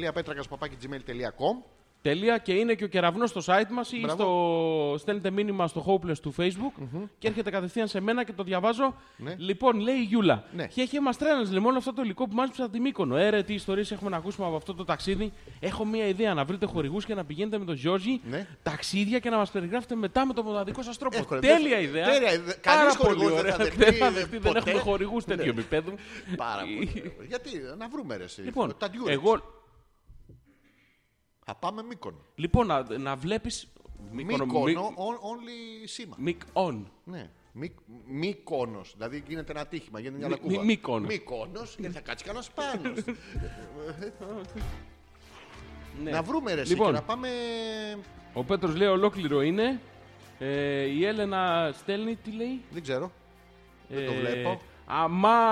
S4: α.πέτρακα.gmail.com.
S5: Τελεία και είναι και ο κεραυνός στο site μας ή
S4: Μπράβο.
S5: στο... στέλνετε μήνυμα στο Hopeless του Facebook και έρχεται κατευθείαν σε μένα και το διαβάζω.
S4: Ναι.
S5: Λοιπόν, λέει η Γιούλα.
S4: Ναι.
S5: Χέχε μα τρένα λοιπόν αυτό το υλικό που μάζεψα από τη Μύκονο. Ε, ρε, τι ιστορίες έχουμε να ακούσουμε από αυτό το ταξίδι. Έχω μία ιδέα να βρείτε χορηγούς και να πηγαίνετε με τον Γιώργη
S4: Ναι.
S5: ταξίδια και να μας περιγράφετε μετά με τον δικό σας τρόπο.
S4: Εύκολα.
S5: Τέλεια
S4: Δεν-
S5: ιδέα.
S4: τέλεια ιδέα.
S5: Πάρα
S4: Κανείς
S5: πολύ
S4: χορηγός δεν
S5: ωραία.
S4: θα δεχτεί,
S5: Δεν θα
S4: δεν-
S5: δεχτεί, δεν
S4: ποτέ.
S5: έχουμε χορηγούς τέτοιου
S4: Ναι.
S5: επίπεδου.
S4: Πάρα πολύ. Γιατί να βρούμε ρε. εσύ.
S5: Λοιπόν,
S4: τα Durex.
S5: εγώ,
S4: Θα πάμε μήκον.
S5: Λοιπόν, να, να βλέπεις Μύκονο-
S4: Μύκονο,
S5: μυ-
S4: on- only σήμα.
S5: Μικ on.
S4: Ναι. Μη, μη κόνος. Δηλαδή γίνεται ένα ατύχημα, γίνεται μια
S5: Μη-
S4: λακκούβα.
S5: μη- μη κόνος.
S4: Μη κόνος, ε, θα κάτσει κανένας πάνω.
S5: Ναι.
S4: να βρούμε ρε εσύ
S5: Λοιπόν.
S4: και να πάμε.
S5: Ο Πέτρος λέει ολόκληρο είναι. Ε, η Έλενα στέλνει, τι λέει.
S4: Δεν ξέρω. Δεν το
S5: Ε,
S4: βλέπω.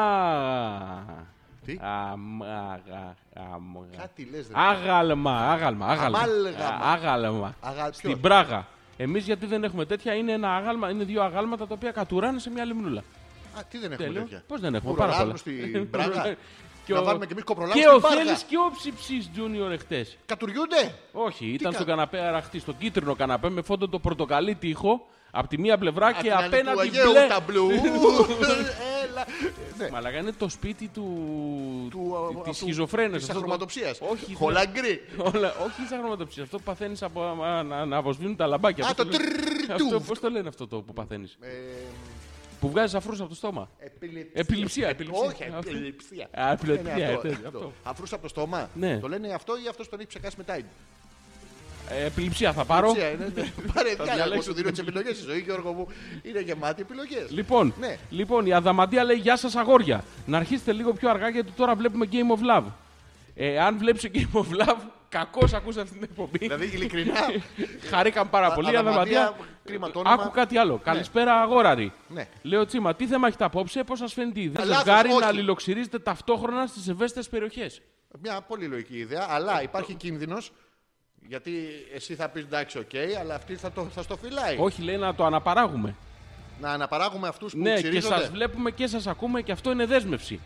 S5: Αμά.
S4: Τι?
S5: Αμά, αγα- αμά.
S4: Κάτι λες. ρε.
S5: Άγαλμα, άγαλμα, άγαλμα.
S4: Αμάλγαμα.
S5: Α, Άγαλμα.
S4: Αγα- ποιος?
S5: Στην Πράγα. Εμείς γιατί δεν έχουμε τέτοια, είναι, ένα άγαλμα, είναι δύο αγάλματα τα οποία κατουράνε σε μια λιμνούλα.
S4: Α, τι δεν έχουμε
S5: Τέλειο.
S4: τέτοια.
S5: Πώς δεν έχουμε, πάρα
S4: Κοπρολάβρος
S5: πολλά.
S4: στην Πράγα.
S5: Και
S4: Να
S5: ο-
S4: βάλουμε κι εμείς κοπρολάβρος
S5: Και ο
S4: στην Πράγα.
S5: Θέλει και ο Ψιψή Junior εχθές.
S4: Κατουριούνται.
S5: Όχι, ήταν
S4: κα-
S5: στον καναπέ αραχτή, στον κίτρινο καναπέ με φόντο το πορτοκαλί τείχο από τη μία πλευρά και
S4: Απ' την άλλη του
S5: απέναντι
S4: Αγαίου
S5: μπλε.
S4: ταμπλού. Έλα. Ναι.
S5: Μαλάκα είναι το σπίτι
S4: Του, α,
S5: του.
S4: αυτού-
S5: τη σχιζοφρένειας.
S4: Της αχρωματοψίας.
S5: Όχι,
S4: Χολαγκρή.
S5: Όλα, όχι σαν χρωματοψία. Αυτό που παθαίνεις από α, να, να αποσβήνουν τα λαμπάκια.
S4: Α,
S5: Πώς
S4: το
S5: λένε.
S4: τρρρρ,
S5: Αυτό,
S4: του.
S5: Πώς το λένε αυτό το που παθαίνεις.
S4: Ε,
S5: Που βγάζεις αφρούς από το στόμα.
S4: επιληψία. Ε,
S5: Επιληψία, επιληψία.
S4: Όχι,
S5: Αυτό.
S4: επιληψία.
S5: Α, επιληψία,
S4: Είναι αυτό,
S5: ε,
S4: αυτό.
S5: αυτό.
S4: Αφρούς από το στόμα.
S5: Ναι.
S4: Το λένε αυτό ή αυτός τον έχει ψεκάσει μετά.
S5: Ε, Επιληψία θα πάρω.
S4: Ψία, ναι, ναι. Πάρε διάλογο.
S5: διαλέξω
S4: Σου δίνω τις επιλογέ στη ζωή, Γιώργο μου. Είναι γεμάτη επιλογές.
S5: Λοιπόν,
S4: Ναι.
S5: λοιπόν, η Αδαμαντία λέει Γεια σας, αγόρια. Να αρχίσετε λίγο πιο αργά γιατί τώρα βλέπουμε Game of Love. Ε, αν βλέπεις Game of Love, κακώ ακούσα αυτή την εκπομπή.
S4: Δηλαδή, ειλικρινά.
S5: Χαρήκαν πάρα
S4: Α-
S5: πολύ.
S4: Αδαμαντία,
S5: Αδαμαντία.
S4: κρίμα το όνομα.
S5: Άκου κάτι άλλο. Καλησπέρα, αγόραρη.
S4: Ναι.
S5: Λέω Τσίμα, τι θέμα έχετε απόψε, πώς σας φαίνεται η ιδέα
S4: Λάθος,
S5: ζευγάρι
S4: όχι.
S5: να αλληλοξυρίζεται ταυτόχρονα στις ευαίσθητες περιοχές.
S4: Μια πολύ λογική ιδέα, αλλά υπάρχει κίνδυνος. Γιατί εσύ θα πεις εντάξει, οκ, αλλά αυτή θα, το, θα στο φυλάει.
S5: Όχι, λέει να το αναπαράγουμε.
S4: Να αναπαράγουμε αυτούς που
S5: Ναι, και σα
S4: ξυρίζονται.
S5: βλέπουμε και σας ακούμε και αυτό είναι δέσμευση.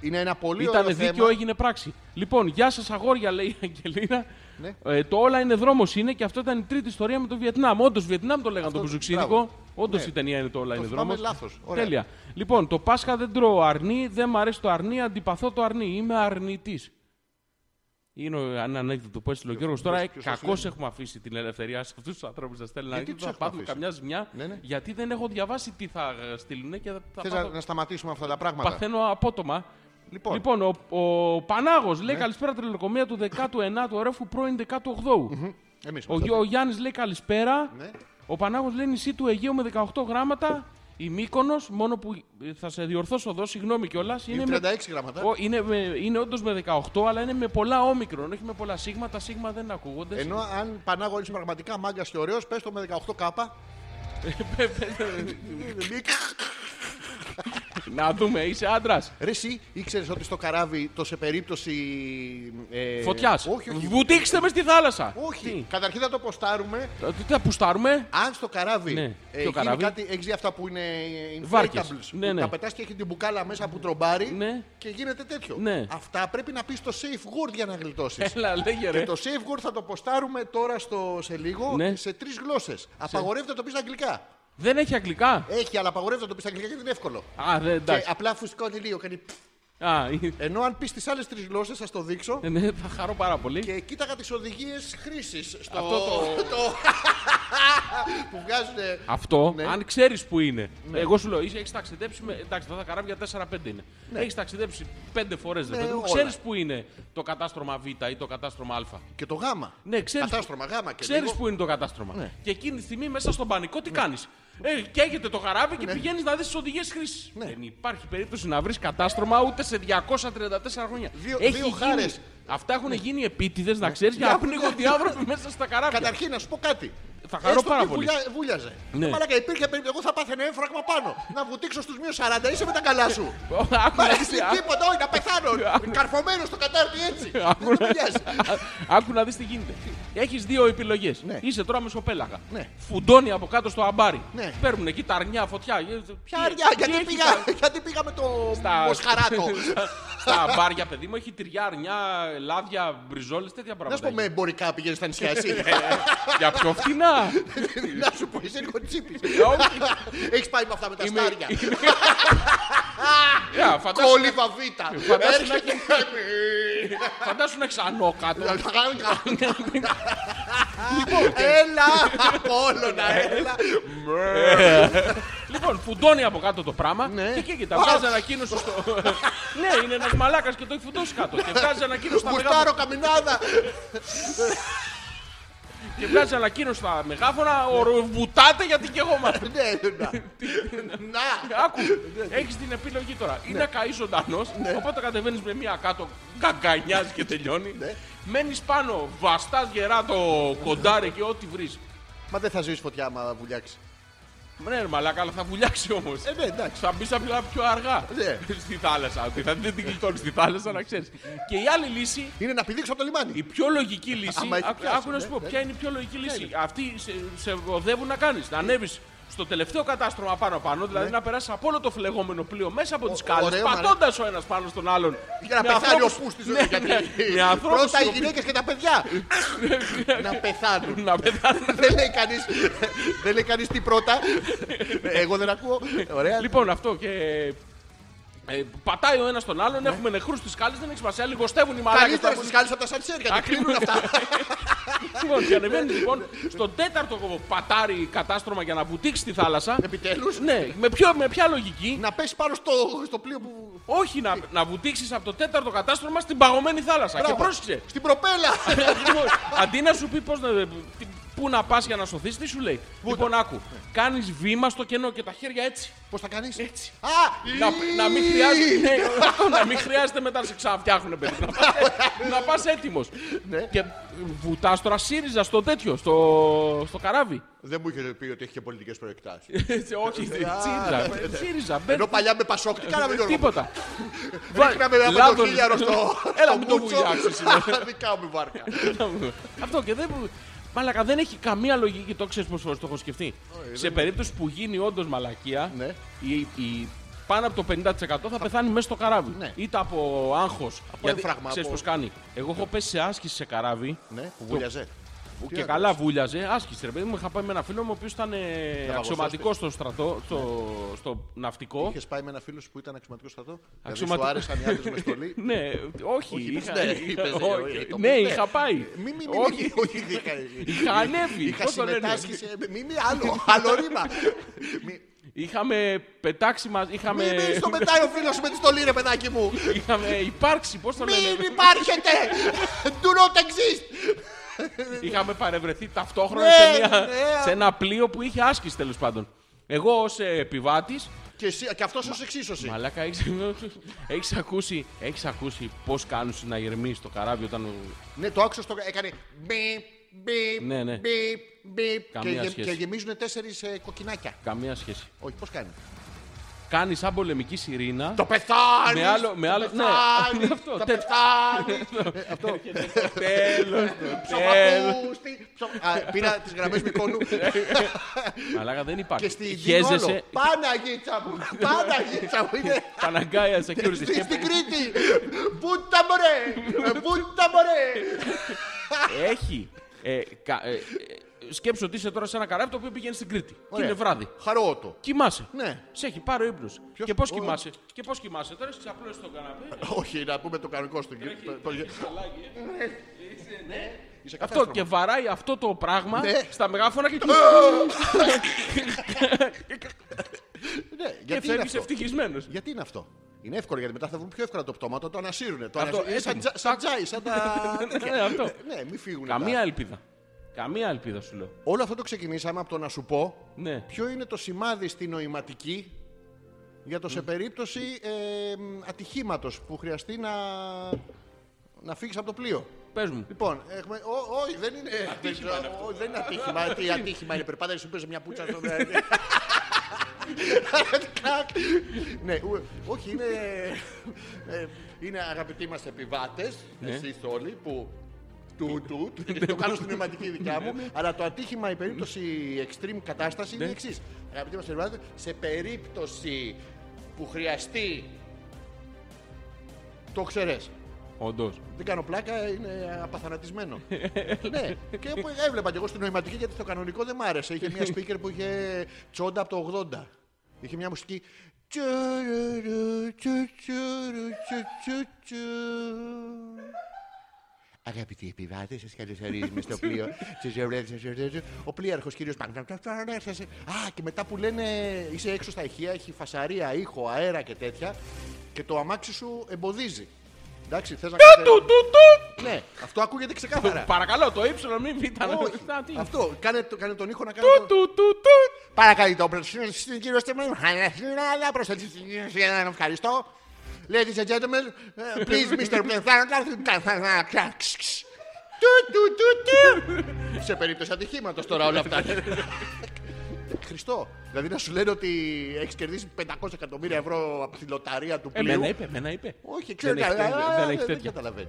S4: Είναι ένα πολύ
S5: Ήταν
S4: ωραίο
S5: δίκαιο,
S4: θέμα.
S5: έγινε πράξη. Λοιπόν, γεια σας, αγόρια, λέει η Αγγελίνα.
S4: Ναι.
S5: Ε, το όλα είναι δρόμος είναι και αυτό ήταν η τρίτη ιστορία με το Βιετνάμ. Όντως, Βιετνάμ το λέγανε
S4: Αυτό-
S5: το Μπουζουξίδικο.
S4: μπράβο.
S5: Όντως
S4: Ναι.
S5: η ταινία είναι το όλα
S4: Το
S5: είναι
S4: θυμάμαι
S5: δρόμος.
S4: λάθος. Ωραία.
S5: Τέλεια. Λοιπόν, το Πάσχα δεν τρώω αρνί, δεν μ' αρέσει το αρνί, αντιπαθώ το αρνί. Είμαι αρνητής. Είναι ο- ένα ανέκδοτο που έστειλε ο Γιώργο. Τώρα
S4: ποιος σας
S5: κακώς έχουμε αφήσει την ελευθερία σε αυτούς τους ανθρώπους να στέλνουν
S4: Γιατί
S5: ανέκδοτα.
S4: τους
S5: Θα
S4: έχουμε
S5: πάθουν
S4: αφήσει?
S5: καμιά ζημιά
S4: Ναι, ναι.
S5: γιατί δεν έχω διαβάσει τι θα στείλουν και θα- θα
S4: Θες
S5: πάθω-
S4: να, να σταματήσουμε αυτά τα πράγματα.
S5: Παθαίνω απότομα.
S4: Λοιπόν. Ναι.
S5: Λοιπόν, ο, ο Πανάγος λέει καλησπέρα τρελοκομεία του 19ου ορέφου πρώην 18ου.
S4: Εμείς
S5: Ο,
S4: είμαστε.
S5: Γιώ- ο Γιάννης λέει καλησπέρα.
S4: Ναι.
S5: Ο Πανάγος λέει νησί του Αιγαίου με 18 γράμματα. Η Μύκονος, μόνο που ε, θα σε διορθώσω εδώ, συγγνώμη κιόλας.
S4: Είναι 36 γράμματα.
S5: ο, είναι, με, είναι όντως με 18, αλλά είναι με πολλά όμικρον, όχι με πολλά σίγμα. Τα σίγμα δεν ακούγονται.
S4: Ενώ αν πανάγω είσαι πραγματικά μάγκα και ωραίος, πες το με 18 κάπα.
S5: Να δούμε, είσαι άντρας.
S4: Ρε εσύ ήξερες ότι στο καράβι το σε περίπτωση... Ε,
S5: Φωτιάς.
S4: Όχι, όχι.
S5: Βουτήξτε μες στη θάλασσα.
S4: όχι.
S5: Τι,
S4: Καταρχήν θα το ποστάρουμε.
S5: τα- Τι θα πουστάρουμε.
S4: Αν στο καράβι
S5: Ναι.
S4: ε,
S5: Ποιο
S4: γίνει
S5: καράβι?
S4: κάτι, έχεις δει αυτά που είναι
S5: Βάρκες.
S4: inflatables.
S5: Ναι, ναι.
S4: Τα πετάς και έχει την μπουκάλα μέσα που τρομπάρει
S5: Ναι.
S4: και γίνεται τέτοιο.
S5: Ναι. Ε.
S4: Αυτά πρέπει να πεις το safe word για να γλιτώσεις.
S5: Έλα, λέγε
S4: Και
S5: ρε.
S4: το safe word θα το ποστάρουμε τώρα στο, σε λίγο
S5: Ναι.
S4: σε τρεις γλώσσες. Απαγορεύεται να το πεις στα αγγλικά.
S5: Δεν έχει αγγλικά.
S4: Έχει, αλλά απαγορεύεται να το πεις στα αγγλικά γιατί είναι εύκολο.
S5: Α, δεν
S4: Και
S5: εντάξει.
S4: απλά φουσκώνει λίγο. Κάνει... πφ.
S5: Α, ε,
S4: Ενώ αν πεις τις άλλες τρεις γλώσσες θα το δείξω.
S5: ναι, θα χαρώ πάρα πολύ.
S4: Ε, Και κοίταγα τις οδηγίες χρήσης στο...
S5: Αυτό το-
S4: το- που βγάζουν...
S5: Αυτό,
S4: Ναι.
S5: αν ξέρεις που είναι. Εγώ σου λέω, έχεις ταξιδέψει. Με... Εντάξει, αυτά τα καράβια 4-5 είναι. Έχεις ταξιδέψει 5 φορέ.
S4: Ναι,
S5: Ναι,
S4: όλα.
S5: ξέρεις που είναι το κατάστρωμα Β ή το κατάστρωμα Α.
S4: Και το γάμα.
S5: Ναι, ξέρεις
S4: Κατάστρωμα γάμα και
S5: Ξέρεις
S4: λίγο.
S5: που είναι το κατάστρωμα.
S4: Ναι.
S5: Και εκείνη τη στιγμή μέσα στον πανικό τι κάνεις. Ε, καίγεται το καράβι και πηγαίνεις να δεις τις οδηγίες χρήσης.
S4: Ναι.
S5: Δεν υπάρχει περίπτωση να βρεις κατάστρωμα ούτε σε 234 χρόνια.
S4: Δύο-
S5: Έχει
S4: δύο
S5: γίνει-
S4: χάρες. Ναι.
S5: Αυτά έχουν γίνει επίτηδες, να ξέρεις, για να πνίγονται οι άνθρωποι μέσα στα καράβια.
S4: Καταρχήν να σου πω κάτι.
S5: Θα χαρώ
S4: Έστω
S5: πάρα
S4: και
S5: πολύ.
S4: βουλιά- βούλιαζε.
S5: Ναι.
S4: Ναι. Μαλάκα, υπήρχε περίπτωση. Εγώ θα πάθαινα έμφραγμα πάνω. να βουτήξω στους μείον 40, είσαι με τα καλά
S5: Ναι.
S4: σου.
S5: Άκου να
S4: Μαλάκα,
S5: δεις-
S4: εσύ τίποτα, όχι, να πεθάνω.
S5: Ναι.
S4: Καρφωμένος στο κατάρτι έτσι. Δεν
S5: Άκου
S4: με
S5: να-
S4: βουλιάζει.
S5: Άκου να δεις τι γίνεται. Έχεις δύο επιλογές.
S4: Ναι.
S5: Είσαι τώρα μεσοπέλαγα.
S4: Ναι.
S5: Φουντώνει από κάτω στο αμπάρι.
S4: Ναι.
S5: Παίρνουν εκεί τα αρνιά, φωτιά. Ε,
S4: Ποια αριά,
S5: Τι
S4: γιατί
S5: έχεις
S4: πήγα,
S5: τα-
S4: γιατί πήγα με το
S5: Στα-
S4: μοσχαράτο.
S5: Στα αμπάρια, παιδί μου, έχει τυριά, αρνιά, λάδια, μπριζόλες, τέτοια
S4: Να σου
S5: πράγματα.
S4: πω με εμπορικά πηγαίνεις στα νησιά
S5: Ναι,
S4: εσύ.
S5: Για πιο φθηνά.
S4: Να σου πω, είσαι λίγο τσίπη.
S5: Ε, Όχι.
S4: Έχεις πάει με αυτά με τα
S5: Είμαι-
S4: στάρια.
S5: είμαι- Yeah, Ε, φαντάσου-
S4: Κόλληβα β.
S5: Φαντάσου να έχει- Φαντάσου να ξανώ κάτω. Λοιπόν, ε,
S4: Έλα, Απόλλωνα,
S5: ναι.
S4: έλα.
S5: Λοιπόν, φουντώνει από κάτω το πράγμα
S4: Ναι.
S5: και κοίτα, βγάζει ανακοίνωση στο. ναι, είναι ένας μαλάκας και το έχει φουντώσει κάτω. Και βγάζει ανακοίνωση στα μεγάλα.
S4: Γουστάρω καμινάδα.
S5: Και και βγάζει ανακοίνωση στα μεγάφωνα, ο- βουτάτε γιατί και εγώ μαζί.
S4: Ναι, να.
S5: ναι.
S4: Να.
S5: Άκου, έχεις την επιλογή τώρα.
S4: Ναι.
S5: Ή να καεί ζωντανό, οπότε κατεβαίνεις με μία κάτω, καγκανιάζει και τελειώνει.
S4: Ναι.
S5: Μένεις πάνω, βαστάς γερά το κοντάρι και ό,τι βρεις.
S4: Μα δεν θα ζεις φωτιά άμα βουλιάξεις.
S5: Ναι, ρε μαλάκα, αλλά θα βουλιάξει όμως.
S4: Ε, ναι, εντάξει.
S5: Θα μπει απλά πιο αργά
S4: Ναι.
S5: στη θάλασσα. ότι θα- δεν την κλειτώνει στη θάλασσα, να ξέρεις. Και η άλλη λύση,
S4: Είναι να πηδήξω από το λιμάνι.
S5: η πιο λογική λύση.
S4: Άμα έχει
S5: άκου-
S4: πιάσει,
S5: Άκου να σου
S4: ναι,
S5: πω,
S4: ναι.
S5: ποια είναι η πιο λογική λύση. Αυτοί σε, σε οδεύουν να κάνεις. Να ανέβεις στο τελευταίο κατάστρωμα πάνω-πάνω, δηλαδή να περάσει από όλο το φλεγόμενο πλοίο μέσα από τις κάλες,
S4: Ναι. ωραίο, μα-
S5: πατώντας ο ένας πάνω στον άλλον.
S4: Για να
S5: Με
S4: πεθάνει ο
S5: ανθρώπους-
S4: πούστης.
S5: Ναι,
S4: γιατί-
S5: ναι, με ανθρώπους
S4: Πρώτα
S5: οι
S4: οι
S5: οποίοι- Ναι,
S4: γυναίκες και τα παιδιά. Να πεθάνουν.
S5: Να πεθάνουν.
S4: Δεν λέει κανείς- Δεν λέει κανείς τι πρώτα. Εγώ δεν ακούω. Ωραία.
S5: Λοιπόν, αυτό και. ε, πατάει ο ένας τον άλλον, έχουμε νεχρού στι κάλε, δεν έχει σημασία. Λιγοστεύουν οι μαλάκες
S4: Ναι. Καλύτερα
S5: τα-
S4: στις κάλες από τα σαντσέρια. Δεν
S5: Ακριβώς.
S4: κρίνουν αυτά.
S5: Λοιπόν, και ανεβαίνει λοιπόν στον τέταρτο πατάρι κατάστρωμα για να βουτήξει τη θάλασσα.
S4: Επιτέλους.
S5: Ναι, με, ποιο, με ποια λογική.
S4: Να πέσει πάνω στο, στο πλοίο που.
S5: Όχι να, να βουτήξεις από το τέταρτο κατάστρωμα στην παγωμένη θάλασσα.
S4: Μπράβο.
S5: Και πρόσεξε.
S4: Στην προπέλα!
S5: Λοιπόν, Αντί να σου πει πώς να, ε, τι- πού να πας για να σωθείς, τι σου λέει. Λοιπόν, άκου. Κάνεις βήμα στο κενό και τα χέρια έτσι.
S4: Πώς θα κάνεις. Έτσι. Α!
S5: Να, να μην χρειάζεται, ναι, αυτό, να μην χρειάζεται μετά να σε ξαναφτιάχνουν, παιδί. Να πας- να πας έτοιμος.
S4: Ναι.
S5: Και βουτάς τώρα ΣΥΡΙΖΑ στο τέτοιο, στο, στο καράβι.
S4: Δεν μου είχε πει ότι έχει και πολιτικές προεκτάσεις.
S5: Έτσι, Όχι, ΣΥΡΙΖΑ. ΣΥΡΙΖΑ, μπαίνει.
S4: ναι, Ενώ παλιά με πασόκ, τι κάναμε Γιώργο.
S5: Ε, Τίποτα.
S4: Ρίχναμε ένα
S5: Λάδος.
S4: πεντοχίλιαρο στο.
S5: Έλα,
S4: στο
S5: μην το ναι.
S4: μπούτσο.
S5: βουλιάξεις,
S4: Δικά μου βάρκα.
S5: Αυτό και δεν. Μαλάκα, δεν έχει καμία λογική. Το ξέρεις πόσε φορέ το έχω σκεφτεί. Σε περίπτωση που γίνει όντως μαλακία,
S4: ε, Ναι.
S5: η- η- πάνω από το 50% θα πεθάνει μέσα στο καράβι.
S4: Ναι.
S5: Είτε από άγχος.
S4: έμφραγμα,
S5: Ξέρεις
S4: από-
S5: πώς κάνει. Εγώ έχω πέσει σε άσκηση σε καράβι.
S4: Ναι, που
S5: Το-
S4: βουλιαζέ.
S5: που
S4: Τι
S5: και
S4: να
S5: καλά βούλιαζε. Άσκησε, ρε παιδί μου. Είχα πάει με ένα φίλο μου ο οποίος ήταν ε, αξιωματικό στο στρατό, στο,
S4: Ναι.
S5: στο ναυτικό.
S4: Είχες πάει με ένα φίλο που ήταν αξιωματικός στρατό. Δηλαδή
S5: Αξιωματικό.
S4: σου άρεσαν οι άντρες με στολή.
S5: Ναι, όχι.
S4: Όχι,
S5: είχα-
S4: ναι,
S5: είχα-
S4: είπες, ναι,
S5: όχι,
S4: όχι, το
S5: Ναι,
S4: πες, ναι.
S5: είχα πάει.
S4: Μη μη μη.
S5: Όχι,
S4: όχι, είχα-
S5: Είχα ανέβει.
S4: Είχα
S5: Πώς το λένε.
S4: συμμετάσχει σε. Μη μη άλλο. Άλλο ρήμα. Μη-
S5: Είχαμε πετάξει μαζί. Είχαμε,
S4: Μη μη στο μετάει ο φίλος με τη στολή, ρε παιδάκι μου.
S5: είχαμε υπάρξει, πώς το λένε.
S4: Μην υπάρχετε! Do not exist!
S5: Είχαμε παρευρεθεί ταυτόχρονα
S4: Ναι,
S5: σε, μια-
S4: ναι.
S5: σε ένα πλοίο που είχε άσκηση τέλος πάντων. Εγώ ως επιβάτης,
S4: Και, εσύ, και αυτός ως εξίσωση.
S5: μαλάκα, έχεις ακούσει, έχεις ακούσει πώς κάνουν συναγερμοί στο καράβι όταν.
S4: Ναι, το άκουσα στο... Έκανε μπιπ, μπιπ,
S5: Ναι, ναι.
S4: μπιπ, μπιπ και,
S5: Καμία
S4: γε-
S5: σχέση.
S4: και γεμίζουν τέσσερις ε, κοκκινάκια.
S5: Καμία σχέση.
S4: Όχι, πώς κάνει.
S5: Κάνει σαν πολεμική σιρήνα.
S4: Το πεθάνεις!
S5: Με άλλο- με άλλο-
S4: το
S5: ναι.
S4: πεθάνεις,
S5: Αυτό, Ναι,
S4: το
S5: τέτοιο.
S4: πεθάνεις! Ε,
S5: Τέλο. Ε,
S4: Ψοφακούστη! ψο- Α, Πήρα τις γραμμές Μικόνου
S5: Μαλάκα δεν
S4: και
S5: υπάρχει.
S4: στη Δινόλο.
S5: Χέζεσαι.
S4: Παναγίτσα μου! Παναγίτσα μου! είναι
S5: Παναγκάια security.
S4: στη- Στην Κρήτη! Μπούτα μωρέ! Μπούτα μωρέ!
S5: Έχει. Ε, κα, ε, ε, σκέψου ότι είσαι τώρα σε ένα καράβι το οποίο πηγαίνει στην Κρήτη. Και
S4: Ωραία.
S5: είναι βράδυ.
S4: Χαρώ το.
S5: Κοιμάσαι.
S4: Ναι.
S5: Σε έχει πάρει ο ύπνος.
S4: Ποιος- Ε,
S5: Και πώς
S4: Ω.
S5: κοιμάσαι. Και πώς κοιμάσαι. Τώρα έχεις ξαπλώσει στον καναπέ.
S4: Όχι, να πούμε το κανονικό στον κύριο. το- το-
S5: Σαλάκι, ε. Είσαι, ναι.
S4: Είσαι
S5: Αυτό
S4: κατάστρωμα.
S5: και βαράει αυτό το πράγμα
S4: Ναι.
S5: στα μεγάφωνα και.
S4: Ναι,
S5: και
S4: γιατί είναι
S5: φεύγεις
S4: αυτό.
S5: ευτυχισμένος.
S4: Γιατί είναι αυτό. Είναι εύκολο γιατί μετά θα βρουν πιο εύκολα το πτώμα, το ανασύρουν. Το
S5: Αυτό,
S4: ανασύρουν. Είναι σαν
S5: έτοιμο.
S4: τζα- σαν τζάι, σαν τα.
S5: Ναι, αυτό.
S4: Ναι, μην φύγουν.
S5: Καμία ελπίδα. Καμία ελπίδα σου λέω.
S4: Όλο αυτό το ξεκινήσαμε από το να σου πω
S5: Ναι.
S4: ποιο είναι το σημάδι στη νοηματική για το σε περίπτωση ε, ατυχήματος που χρειαστεί να, να φύγεις από το πλοίο.
S5: Πες μου.
S4: Λοιπόν, έχουμε. Ω, Όχι, δεν είναι. δεν ξέρω, ό, Δεν είναι ατύχημα. Τι ατύχημα είναι, περπάτα σου πες μια πουτσα στο. Κλακ. Ναι, ου- όχι, είναι. ε, Είναι αγαπητοί μας επιβάτες, εσείς όλοι που. Του, του, του, το κάνω στην νοηματική δικιά μου. αλλά το ατύχημα, η περίπτωση extreme κατάσταση είναι η εξής. Αγαπητοί μας επιβάτες, σε περίπτωση που χρειαστεί. Το ξέρεις.
S5: Όντως.
S4: Δεν κάνω πλάκα, είναι απαθανατισμένο. ναι, και που έβλεπα και εγώ στην νοηματική γιατί το κανονικό δεν μ' άρεσε. Είχε μια speaker που είχε τσόντα από το 80. Είχε μια μουσική. Τσουρουρου, τσουτσουρου, τσουτσουτσου. Αγαπητοί επιβάτες, σας καλωσορίζουμε στο πλοίο. Ο πλοίαρχος κύριος Α, και μετά που λένε είσαι έξω στα ηχεία, έχει φασαρία, ήχο, αέρα και τέτοια. Και το αμάξι σου εμποδίζει. Εντάξει, Εντάξει, θες να κάνει.
S5: Του, του, του.
S4: Ναι, αυτό ακούγεται ξεκάθαρα.
S5: Παρακαλώ, το ύψιλον μην ήταν.
S4: Όχι.
S5: Α, τι.
S4: Αυτό, κάνε, το- κάνε τον ήχο να κάνει.
S5: Του,
S4: το-
S5: του, του, του.
S4: Παρακαλεί το προσφύγιο στην κύριο Στεμμένου. Χαλασινάδα, προσθέτει στην για έναν ευχαριστώ. Ladies and gentlemen, uh, please, Mr. Plethana, Του, του, του, του. Σε περίπτωση ατυχήματος τώρα όλα αυτά. Χριστό. Δηλαδή να σου λένε ότι έχεις κερδίσει 500 εκατομμύρια ευρώ από τη λοταρία του πλοίου.
S5: Εμένα Ε, είπε, εμένα είπε.
S4: Όχι, ξέρω.
S5: Δεν έχει
S4: καλά, ε,
S5: τέτοια, δεν έχει
S4: Δεν
S5: τέτοια.
S4: καταλαβαίνει.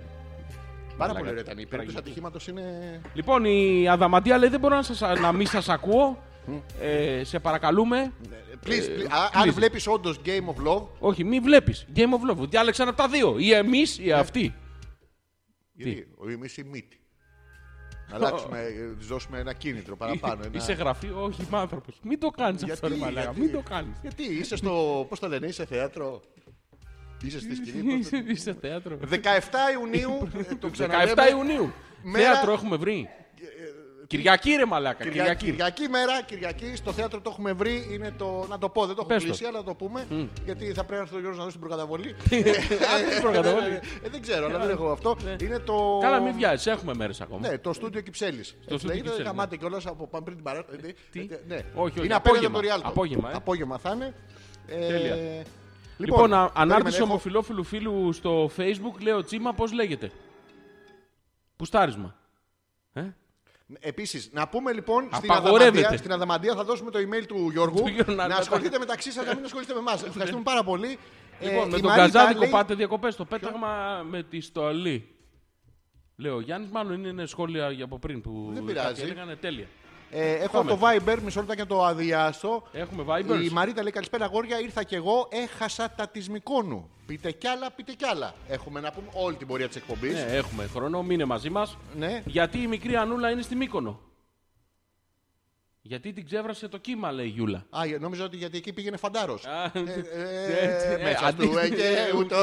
S4: Πάρα πολύ
S5: Μαλάκα,
S4: ωραία ήταν. Η περίπτωση
S5: τραγική.
S4: ατυχήματος είναι.
S5: Λοιπόν, η Αδαμαντία λέει δεν μπορώ να, σας, να μην σας ακούω. Ε, σε παρακαλούμε.
S4: Ε, Please,
S5: Ε,
S4: please. Α- Αν βλέπεις όντως Game of Love,
S5: Όχι, μην βλέπεις. Game of Love. Διάλεξε ένα από τα δύο. Ή εμείς
S4: Ναι,
S5: ή αυτοί.
S4: Γιατί, ο εμείς η μύτη. Να αλλάξουμε, ε, τους δώσουμε ένα κίνητρο παραπάνω.
S5: Ε,
S4: Ένα...
S5: Είσαι γραφείο, όχι, είμαι άνθρωπος. Μην το κάνεις αυτό, ρε
S4: Γιατί,
S5: μαλάκα.
S4: γιατί?
S5: Μην το κάνεις.
S4: Γιατί είσαι στο, πώς το λένε, είσαι θέατρο. Είσαι στη σκηνή. πώς το-
S5: Είσαι- Είσαι θέατρο.
S4: 17 Ιουνίου, ε, το
S5: 17
S4: ξαναλέμε.
S5: Ιουνίου.
S4: Μέρα- Ε,
S5: Θέατρο έχουμε βρει. Κυριακή ρε μαλάκα,
S4: Κυριακή.
S5: Κυριακή.
S4: Κυριακή μέρα, Κυριακή, στο θέατρο το έχουμε βρει. Είναι το. Να το πω, δεν το έχω
S5: Πες το.
S4: κλείσει, αλλά να το πούμε. Γιατί θα πρέπει να έρθει ο Γιώργος να δώσει την προκαταβολή.
S5: Άντε, προκαταβολή. ε.
S4: Ε, δεν ξέρω, αλλά δεν έχω αυτό. Είναι το.
S5: Καλά, μην βιάζεις, έχουμε μέρες ακόμα.
S4: Ναι, το στούντιο Κυψέλης. Το
S5: Ε, στούντιο
S4: στούντιο
S5: Κυψέλης, ναι.
S4: Γαμάτε κιόλας από πάνω πριν την παράσταση.
S5: Τι?
S4: Ε, Ναι.
S5: Όχι, όχι,
S4: Είναι απέναντι από
S5: απόγευμα.
S4: το Ριάλτο.
S5: Απόγευμα, ε.
S4: Απόγευμα θα είναι. Ε,
S5: Τέλεια.
S4: Λοιπόν,
S5: Λοιπόν, α-
S4: περίμενε,
S5: ανάρτηση
S4: έχω-
S5: ομοφιλόφιλου φίλου στο facebook, λέω τσίμα, πώς λέγεται. Πουστάρισμα. Ε?
S4: Επίσης, να πούμε λοιπόν στην
S5: Απαγορεύεται.
S4: Αδαμαντία, στην Αδαμαντία θα δώσουμε το email του Γιώργου.
S5: Του Γιώργου να- Ναι.
S4: να ασχοληθείτε μεταξύ σας, να μην ασχολείστε με εμάς. Ευχαριστούμε πάρα πολύ.
S5: Λοιπόν,
S4: Ε,
S5: με
S4: η
S5: τον
S4: Μαρίτα
S5: Καζάδικο
S4: λέει-
S5: πάτε διακοπές. Το πέταγμα με τη στολή. Λέω, Γιάννης, μάλλον είναι σχόλια για από πριν που
S4: Δεν πειράζει.
S5: κάποιοι έλεγαν τέλεια.
S4: Ε, έχω
S5: Πάμε.
S4: το Viber, μισό λεπτό και να το αδειάσω.
S5: Έχουμε Viber.
S4: Η Μαρίτα λέει καλησπέρα αγόρια, ήρθα κι εγώ, έχασα τα της Μικόνου. Πείτε κι άλλα, πείτε κι άλλα. Έχουμε να πούμε όλη την πορεία της εκπομπής.
S5: Ναι, έχουμε χρόνο, μείνε μαζί μας.
S4: Ναι.
S5: Γιατί η μικρή Ανούλα είναι στη Μύκονο. Γιατί την ξέβρασε το κύμα, λέει η Γιούλα.
S4: Α, ε, νόμιζα ότι γιατί εκεί πήγαινε φαντάρος.
S5: Α, ε,
S4: Μέσα
S5: αντί-
S4: του, ε, και ούτω.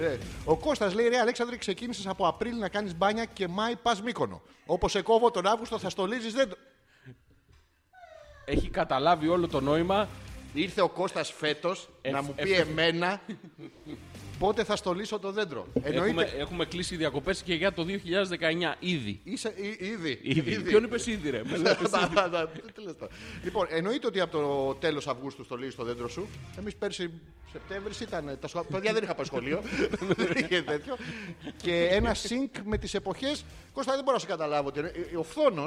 S4: ε, ε. Ο Κώστας λέει: Ρε Αλέξανδρε, ξεκίνησες από Απρίλη να κάνεις μπάνια και Μάη πας Μύκονο. Όπως σε κόβω τον Αύγουστο θα στολίζεις. Δεν... το-
S5: Έχει καταλάβει όλο το νόημα.
S4: Ήρθε ο Κώστας φέτος
S5: Ε,
S4: να μου
S5: ε,
S4: πει
S5: ε,
S4: εμένα πότε θα στολίσω το δέντρο.
S5: Έχουμε,
S4: Εννοείται.
S5: έχουμε κλείσει διακοπές και για το 2019 ήδη.
S4: Είσαι ή- ήδη.
S5: ήδη. Ποιον είπες ήδη, ρε. μες λες.
S4: Τα- τα- τα- ναι, τι λες τώρα. Λοιπόν, εννοείται ότι από το τέλος Αυγούστου στολίζεις το δέντρο σου. Εμείς πέρσι Σεπτέμβρης ήταν. Τα σχολ- παιδιά δεν είχα πάει σχολείο. δεν είχε τέτοιο. Και ένα sync με τις εποχές. Κώστα, δεν μπορώ να σε καταλάβω. τι είναι. Ο φθόνος,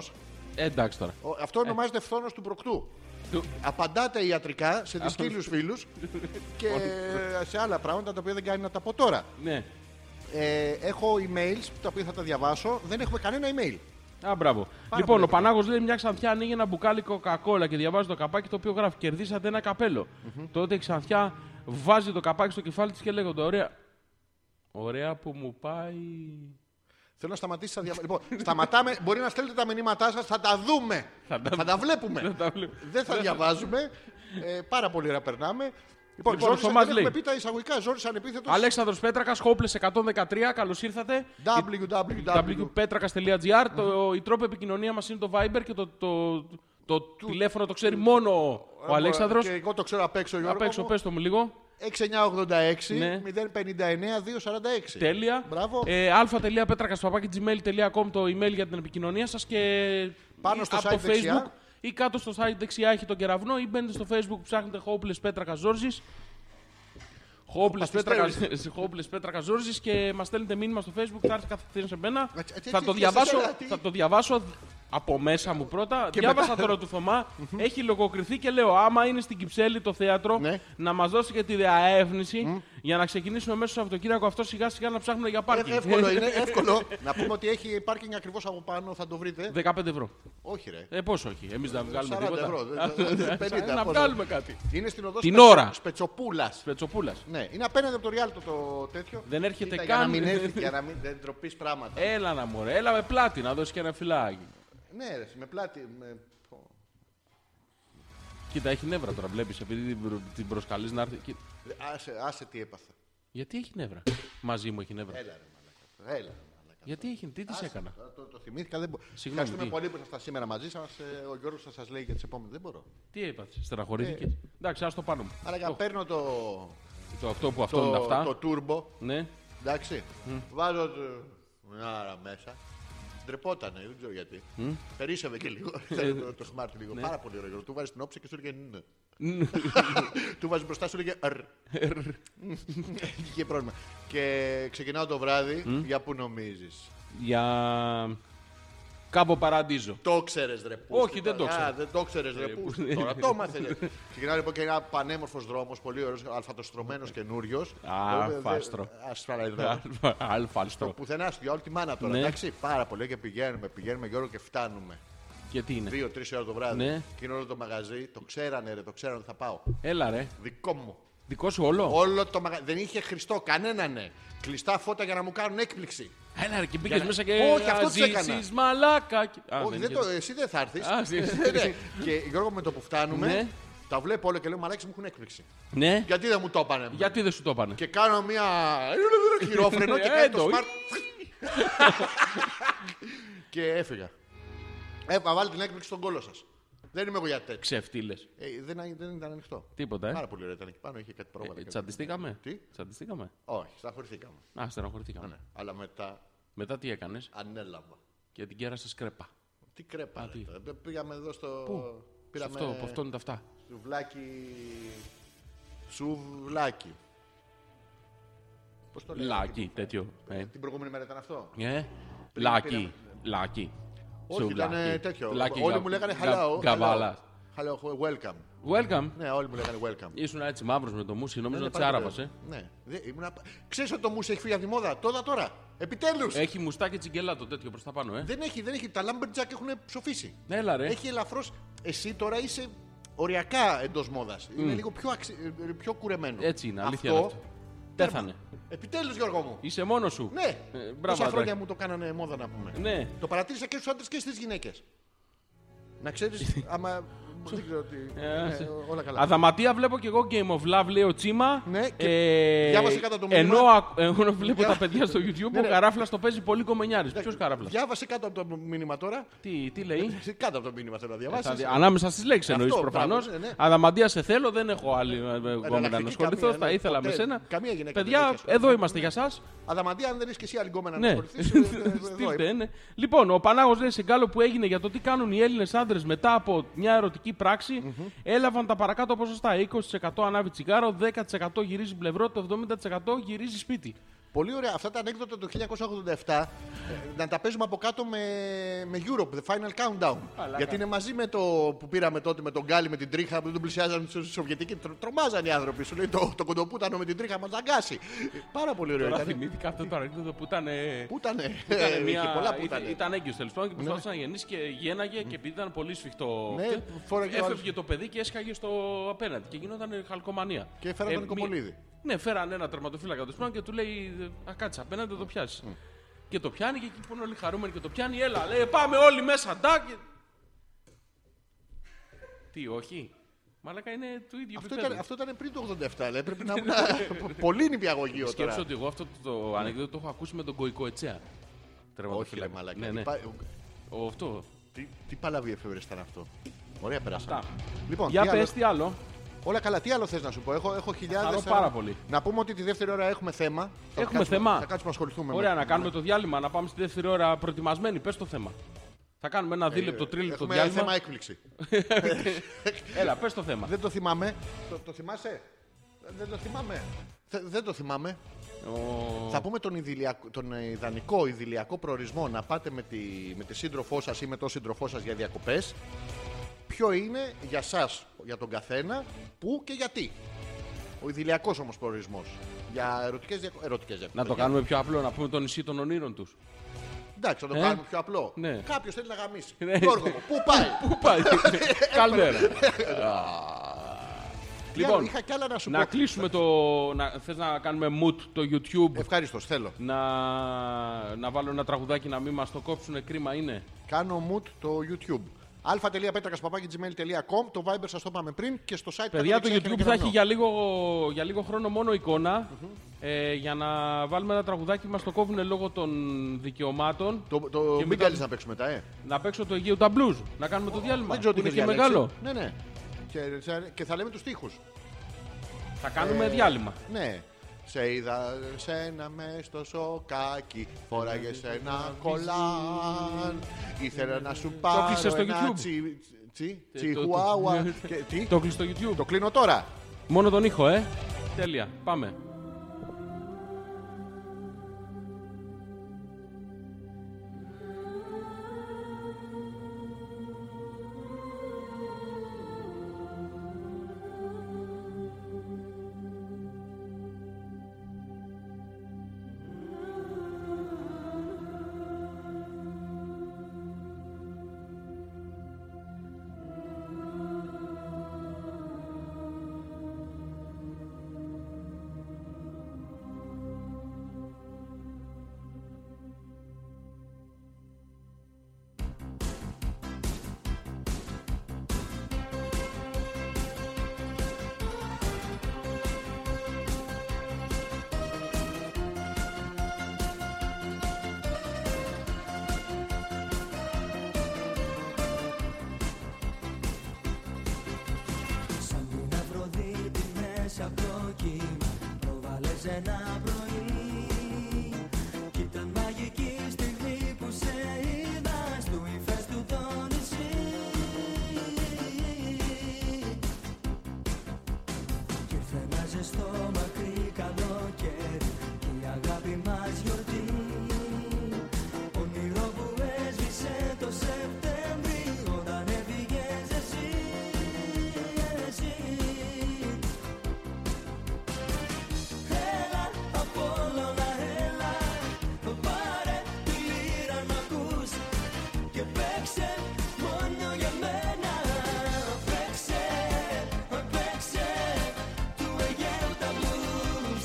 S5: Ε, Εντάξει τώρα.
S4: αυτό ονομάζεται φθόνος του προκτού.
S5: Του-
S4: Απαντάτε ιατρικά σε δυσκύλιους φίλους και σε άλλα πράγματα τα οποία δεν κάνει να τα πω τώρα.
S5: Ναι.
S4: Ε, έχω emails τα οποία θα τα διαβάσω. Δεν έχουμε κανένα email.
S5: Α, μπράβο.
S4: Πάρα
S5: λοιπόν,
S4: πολύ
S5: ο Πανάγος λέει: Μια ξανθιά ανοίγει ένα μπουκάλι κοκακόλα και διαβάζει το καπάκι το οποίο γράφει: Κερδίσατε ένα καπέλο». Τότε η ξανθιά βάζει το καπάκι στο κεφάλι της και λέγονται: Ωραία. Ωραία που μου πάει.
S4: Θέλω να σταματήσει. να Δια... λοιπόν, σταματάμε. Μπορεί να στέλνετε τα μηνύματά σας, θα τα δούμε.
S5: Θα τα-
S4: βλέπουμε.
S5: τα βλέπουμε.
S4: Δεν θα διαβάζουμε. Ε, πάρα πολύ ωραία περνάμε. Λοιπόν,
S5: Λοιπόν,
S4: Ζόρις,
S5: ο Θωμάς
S4: δεν έχουμε
S5: λέει.
S4: πει τα εισαγωγικά. Ζόρις ανεπίθετος.
S5: Αλέξανδρος Πέτρακας, Χόπλε 113, καλώς ήρθατε.
S4: www.
S5: www.petrakas.gr το, Η τρόπο επικοινωνία μα είναι το Viber και το, το, το, τηλέφωνο το ξέρει μόνο ο Αλέξανδρος.
S4: Και εγώ το ξέρω απ' έξω,
S5: Απ'
S4: Γιώργο.
S5: έξω,
S4: μου.
S5: πες το μου λίγο.
S4: 6986
S5: Ναι.
S4: 059 246.
S5: Τέλεια.
S4: Μπράβο.
S5: Ε, αλφα.πέτρακα.gmail.com το email για την επικοινωνία σας και
S4: Πάνω στο
S5: από
S4: site
S5: το Facebook
S4: δεξιά.
S5: ή κάτω στο site δεξιά έχει τον κεραυνό ή μπαίνετε στο Facebook ψάχνετε Hopeless Πέτρακα Ζόρζης Hopeless Πέτρακα, Hopeless Πέτρακα Ζόρζης και μας στέλνετε μήνυμα στο Facebook θα έρθει καθευθείαν σε μένα
S4: έτσι, έτσι,
S5: θα, το
S4: έτσι,
S5: διαβάσω,
S4: εσένα, τι?
S5: θα το διαβάσω από μέσα μου πρώτα.
S4: Και
S5: Διάβασα
S4: μετά-
S5: τώρα του Θωμά. Έχει λογοκριθεί και λέω: Άμα είναι στην Κυψέλη το θέατρο,
S4: Ναι.
S5: να μας δώσει και τη διαεύνηση για να ξεκινήσουμε μέσα στο Σαββατοκύριακο αυτό σιγά σιγά να ψάχνουμε για
S4: Ε,
S5: πάρκινγκ.
S4: εύκολο είναι, εύκολο. να πούμε ότι έχει πάρκινγκ ακριβώς από πάνω, θα το βρείτε.
S5: 15 ευρώ.
S4: Όχι, ρε.
S5: Ε, πόσο όχι. Εμείς να βγάλουμε
S4: 40
S5: τίποτα.
S4: ευρώ. δεν- δεν- 50,
S5: να
S4: πόσο.
S5: βγάλουμε κάτι.
S4: Είναι στην οδό
S5: Την
S4: Σπετσο-
S5: ώρα.
S4: Σπετσοπούλας.
S5: Πετσοπούλα.
S4: Ναι, είναι απέναντι από το Ριάλτο το τέτοιο.
S5: Δεν έρχεται
S4: Κοίτα,
S5: καν.
S4: Για να μην έρθει, για να μην δεν ντροπείς πράγματα.
S5: Έλα να μωρέ, έλα με πλάτη να δώσεις και ένα φυλάκι.
S4: Ναι, ρε, με πλάτη. Με... πω.
S5: Κοίτα, έχει νεύρα τώρα, βλέπεις, επειδή την προ- την προσκαλείς να έρθει. Κοίτα.
S4: Άσε, άσε τι έπαθα.
S5: Γιατί έχει νεύρα. Μαζί μου έχει νεύρα.
S4: Έλα, ρε, μαλάκα. Έλα. ρε, μαλάκα.
S5: Γιατί έχει, τι της έκανα.
S4: Τώρα Το, το θυμήθηκα. Δεν μπο...
S5: Συγγνώμη,
S4: Ευχαριστούμε
S5: τι.
S4: πολύ που ήσασταν σήμερα μαζί σας. Ο Γιώργος θα σας λέει για τις επόμενες. Δεν μπορώ.
S5: Τι έπαθες, στεναχωρήθηκες. Εντάξει, ας το πάνω μου.
S4: Ε, Άρα για
S5: Το-
S4: παίρνω το,
S5: Το αυτό που αυτό είναι
S4: το,
S5: τα αυτά.
S4: το, turbo.
S5: Ναι.
S4: Εντάξει. Βάζω το- μια άρα μέσα. Ντρεπότανε, δεν ξέρω γιατί. Περίσευε και λίγο.
S5: Ε,
S4: Ήταν το, το χμάρτι
S5: ναι.
S4: λίγο. Πάρα πολύ ωραίο. Του βάζεις την όψη και σου έλεγε ναι. Του βάζεις μπροστά σου έλεγε ρ. Είχε πρόβλημα. Και ξεκινάω το βράδυ. Για πού νομίζεις.
S5: Για. Κάμπο παραντίζο.
S4: Το ξέρες ρε πούστη.
S5: Όχι, δεν το
S4: Α,
S5: ξέρω. Ε,
S4: Δεν το ξέρες ρε πούστη. Τώρα το μάθε. Ξεκινάει λοιπόν και ένα πανέμορφος δρόμος, πολύ ωραίος, αλφατοστρωμένος καινούριος. Ε,
S5: Αλφάστρο.
S4: Ασφαλαϊδρό.
S5: Αλφα-
S4: Ναι. Το
S5: Αλφάλστρο.
S4: πουθενά σου για όλη τη μάνα τώρα.
S5: Ναι.
S4: Εντάξει, πάρα πολύ και πηγαίνουμε, πηγαίνουμε Γιώργο και φτάνουμε.
S5: Και τι είναι.
S4: Δύο-τρει ώρα το βράδυ.
S5: Ναι.
S4: Και είναι όλο το μαγαζί, το ξέρανε, ρε, το ξέρανε ότι θα πάω.
S5: Έλα ρε.
S4: Δικό μου.
S5: Δικό σου όλο.
S4: Όλο το μαγαζί. Δεν είχε Χριστό, κανέναν. Ναι. Κλειστά φώτα για να μου κάνουν έκπληξη.
S5: Έλα ρε και μπήκες μέσα και.
S4: Όχι, αυτό τους έκανα.
S5: «Αζήσεις, μαλάκα. και- Α,
S4: Όχι,
S5: δεν
S4: δεν
S5: είχε-
S4: το, εσύ δεν θα έρθεις.
S5: Α, εσύ.
S4: και Γιώργο με το που φτάνουμε,
S5: Ναι.
S4: τα βλέπω όλα και λέω Μαλάκι μου έχουν έκπληξη.
S5: Ναι.
S4: Γιατί δεν μου το έπανε.
S5: Γιατί δεν σου το έπανε.
S4: Και κάνω μία χειρόφρενο και
S5: Ε,
S4: κάνει το
S5: το-
S4: smart. και έφυγα. Έπα, βάλει την έκπληξη στον κόλο σας. Δεν είμαι εγώ για τέτοιο.
S5: Ξεφτύλες.
S4: Ε, δεν, δεν ήταν ανοιχτό.
S5: Τίποτα, ε.
S4: Πάρα πολύ ωραία ήταν εκεί πάνω, είχε κάτι πρόβατα.
S5: Ε,
S4: κάτι.
S5: Τσαντιστήκαμε.
S4: Τι?
S5: Τσαντιστήκαμε.
S4: Όχι, σταφορηθήκαμε.
S5: Α, στεναχωρηθήκαμε.
S4: Ναι. Αλλά μετά
S5: Μετά τι έκανες
S4: ανέλαβα.
S5: και την κέρασες κρέπα.
S4: Τι κρέπα.
S5: Α,
S4: ρε,
S5: τι.
S4: τώρα. Ε, Πήγαμε εδώ στο.
S5: Πού? Σε
S4: Πήραμε
S5: Αυτό, από αυτό είναι τα αυτά.
S4: Σουβλάκι. Σουβλάκι. Πώς το λέω.
S5: Λάκι, τέτοιο. Ε,
S4: Την προηγούμενη μέρα ήταν αυτό.
S5: ε, Λάκι.
S4: πήραμε.
S5: Λάκι.
S4: Όχι, ήταν
S5: Σουβλάκι.
S4: ε, τέτοιο.
S5: Λάκι,
S4: όλοι
S5: γα-
S4: μου λέγανε
S5: γα-
S4: hello.
S5: Καβάλα.
S4: hello, Hello, welcome.
S5: Welcome.
S4: Ναι, όλοι μου λέγανε welcome.
S5: Ήσουν έτσι μαύρος με το μουσι, νόμιζα
S4: Ναι,
S5: ότι τσάραβα.
S4: πάρα
S5: Ε.
S4: πολύ ωραία. Ναι. Δε- ήμουνα- Ξέρεις ότι το μουσι έχει φύγει από τη μόδα. Τώρα, τώρα. Επιτέλους.
S5: Έχει μουστάκι τσιγκελάτο τέτοιο προς τα πάνω, ε. Ναι,
S4: Δεν έχει, δεν έχει. Τα Lumberjack έχουν ψοφήσει.
S5: Έλα ρε.
S4: Έχει ελαφρώς... Εσύ τώρα είσαι οριακά εντός μόδας. Είναι λίγο πιο, αξι- ε, πιο κουρεμένο.
S5: Mm. Έτσι είναι, αλήθεια
S4: Αυτό,
S5: είναι αυτό. Πέθανε.
S4: Επιτέλους, Γιώργο μου.
S5: Είσαι μόνος σου.
S4: Ναι.
S5: Ε, μπράβο,
S4: Τόσα
S5: Αντράκη.
S4: χρόνια μου το κάνανε μόδα να πούμε.
S5: Ναι.
S4: Το παρατήρησα και στους άντρες και στις γυναίκες. Να ξέρεις, άμα... Δεν ξέρω τι...
S5: Ε,
S4: Ναι, όλα καλά.
S5: Αδαματία βλέπω και εγώ Game of Love, λέει ο Τσίμα.
S4: Ναι, και
S5: ε,
S4: διάβασε κάτω το μήνυμα.
S5: Ενώ ακ- εγώ βλέπω τα παιδιά στο YouTube, ο
S4: ναι.
S5: Καράφλα το παίζει πολύ κομμενιάρης. Ποιο Καράφλα.
S4: Διάβασε κάτω από το μήνυμα τώρα.
S5: Τι, τι λέει.
S4: Κάτω από το μήνυμα θέλω να
S5: Θα δει-
S4: διαβάσεις.
S5: Ανάμεσα στις λέξεις εννοείς
S4: Αυτό,
S5: προφανώς.
S4: μπράβο, ναι, ναι.
S5: Αδαμαντία, σε θέλω, δεν έχω άλλη γκόμενα να
S4: καμία,
S5: ασχοληθώ.
S4: ναι,
S5: Θα ήθελα
S4: ποτέ.
S5: με σένα.
S4: Καμία γυναίκα δεν
S5: Παιδιά,
S4: έχει ασχοληθεί.
S5: εδώ είμαστε για εσά.
S4: Αδαμαντία, αν δεν είσαι και εσύ άλλη γκόμενα να
S5: Ναι,
S4: ασχοληθείς. ε, ε, ε, εδώ
S5: στείλτε, ναι. Λοιπόν, ο Πανάγος λέει σε γκάλο που έγινε για το τι κάνουν οι Έλληνες άντρες μετά από μια ερωτική πράξη, έλαβαν τα παρακάτω ποσοστά. 20% ανάβει τσιγάρο, 10% γυρίζει πλευρό, το 70% γυρίζει σπίτι.
S4: Πολύ ωραία. Αυτά τα ανέκδοτα του 1987 ε, να τα παίζουμε από κάτω με, με Europe, The Final Countdown. Γιατί είναι μαζί με το που πήραμε τότε με τον Γκάλι με την τρίχα που δεν τον πλησιάζαν οι Σοβιετικοί. Τρο, τρομάζαν οι άνθρωποι. Σου λέει το, το κοντοπούτανο με την τρίχα μας αγκάσει. Πάρα πολύ ωραίο
S5: Τώρα
S4: Ε, ήταν.
S5: θυμήθηκα αυτό το ανέκδοτο που ήταν. ε,
S4: Πού ήταν,
S5: Ήταν, μια...
S4: είχε πολλά που ήταν.
S5: ήταν, ήταν έγκυος τέλος πάντων και προσπαθούσε να γεννήσει και γέναγε και επειδή ήταν πολύ σφιχτό.
S4: Ναι,
S5: αυτό,
S4: φόραγε ο άλλος.
S5: έφευγε το παιδί και έσχαγε στο απέναντι και γινόταν χαλκομανία. Ε,
S4: Και έφεραν τον
S5: μη-
S4: Κοπολίδη.
S5: Ναι, φέραν ένα τερματοφύλακα τέλος πάντων και του λέει «Α, Κάτσε απέναντι, θα το πιάσεις. Και το πιάνει και εκεί που είναι όλοι χαρούμενοι και το πιάνει, έλα, λέει Πάμε όλοι μέσα, ντά. και- Τι, όχι. Μαλάκα είναι του ίδιου
S4: Αυτό
S5: επίπεδου.
S4: ήταν, αυτό ήταν πριν το 87, λέει. Πρέπει να ήμουν πολύ νηπιαγωγείο
S5: Σκέψω
S4: τώρα.
S5: Ναι. ότι εγώ αυτό το, το ανέκδοτο το έχω ακούσει με τον Κοϊκό Ετσέα.
S4: Όχι, ρε
S5: Τερματοφύλακα.
S4: μαλακά.
S5: Ναι, ναι. Ο, αυτό.
S4: Τι, τι παλαβή εφεύρε ήταν αυτό. Ωραία, περάσαμε.
S5: Αυτά.
S4: Λοιπόν, τι
S5: Για
S4: άλλο-
S5: πες τι άλλο.
S4: Όλα καλά, τι άλλο θες να σου πω. Έχω, έχω χιλιάδες.
S5: χαρώ πάρα πολύ.
S4: Να πούμε ότι τη δεύτερη ώρα έχουμε θέμα. Θα
S5: Έχουμε
S4: κάτσουμε-
S5: θέμα.
S4: Θα κάτσουμε να ασχοληθούμε.
S5: Ωραία,
S4: με...
S5: να κάνουμε το διάλειμμα, να πάμε στη δεύτερη ώρα προετοιμασμένοι. Πες το θέμα. Θα κάνουμε ένα δίλεπτο, τρίλεπτο
S4: Ε, Έχουμε
S5: διάλειμμα.
S4: θέμα έκπληξη.
S5: Έλα, πες το θέμα.
S4: Δεν το θυμάμαι. Το, το θυμάσαι. Δεν το θυμάμαι. Θε- δεν το θυμάμαι.
S5: Ο-
S4: Θα πούμε τον, ιδηλιακο- τον ε, ιδανικό ιδηλιακό προορισμό να πάτε με τη, με τη σύντροφό σας ή με τον σύντροφό σας για διακοπές. Ποιο είναι για εσά, για τον καθένα, πού και γιατί. Ο ιδηλιακός όμως προορισμός. Για ερωτικές διακοπές.
S5: Να το κάνουμε πιο απλό, να πούμε το νησί των ονείρων τους.
S4: Εντάξει, θα το
S5: Ε?
S4: κάνουμε πιο απλό.
S5: Ναι.
S4: Κάποιος θέλει να γαμίσει.
S5: Ναι.
S4: Γιώργο, μου, πού πάει.
S5: Πού πάει, καλδέρα.
S4: Τι άλλο,
S5: Λοιπόν,
S4: είχα κι άλλα να σου
S5: να
S4: πω.
S5: κλείσουμε το... να- Θες να κάνουμε mute το YouTube,
S4: Ευχαριστώ, θέλω.
S5: να, να βάλω ένα τραγουδάκι να μην μας το κόψουνε, κρίμα είναι.
S4: Κάνω mood το YouTube. α.πέτρακα.gmail.com Το Viber σας το είπαμε πριν και στο site
S5: Παιδιά, το
S4: κατά δεξιά
S5: YouTube θα
S4: χειρογραφιό.
S5: έχει για λίγο, για λίγο χρόνο μόνο εικόνα, ε, για να βάλουμε ένα τραγουδάκι που μας το κόβουν λόγω των δικαιωμάτων.
S4: Το, το μην
S5: μετά-
S4: καλείς να παίξουμε μετά, ε.
S5: Να παίξω το Αιγαίο τα blues, να κάνουμε το διάλειμμα.
S4: Δεν ξέρω τι
S5: που είναι
S4: έχεις
S5: και
S4: διαλέξει.
S5: μεγάλο.
S4: Ναι, ναι. Και, και θα λέμε τους στίχους. Ε.
S5: Θα κάνουμε διάλειμμα.
S4: Ναι. Σε είδα σένα μες στο σοκάκι, φοράγες
S5: Ναι,
S4: ένα κολάν. Ήθελα να σου πάρω
S5: κλείσες στο
S4: ένα
S5: YouTube.
S4: τσι, τσι,
S5: Ε,
S4: τσιχουάουα.
S5: το-
S4: Και Τι,
S5: Το κλειστό YouTube.
S4: το κλείνω τώρα.
S5: Μόνο τον ήχο, ε. Τέλεια. Πάμε.
S6: Σαν την Αφροδίτη μέσα από το κύμα Το βάλες ένα πρωί Κι ήταν μαγική στιγμή που σε είδα Στου ύφεστου το νησί Κι ήρθε να ζεστό μακρύ καλοκαίρι Και η αγάπη μας γιορτή Όνειρο που έσβησε το Σεπτέμβρη Όταν έφυγες εσύ Έλα απ' όλο να έλα Πάρε τη λύρα να ακούς Και παίξε μόνο για μένα Παίξε, παίξε Του Αιγαίου τα blues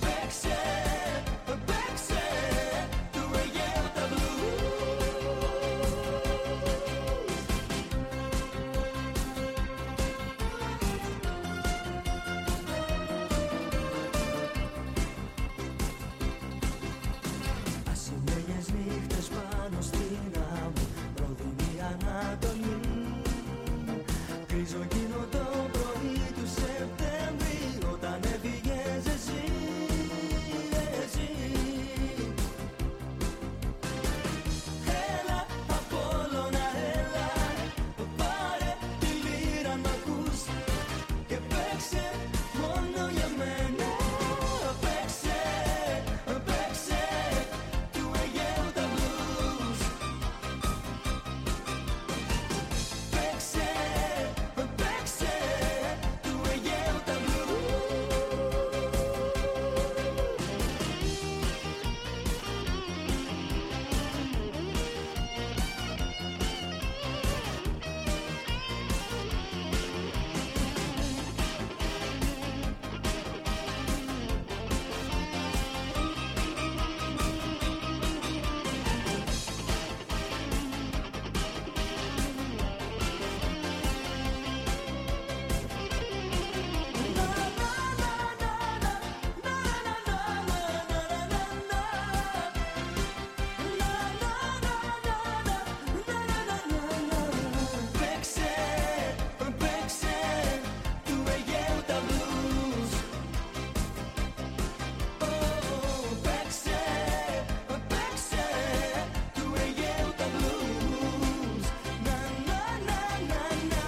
S6: Παίξε, παίξε Του Αιγαίου τα blues Ασημένιες νύχτες πάνω στην άμμο Προδινή Ανατολή Κρίζο εκείνο το πρωί του Σεπτέμβρη Όταν έφυγες εσύ, εσύ Έλα απ' όλο να έλα Πάρε τη λύρα να ακούς και παίξε μόνο για μένα. Παίξε, παίξε του Αιγαίου τα blues. Παίξε, παίξε του Αιγαίου τα blues. Παίξε, παίξε του Αιγαίου τα blues Παίξε, παίξε του Αιγαίου τα blues Να, να, να, να, να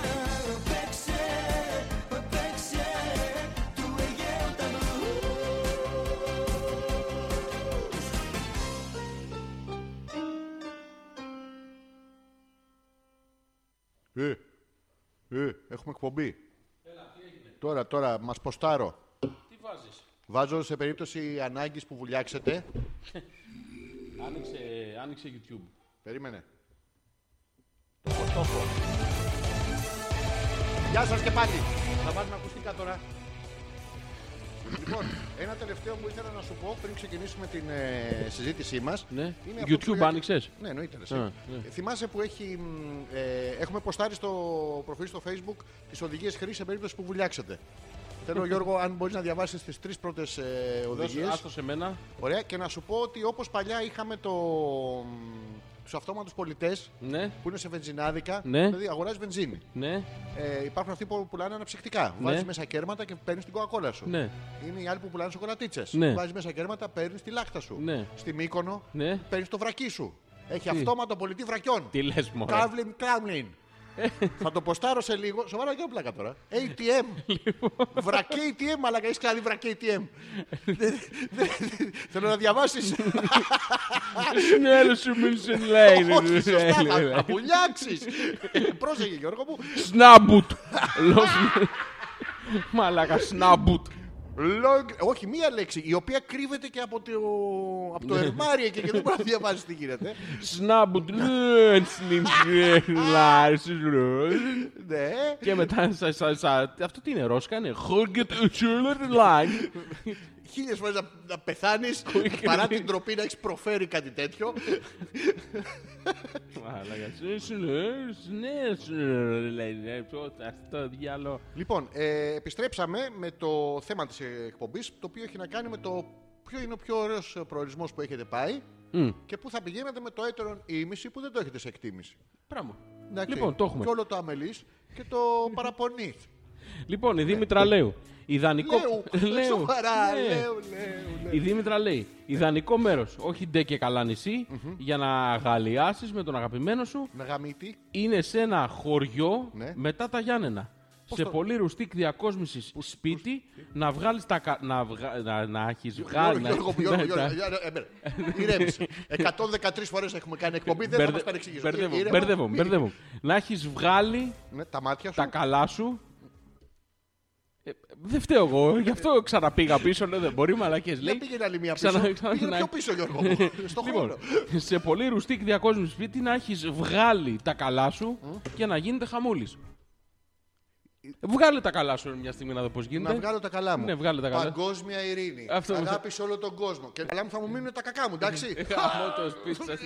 S6: Παίξε, παίξε του Αιγαίου τα blues
S4: Ε, ε, έχουμε εκπομπή. Τώρα, τώρα, μας ποστάρω.
S5: Τι βάζεις.
S4: Βάζω σε περίπτωση ανάγκης που βουλιάξετε.
S5: Άνοιξε, άνοιξε YouTube.
S4: Περίμενε. Το έχω, το έχω. Γεια σας και πάλι. Θα βάλουμε ακουστικά τώρα. λοιπόν, ένα τελευταίο που ήθελα να σου πω πριν ξεκινήσουμε την ε, συζήτησή μας.
S5: Ναι.
S4: είναι αυτό
S5: YouTube
S4: που-
S5: άνοιξες.
S4: Ναι, εννοείται. ρε, εσύ.
S5: Α, ναι.
S4: Ε, Θυμάσαι που έχει, μ, ε, έχουμε ποστάρει στο προφίλ στο Facebook τις οδηγίες χρήσης σε περίπτωση που βουλιάξετε. Θέλω, Γιώργο, αν μπορείς να διαβάσεις τις τρεις πρώτες ε, οδηγίε.
S5: Δώσε, άστο σε μένα.
S4: Ωραία, και να σου πω ότι όπως παλιά είχαμε το. μ, τους αυτόματους πολιτές
S5: Ναι,
S4: που είναι σε βενζινάδικα.
S5: Ναι.
S4: Δηλαδή αγοράζεις βενζίνη.
S5: ναι,
S4: Ε, υπάρχουν αυτοί που πουλάνε αναψυκτικά. Ναι. Βάζεις μέσα κέρματα και παίρνεις την κοκακόλα σου.
S5: ναι.
S4: Είναι οι άλλοι που πουλάνε σοκολατίτσες.
S5: Ναι.
S4: Βάζεις μέσα κέρματα, παίρνεις τη λάχτα σου.
S5: Ναι.
S4: Στη Μύκονο
S5: Ναι.
S4: παίρνεις το βρακί σου. Έχει αυτόματο πολιτή βρακιών.
S5: Τι Ε. λες, Μωρέ.
S4: Καύλιν Κράουνιν. Θα το ποστάρω σε λίγο. Σοβαρά και πλάκα τώρα. ATM.
S5: Λοιπόν.
S4: βρακί ATM, αλλά έχεις κάνει βρακί ATM. Δεν- δεν- Θέλω να διαβάσεις.
S5: Snäll Ναι, σου μίλησε Lane.
S4: Όχι, σωστά. θα- Θα πουλιάξεις. Πρόσεχε, Γιώργο μου.
S5: Σνάμπουτ. Λος- Μαλάκα, σνάμπουτ.
S4: Long- Όχι, μία λέξη η οποία κρύβεται και από το, από
S5: Ναι.
S4: το ερμάρι εκεί και δεν μπορεί να διαβάσει τι γίνεται.
S5: Σνάμπουτ. Λεν, σλιμ, σλιμ, λάρς, λεν.
S4: ναι.
S5: Και μετά, σα- σα- σα- αυτό τι είναι, Ρώσκα είναι. Χόγκετ, τσούλερ, line.
S4: Χίλιες φορές να, να πεθάνεις παρά την τροπή να έχεις προφέρει κάτι τέτοιο.
S5: Μαλάκα, σλε, σλε, σλε, σλε, λέει, αυτό- Αυτό διάλο.
S4: λοιπόν, ε, επιστρέψαμε με το θέμα της εκπομπής, το οποίο έχει να κάνει με το ποιο είναι ο πιο ωραίος προορισμός που έχετε πάει και πού θα πηγαίνετε με το έτερον ήμιση που δεν το έχετε σε εκτίμηση.
S5: Πράγμα.
S4: Εντάξει,
S5: Λοιπόν, το έχουμε.
S4: Και όλο το αμελή και το παραπονείς.
S5: Λοιπόν, η Δήμητρα Λέου. Ιδανικό.
S4: Λέω,
S5: Λέου,
S4: σοβαρά,
S5: ναι.
S4: λέω, λέω, λέω.
S5: Η Δήμητρα λέει: Ιδανικό μέρος, όχι ντε και καλά νησί, για να γαλιάσεις με τον αγαπημένο σου,
S4: Να γαμίτη.
S5: είναι σε ένα χωριό
S4: Ναι.
S5: μετά τα Γιάννενα. σε πολύ ρουστίκ διακόσμηση σπίτι, να βγάλεις τα. κα- Να, βγα... να, να έχεις βγάλει. να-
S4: Γιώργο,
S5: να-
S4: Γιώργο,
S5: να-
S4: Γιώργο, Γιώργο, ε, μπέρα. Ηρέμησε. 113 φορές έχουμε κάνει εκπομπή, δεν θα μα
S5: Μπερδε-
S4: παρεξηγήσω.
S5: Μπερδεύω,
S4: Ήρεμα.
S5: μπερδεύω,
S4: Μη-
S5: μπερδεύω. Να έχεις βγάλει
S4: Ναι, Τα μάτια σου.
S5: τα καλά σου. Ε, δεν φταίω εγώ, γι' αυτό ξαναπήγα πίσω. Λέω δεν μπορεί, μαλακές
S4: Δεν
S5: λέει.
S4: πήγαινε άλλη μία
S5: Ξανα-
S4: πίσω.
S5: ξανα-
S4: Πήγαινε
S5: να-
S4: πιο πίσω, Γιώργο. μου. Στο χρόνο.
S5: Λοιπόν, σε πολύ ρουστίκ διακόσμηση σπίτι να έχεις βγάλει τα καλά σου και να γίνεται χαμούλης. Βγάλε τα καλά σου μια στιγμή να δω πώς γίνεται.
S4: Να βγάλω τα καλά μου.
S5: Ναι, βγάλε τα καλά.
S4: Παγκόσμια ειρήνη.
S5: Αυτό.
S4: Αγάπης σε όλο τον κόσμο. Και τα καλά μου θα μου μείνουν τα κακά μου, εντάξει.
S5: Γαμώ το σπίτι σας.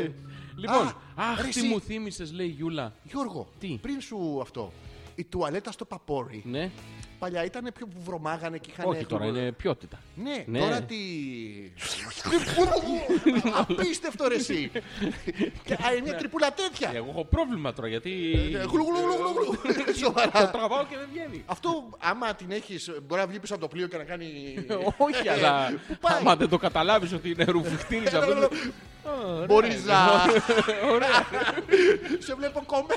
S4: Ε,
S5: Λοιπόν,
S4: Α, ρε
S5: αχ, τι
S4: εσύ.
S5: μου θύμισες, λέει η Γιούλα.
S4: Γιώργο,
S5: Τι?
S4: πριν σου αυτό. Η τουαλέτα στο παπόρι.
S5: Ναι,
S4: Παλιά ήταν πιο που βρωμάγανε και είχαν.
S5: όχι τώρα, είναι ποιότητα.
S4: Ναι,
S5: Ναι.
S4: τώρα τι. Απίστευτο ρε εσύ. Και, α, είναι μια τρυπούλα τέτοια.
S5: Ε, Εγώ έχω πρόβλημα τώρα γιατί.
S4: Γλου, γλου, γλου, γλου, γλου.
S5: Το
S4: Σοβαρά.
S5: τραβάω και δεν βγαίνει.
S4: Αυτό άμα την έχεις μπορεί να βγει πίσω από το πλοίο και να κάνει.
S5: Ε, Όχι, αλλά
S4: Πού πάει?
S5: άμα δεν το καταλάβεις ότι είναι ρουφιχτήρι αυτό. ε,
S4: Μπορείς να.
S5: λοιπόν, Ωραία.
S4: Σε βλέπω κομμέ.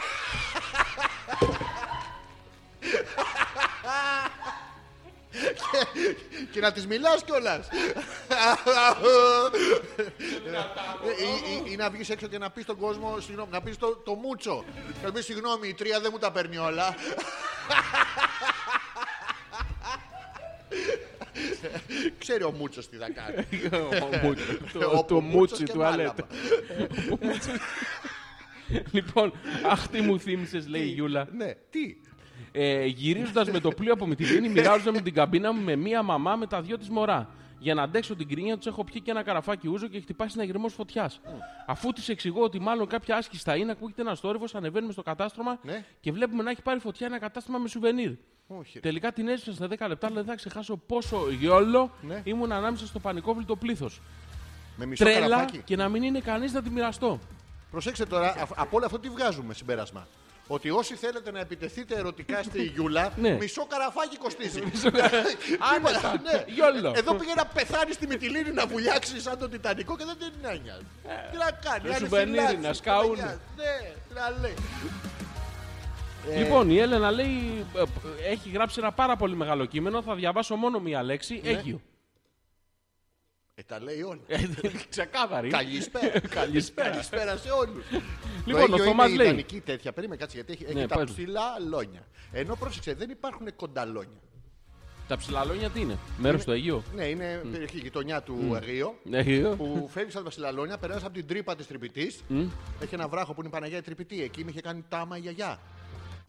S4: Και- Και να της μιλάς κιόλας. Ή να βγεις έξω και να πεις στον κόσμο, συγγνώμη, να πεις το μούτσο. Και να πεις συγγνώμη, η τρία δεν μου τα παίρνει όλα. Ξέρει ο Μούτσο τι θα κάνει.
S5: ε, Ο Μούτσι-
S4: Ο
S5: το- Το
S4: Παπούτσος
S5: μούτσι
S4: και
S5: του
S4: μάλαμα.
S5: αλέτα. Λοιπόν, αχ τι μου θύμισες λέει η Γιούλα.
S4: Ναι, τι.
S5: Ε, Γυρίζοντας με το πλοίο από Μυτιλίνη, μοιράζομαι την καμπίνα μου με μία μαμά με τα δυο της μωρά. Για να αντέξω την κρίνια τους, έχω πιει και ένα καραφάκι ούζο και χτυπάσει ένα γερμό φωτιάς. Αφού της εξηγώ ότι μάλλον κάποια άσκηση θα είναι, ακούγεται ένας θόρυβος, ανεβαίνουμε στο κατάστρωμα
S4: Ναι.
S5: και βλέπουμε να έχει πάρει φωτιά ένα κατάστρωμα με σουβενίρ.
S4: Όχι. ρε.
S5: Τελικά την έζησα στα 10 λεπτά, αλλά δεν θα ξεχάσω πόσο γιόλο
S4: Ναι.
S5: ήμουν ανάμεσα στο πανικόβλητο πλήθος.
S4: Με μισό
S5: Τρέλα
S4: καραφάκι.
S5: και να μην είναι κανείς να τη μοιραστώ.
S4: Προσέξτε τώρα, α- από όλο αυτό τι βγάζουμε συμπέρασμα. Ότι όσοι θέλετε να επιτεθείτε ερωτικά στη Γιούλα,
S5: Ναι.
S4: μισό καραφάκι κοστίζει. Άνετα, ναι.
S5: Γιόλο.
S4: Εδώ πήγε να πεθάνει στη Μυτιλίνη να βουλιάξεις σαν τον Τιτανικό και δεν την έννοια. Τι να κάνει,
S5: το
S4: αν
S5: Ε. σουβενίρι,
S4: φυλάξει,
S5: να σκάουν.
S4: παιδιά, Ναι, τι να λέει. Ε.
S5: Λοιπόν, η Έλενα λέει: ε, π- Έχει γράψει ένα πάρα πολύ μεγάλο κείμενο. Θα διαβάσω μόνο μία λέξη.
S4: Ναι.
S5: Αίγυο.
S4: Ε, τα λέει όλα.
S5: Ε, Ξεκάθαρη.
S4: Καλησπέρα.
S5: Καλησπέρα.
S4: Καλησπέρα σε όλους.
S5: Λοιπόν, ο Θωμάς λέει.
S4: ιδανική τέτοια. Περίμενε, κάτσε γιατί έχει, έχει
S5: Ναι,
S4: τα
S5: πες μου.
S4: ψηλά λόνια. Ενώ πρόσεξε, δεν υπάρχουν κοντά λόνια.
S5: Τα ψηλαλόνια τι είναι, μέρος του Αιγείου.
S4: Ναι, είναι περιοχή γειτονιά του Αγρίου.
S5: Αιγείο.
S4: που φεύγει από τα Βασιλαλόνια, περνάς από την τρύπα της τρυπητής. Έχει ένα βράχο που είναι η Παναγία η τρυπητή. Εκεί με είχε κάνει τάμα η γιαγιά.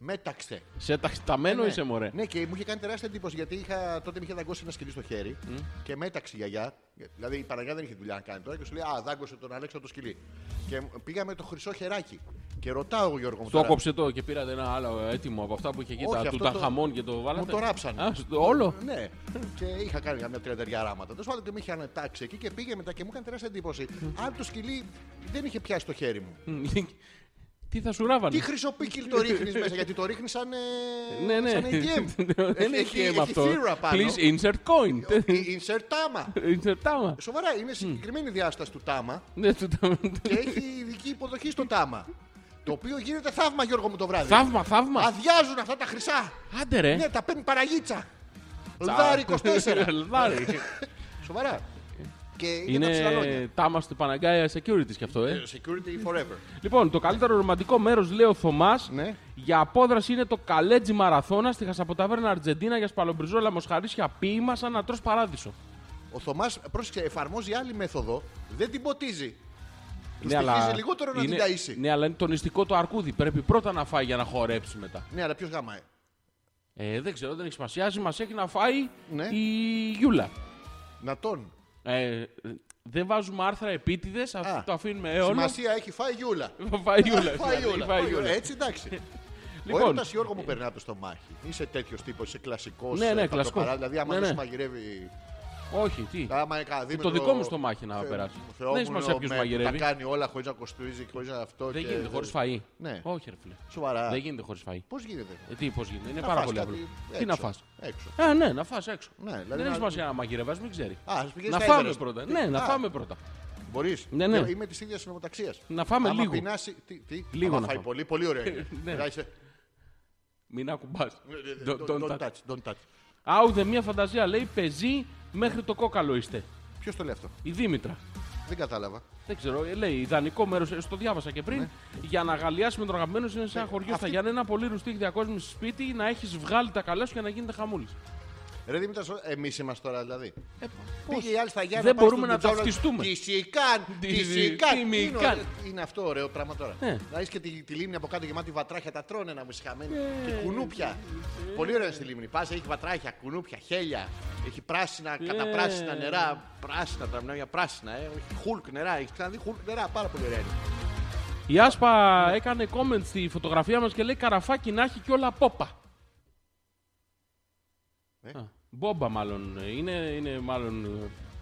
S4: Μέταξε.
S5: Σε ταχταμένο είσαι, μωρέ.
S4: Ναι, και μου είχε κάνει τεράστια εντύπωση γιατί είχα, τότε με είχε δαγκώσει ένα σκυλί στο χέρι και μέταξε η γιαγιά. Δηλαδή η Παναγιά δεν είχε δουλειά να κάνει τώρα και σου λέει Α, δάγκωσε τον Αλέξα το σκυλί. Και πήγαμε το χρυσό χεράκι. Και Και ρωτάω ο Γιώργο μου.
S5: Το
S4: τώρα,
S5: κόψε το και πήρατε ένα άλλο έτοιμο από αυτά που είχε εκεί.
S4: Όχι,
S5: τα,
S4: αυτό
S5: του
S4: το-
S5: τα χαμών και το βάλατε.
S4: Μου το ράψανε.
S5: Α, στο- όλο.
S4: Ναι. και είχα κάνει μια τριανταριά ράματα. Τέλος πάντων και με είχε ανατάξει εκεί και πήγε μετά και μου έκανε τεράστια εντύπωση. Αν το σκυλί δεν είχε πιάσει το χέρι μου.
S5: Τι θα σου ράβανε.
S4: Τι χρυσοπίκυλ το ρίχνεις μέσα, γιατί το ρίχνεις σαν. ε,
S5: Ναι, ναι.
S4: Σαν ATM.
S5: Δεν
S4: Έχει-
S5: έχει ATM
S4: έχει
S5: αυτό.
S4: θύρα πάνω. Ε,
S5: Please insert coin.
S4: Insert τάμα.
S5: Insert τάμα.
S4: Σοβαρά, είναι συγκεκριμένη διάσταση του τάμα
S5: Ναι, του τα-
S4: και έχει ειδική υποδοχή στο τάμα. Το οποίο γίνεται θαύμα, Γιώργο μου το βράδυ.
S5: Θαύμα, Ε. θαύμα.
S4: Αδειάζουν αυτά τα χρυσά.
S5: Άντε ρε.
S4: Ναι, τα παίρνει παραγίτσα. Λδάρι 24.
S5: Λδάρι.
S4: Σοβαρά. Και είναι τα ψηλά λόγια.
S5: Είναι τάμα του Παναγκάια Securities κι αυτό, ε.
S4: Security forever.
S5: Λοιπόν, το καλύτερο ρομαντικό μέρος, λέει ο Θωμάς,
S4: Ναι.
S5: για απόδραση είναι το καλέτζι μαραθώνα στη Χασαποταβέρνα Αργεντίνα για σπαλομπριζόλα μοσχαρίσια ποίημα σαν να τρως παράδεισο.
S4: Ο Θωμάς, πρόσεξε, εφαρμόζει άλλη μέθοδο. Δεν την ποτίζει. Του
S5: Ναι,
S4: στοιχίζει λιγότερο να
S5: είναι-
S4: την ταΐσει. Ναι,
S5: Ναι, αλλά είναι το νηστικό το αρκούδι. Πρέπει πρώτα να φάει για να χορέψει μετά.
S4: Ναι, αλλά ποιος γάμα.
S5: Ε, δεν ξέρω, δεν έχει σημασία. Σημασία έχει να φάει
S4: Ναι.
S5: η Γιούλα.
S4: Να τον.
S5: Ε, δεν βάζουμε άρθρα επίτηδες,
S4: Ας,
S5: το αφήνουμε αιώνιο.
S4: Σημασία έχει φάει γιούλα.
S5: Φάει η Ε, Γιούλα. δηλαδή,
S4: Φάει γιούλα. Ε.
S5: Φάει
S4: φάει
S5: η
S4: γιούλα.
S5: Γιούλα.
S4: Έτσι εντάξει. Ο
S5: Λοιπόν,
S4: έρωτα Γιώργο μου περνάει από το στομάχι. Είσαι τέτοιος τύπος, είσαι κλασικός.
S5: Ναι, ναι, κλασικό.
S4: Δηλαδή, άμα δεν
S5: Ναι, ναι.
S4: σου μαγειρεύει.
S5: όχι, τι.
S4: Άμα είναι κανένα
S5: το
S4: δίμετρο-
S5: δικό μου στομάχι να περάσει. Δεν έχει σημασία
S4: Θεόμουνο
S5: ποιος
S4: με-
S5: μαγειρεύει.
S4: Τα κάνει όλα χωρίς να κοστίζει και χωρίς να αυτό.
S5: Δεν
S4: και-
S5: γίνεται χωρί φαΐ.
S4: Ναι.
S5: Όχι, ρε φίλε.
S4: Σοβαρά.
S5: Δεν γίνεται χωρίς φαΐ.
S4: Πώς γίνεται.
S5: Ε, τι, πώς γίνεται. Είναι
S4: Να
S5: πάρα
S4: φας
S5: πολύ
S4: κάτι
S5: απλό. Τι
S4: έξω,
S5: να φας.
S4: Έξω.
S5: Α, ναι, να φας έξω.
S4: Ναι, δηλαδή
S5: δεν
S4: να-
S5: έχει σημασία να μαγειρεύει, μην ξέρει.
S4: Α, ας πηγαίνεις
S5: Να
S4: στα
S5: φάμε
S4: Everest.
S5: πρώτα. Ναι, να
S4: Α,
S5: φάμε πρώτα.
S4: Μπορείς.
S5: Ναι, ναι.
S4: Ε, Είμαι της ίδιας συνομοταξίας.
S5: Να φάμε λίγο.
S4: Πεινάσει, τι, τι,
S5: Λίγο
S4: άμα
S5: να
S4: φάει
S5: φάμε.
S4: πολύ, πολύ ωραία. είναι.
S5: Ναι.
S4: Να είσαι-
S5: Μην ακουμπάς.
S4: Ε, Don't don't touch, don't touch.
S5: Άουδε μία ε, φαντασία λέει πεζή μέχρι το κόκαλο είστε.
S4: Ποιος το λέει αυτό.
S5: Η Δήμητρα.
S4: Δεν κατάλαβα.
S5: Δεν ξέρω, ε, λέει ιδανικό μέρος, το διάβασα και πριν. Για να γαλιάσει με τον αγαπημένο σου είναι σε ένα χωριό στα
S4: Ναι. Ε, αυτή-
S5: Γιάννενα, πολύ ρουστή διακόσμηση σπίτι, να έχεις βγάλει τα καλά σου και να γίνεται χαμούλης.
S4: Ρε Δήμητρας, εμείς είμαστε τώρα δηλαδή.
S5: Ε,
S4: Πήγε η άλλη στα Γιάννα.
S5: Δεν
S4: πάει
S5: μπορούμε
S4: στον
S5: να
S4: Μπιτζόλα,
S5: ταυτιστούμε.
S4: «Τι σικάν,
S5: Τι-
S4: τι
S5: τι-
S4: σικάν».
S5: τι
S4: Είναι
S5: μικάν.
S4: ωραίο- Είναι αυτό ωραίο πράγμα τώρα.
S5: Ναι.
S4: Να είσαι και τη, τη λίμνη από κάτω γεμάτη βατράχια, τα τρώνε να μου συχαμένοι.
S5: Ε.
S4: Και κουνούπια. Πολύ ωραία στη λίμνη. Πας έχει βατράχια, κουνούπια, χέλια. Έχει πράσινα,
S5: Ε.
S4: καταπράσινα νερά. Πράσινα, τα μνημόνια πράσινα. Ε. Έχει χουλκ νερά. Έχεις ξαναδεί χουλκ νερά. Πάρα πολύ ωραία. είναι.
S5: Η Άσπα έκανε comment στη φωτογραφία μας και λέει καραφάκι να έχει και όλα πόπα.
S4: Ε.
S5: Α, Μπόμπα μάλλον. ε, Είναι, είναι μάλλον. ε,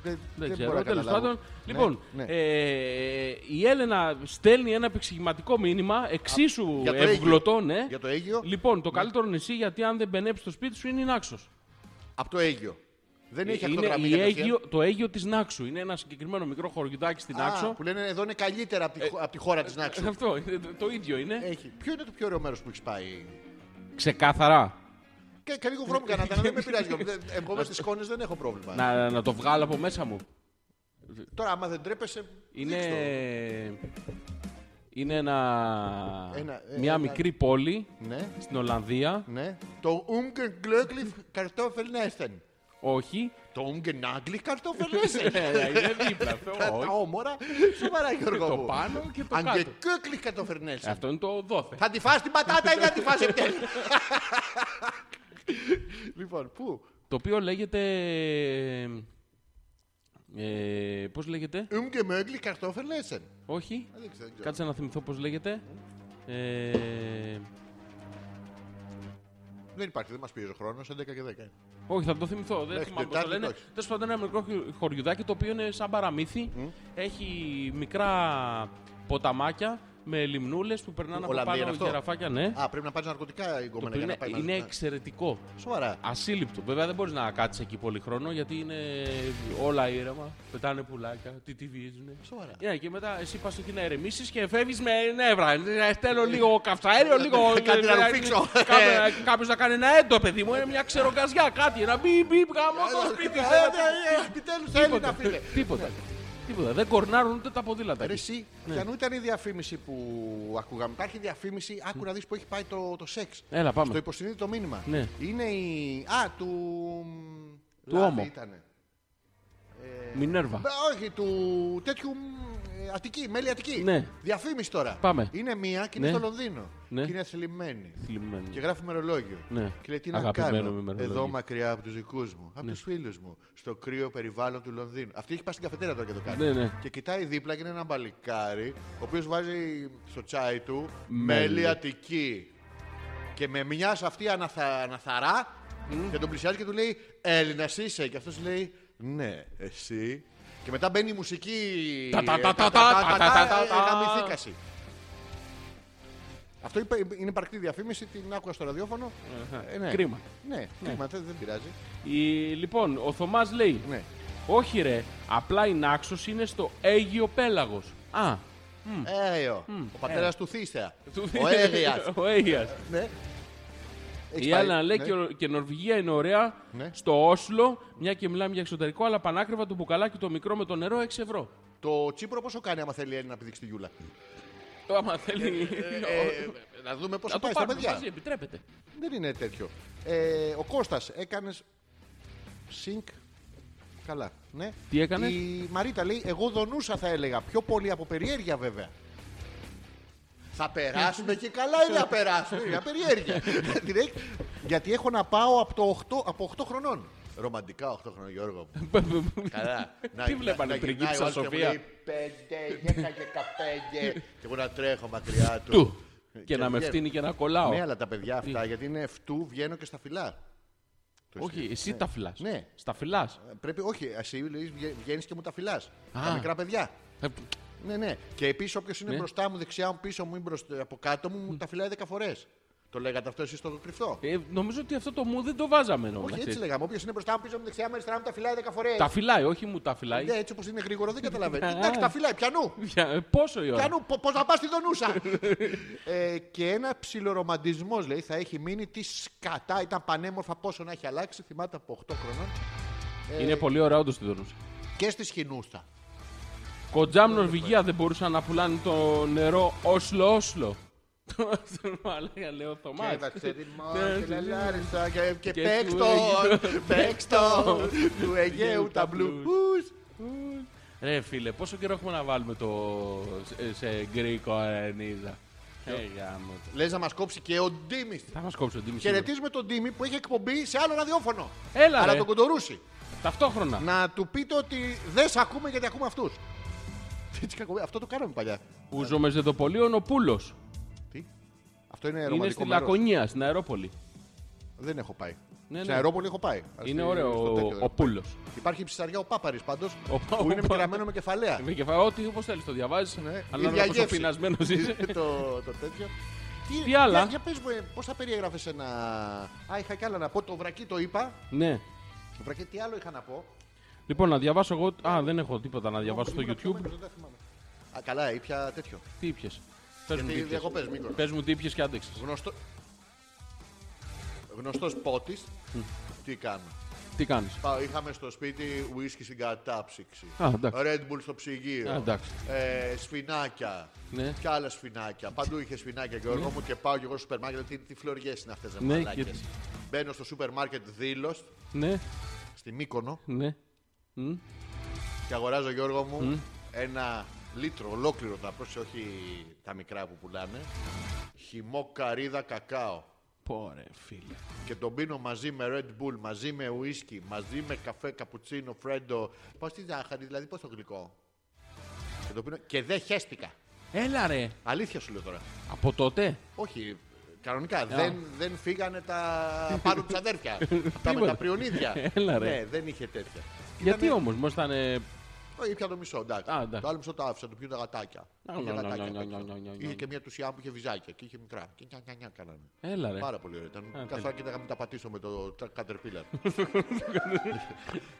S4: Δεν, δεν
S5: Δεν,
S4: μπορώ
S5: ξέρω,
S4: να
S5: τέλος
S4: καταλάβω.
S5: πάντων.
S4: Ναι,
S5: λοιπόν,
S4: ναι.
S5: Ε, η Έλενα στέλνει ένα επεξηγηματικό μήνυμα εξίσου
S4: για το Αίγυο.
S5: ευγλωτό, ναι.
S4: Για το Ναι. Αίγυο.
S5: Λοιπόν, το καλύτερο νησί γιατί αν δεν μπενέψει στο σπίτι σου είναι η Νάξος.
S4: Από το Αίγυο. Δεν έχει
S5: Ε, Είναι
S4: ακτογραμμή.
S5: η
S4: κατευθείαν.
S5: Αίγυο, το Αίγυο της Νάξου. Είναι ένα συγκεκριμένο μικρό χωριουδάκι στην
S4: Α,
S5: Νάξο.
S4: Που λένε εδώ είναι καλύτερα από
S5: Ε,
S4: τη, χω- απ' τη χώρα της Νάξου.
S5: Αυτό είναι, το- το ίδιο είναι.
S4: Έχει. Ποιο είναι το πιο ωραίο μέρος που έχεις πάει.
S5: Ξεκάθαρα.
S4: Και, και λίγο βρώμη
S5: Ε,
S4: κανένα, δεν με πειράζει. Ε, Δεν- Εγώ με τι σκόνες δεν έχω πρόβλημα.
S5: Να, να το βγάλω από μέσα μου.
S4: Τώρα, άμα δεν τρέπεσαι.
S5: Είναι.
S4: δείξ' το.
S5: Είναι ένα,
S4: Ένα- ε,
S5: μια
S4: ένα-
S5: μικρή πόλη
S4: Ναι,
S5: στην Ολλανδία.
S4: ναι. Το Umgen Glöcklich Kartoffelnessen.
S5: Όχι.
S4: Το Umgen Naglich Kartoffelnessen.
S5: Ε, Είναι δίπλα αυτό.
S4: ε, Τα
S5: όχι.
S4: όμορα. Σοβαρά, Γιώργο.
S5: Το
S4: μου.
S5: πάνω και το κάτω. Ε,
S4: Angeküchlich Kartoffelnessen.
S5: Αυτό είναι το δόθε.
S4: Θα τη φας την πατάτα ή θα τη φας επιτέλους. Λοιπόν, πού.
S5: Το οποίο λέγεται. Ε, πώς λέγεται,
S4: Umgen Möglich Kartoffelnessen.
S5: όχι.
S4: Ε, Δεν ξέρω, δεν ξέρω.
S5: Κάτσε να θυμηθώ πώς λέγεται. Ε,
S4: Δεν υπάρχει, δεν μας πιέζει ο χρόνος. 11 και 10.
S5: όχι, θα το θυμηθώ. Δεν
S4: Μέχρι
S5: θυμάμαι πώς το
S4: Τετάρτη
S5: λένε.
S4: το έχεις.
S5: Τέλος πάντων, ένα μικρό χι- χωριουδάκι το οποίο είναι σαν παραμύθι. Έχει μικρά ποταμάκια με λιμνούλες που περνάνε από
S4: Ολλανδία
S5: πάνω
S4: είναι αυτό?
S5: γεραφάκια. Ναι.
S4: Α, πρέπει να πάρεις ναρκωτικά η
S5: Το
S4: γκόμενα
S5: οποίο
S4: για να
S5: είναι,
S4: πάει. ναι. να-
S5: είναι
S4: να-
S5: εξαιρετικό.
S4: Σοβαρά.
S5: Ασύλληπτο. Βέβαια δεν μπορείς να κάτσεις εκεί πολύ χρόνο γιατί είναι όλα ήρεμα. Πετάνε πουλάκια, τι τι βίζουν.
S4: Σοβαρά.
S5: Ναι, και μετά εσύ πας εκεί να ερεμήσεις και φεύγεις με νεύρα. Να Θέλω λίγο καυσαέριο, λίγο.
S4: Ε,
S5: ε,
S4: Κάτι να Ε. ρουφήξω.
S5: Κάποιος να κάνει ένα έντο, παιδί μου. Είναι μια ξεροκαζιά, κάτι. Ένα μπιπ, μπιπ, γαμώ
S4: Ε,
S5: το σπίτι. θέλω να-
S4: Επιτέλου ε, θέλει να φίλε.
S5: Τίποτα. Ναι. Τίποτα. Δεν κορνάρουν ούτε τα ποδήλατα.
S4: Ρε
S5: εκεί.
S4: εσύ, ποιανού ήταν η διαφήμιση που ακούγαμε. Υπάρχει διαφήμιση, άκου να δεις που έχει πάει το, το σεξ.
S5: Έλα, πάμε.
S4: Στο υποσυνείδητο μήνυμα.
S5: Ναι.
S4: Είναι η... Α, του...
S5: Του
S4: Λάδι
S5: Όμο.
S4: Ήτανε.
S5: Μινέρβα.
S4: Μπα, Όχι, του τέτοιου... μ, ε, Αττική, μέλη Αττική.
S5: Ναι.
S4: Διαφήμιση τώρα.
S5: Πάμε.
S4: Είναι μία και είναι
S5: Ναι.
S4: στο Λονδίνο.
S5: Ναι.
S4: Και είναι θλιμμένη.
S5: Θλιμμένη.
S4: Και γράφει μερολόγιο.
S5: Ναι.
S4: Και λέει τι να
S5: Αγαπημένο Ναι.
S4: κάνω
S5: μου μερολόγιο.
S4: εδώ μακριά από τους δικούς μου, από τους τους φίλους μου, στο κρύο περιβάλλον του Λονδίνου. Αυτή έχει πάει στην καφετέρια τώρα και το κάνει.
S5: Ναι, ναι.
S4: Και κοιτάει δίπλα και είναι ένα μπαλικάρι, ο οποίος βάζει στο τσάι του
S5: Μέλι.
S4: μέλι Αττική. Και με μια σε αυτή αναθα... αναθαρά και τον πλησιάζει και του λέει Έλληνα είσαι. Και αυτός λέει Ναι, εσύ. Και μετά μπαίνει η μουσική.
S5: Τα- τα-
S4: ε,
S5: τα-
S4: τα-
S5: τα-
S4: τα-
S5: τα-
S4: τα-
S5: τα-
S4: τα-
S5: τα-
S4: ε,
S5: τα-
S4: γαμηθήκαση. Αυτό είπε- είναι υπαρκτή διαφήμιση, την άκουγα στο ραδιόφωνο. Ε, ναι.
S5: Κρίμα.
S4: Ναι, κρίμα, δεν, δεν πειράζει.
S5: Η- Λοιπόν, ο Θωμάς λέει:
S4: Ναι.
S5: Όχι, ρε, απλά η Νάξος είναι στο Αίγυο Πέλαγος. Α,
S4: Αέιο. Ο πατέρας του Θήστεα.
S5: Ε. του-
S4: Ο Έγιας.
S5: ο Αίγυας.
S4: Ναι. Έχεις
S5: Η
S4: πάει-
S5: Άννα λέει
S4: ναι.
S5: και, ο- και Νορβηγία είναι ωραία.
S4: Ναι.
S5: Στο Όσλο, μια και μιλάμε για εξωτερικό, αλλά πανάκριβα το μπουκαλάκι το μικρό με το νερό 6 ευρώ.
S4: Το Τσίπρο πόσο κάνει άμα θέλει η Έλληνα να πηδήξει τη γιούλα.
S5: Το άμα θέλει.
S4: Ε, να δούμε πόσο
S5: Να το
S4: πάει στα
S5: πάρουμε
S4: παιδιά.
S5: μαζί, επιτρέπεται.
S4: Δεν είναι τέτοιο. Ε, ο Κώστας έκανες Σινκ. Καλά. Ναι.
S5: Τι έκανες?
S4: Η Μαρίτα λέει, εγώ δονούσα θα έλεγα. Πιο πολύ από περιέργεια βέβαια. Θα περάσουμε και καλά είναι να περάσουμε. Είναι μια περιέργεια. Direct, γιατί έχω να πάω από, το 8, από 8 χρονών. Ρομαντικά 8 χρονών, Γιώργο. μου. Καλά.
S5: Τι βλέπανε, πριγκίψα Σοφία?
S4: 5, 10 και 15. Και εγώ να τρέχω μακριά του.
S5: Του. Και να με
S4: βγαίνω.
S5: φτύνει και να κολλάω.
S4: Ναι, αλλά τα παιδιά αυτά, γιατί είναι φτού, βγαίνω και στα φυλά. Το
S5: Όχι,
S4: εσύ.
S5: εσύ τα φυλάς.
S4: Ναι.
S5: Στα φυλάς.
S4: Ε, Πρέπει, όχι, εσύ βγαίνεις και μου τα φυλάς.
S5: Α.
S4: Τα μικρά παιδιά. Ναι, ναι. Και επίσης όποιος είναι
S5: Ναι.
S4: μπροστά μου, δεξιά μου, πίσω μου ή μπροστά, από κάτω μου, μου τα φυλάει 10 φορές. Το λέγατε αυτό εσείς στο κρυφτό.
S5: νομίζω ότι αυτό το μου δεν το βάζαμε νόμιμα.
S4: όχι,
S5: Ε, έτσι.
S4: έτσι λέγαμε. Όποιος είναι μπροστά μου, πίσω μου, δεξιά μου, αριστερά μου, τα φυλάει 10 φορές.
S5: Τα φυλάει, όχι μου τα φυλάει.
S4: Ναι, έτσι όπως είναι γρήγορο δεν καταλαβαίνει.
S5: Α.
S4: Εντάξει, τα φυλάει, πιανού.
S5: Για- ε, Πόσο η ώρα.
S4: Πιανού, πώ να πας στη δονούσα. ε, και ένα ψιλορομαντισμός λέει θα έχει μείνει. Τι σκατά, ήταν πανέμορφα πόσο να έχει αλλάξει. Θυμάται από 8 χρονών.
S5: Είναι πολύ ωραία, όντως τη δονούσα.
S4: Και στη Σχοινούστα.
S5: Κοντζάμ Νορβηγία δεν μπορούσαν να πουλάνε το νερό Όσλο Όσλο. Μαλάκα λέω Θωμάς.
S4: Κέβαξε τη μόρφη, λαλάριστα, και- Και
S5: Ναι. Και
S4: παίξ'
S5: του
S4: το,
S5: Αιγαίου-
S4: παίξ' το, του Αιγαίου τα blues.
S5: Ρε φίλε, πόσο καιρό έχουμε να βάλουμε το σε- σε γκρίκο Ενίζα.
S4: Λες να μας κόψει και ο Ντίμης.
S5: Θα μας κόψει ο Ντίμης. σίγουρα.
S4: Χαιρετίζουμε τον Ντίμη που έχει εκπομπή σε άλλο ραδιόφωνο.
S5: Έλα,
S4: Αλλά
S5: ρε.
S4: τον κοντορούσει.
S5: Ταυτόχρονα.
S4: Να του πείτε ότι δεν σε ακούμε γιατί ακούμε αυτούς. Έτσι κακομοίρα. Αυτό το κάναμε παλιά.
S5: Ούζο Μεζεδοπολίων ο Πούλος.
S4: Τι. Αυτό είναι
S5: Είναι
S4: ρομαντικό
S5: στη
S4: μέρος.
S5: Λακωνία, στην Αερόπολη.
S4: Δεν έχω πάει.
S5: Ναι,
S4: Σε
S5: ναι.
S4: αερόπολη έχω πάει. Ας
S5: Είναι
S4: στη-
S5: ωραίο
S4: στο τέτοιο ε.
S5: ο-
S4: δεν
S5: ο
S4: έχω πάει.
S5: Πούλος.
S4: Υπάρχει η ψισταριά ο Πάπαρης πάντως
S5: Ο-
S4: που
S5: ο
S4: είναι
S5: Πάπα-
S4: γραμμένο με κεφαλαία.
S5: Με κεφαλαίο, ό,τι όπως θέλεις το διαβάζεις.
S4: Ναι.
S5: Αλλά
S4: Η
S5: να πόσο
S4: διαγεύση.
S5: πεινασμένος είσαι.
S4: το, το τέτοιο. Τι,
S5: Τι άλλα?
S4: Για, για πες μου, ε, πώς θα περιέγραφες ένα... Α, είχα κι άλλα να πω. Το βρακί το είπα.
S5: Ναι.
S4: Το βρακί τι άλλο είχα να πω.
S5: Λοιπόν, να διαβάσω εγώ. Α, δεν έχω τίποτα να διαβάσω στο
S4: Ήμουν
S5: YouTube.
S4: πιωμένος, δεν τα θυμάμαι. Α, καλά, ήπια τέτοιο.
S5: Τι ήπιες. Πες μου
S4: Γιατί
S5: τι ήπιες.
S4: διακοπές, Μύκονος.
S5: Πες μου τι ήπιες και άντεξες.
S4: Γνωστό... Γνωστός πότης. Τι κάνω.
S5: Τι κάνεις.
S4: Πάω, είχαμε στο σπίτι ουίσκι στην κατάψυξη.
S5: Α, εντάξει.
S4: Red Bull στο ψυγείο.
S5: Α, εντάξει.
S4: ε, σφινάκια.
S5: Ναι.
S4: Και άλλα σφινάκια. Παντού είχε σφινάκια και μου και πάω και εγώ στο σούπερ μάρκετ. Τι, τι φλωριές είναι αυτές
S5: Ναι,
S4: ναι,
S5: και-
S4: Μπαίνω στο σούπερ μάρκετ δήλως
S5: Ναι,
S4: στη Μύκονο
S5: ναι.
S4: και αγοράζω Γιώργο μου ένα λίτρο ολόκληρο τα πρόσεχε, όχι τα μικρά που πουλάνε. Χυμό καρύδα κακάο.
S5: Πόρε, φίλε.
S4: και τον πίνω μαζί με Red Bull, μαζί με ουίσκι, μαζί με καφέ, καπουτσίνο, φρέντο. Πώς τη ζάχαρη, δηλαδή πώ το γλυκό. Και, το πίνω... και δεν χέστηκα.
S5: Έλα ρε.
S4: Αλήθεια σου λέω τώρα.
S5: Από τότε.
S4: Όχι, κανονικά. Δεν, δεν φύγανε τα πάνω του αδέρφια. τα με
S5: Τίποτα.
S4: τα πριονίδια.
S5: Έλα, ρε.
S4: Ναι, δεν είχε τέτοια.
S5: Γιατί όμω, μα ήταν. ε,
S4: Ο, Ήπια το μισό, εντάξει.
S5: Α, εντάξει.
S4: Το άλλο μισό το άφησα, το πιούν τα γατάκια.
S5: Να,
S4: Είχε
S5: να, να,
S4: γατάκια
S5: να,
S4: απ'
S5: να,
S4: έξω.
S5: να, να, να.
S4: Είχε και μια τουσιά που είχε βυζάκια και είχε μικρά. Και νιά, νιά, νιά, κάνανε.
S5: Έλα ρε.
S4: Πάρα πολύ ωραία. Ήταν καθόλου
S5: Ναι. τέλεια.
S4: κοίταγα με τα πατήσω με το Caterpillar.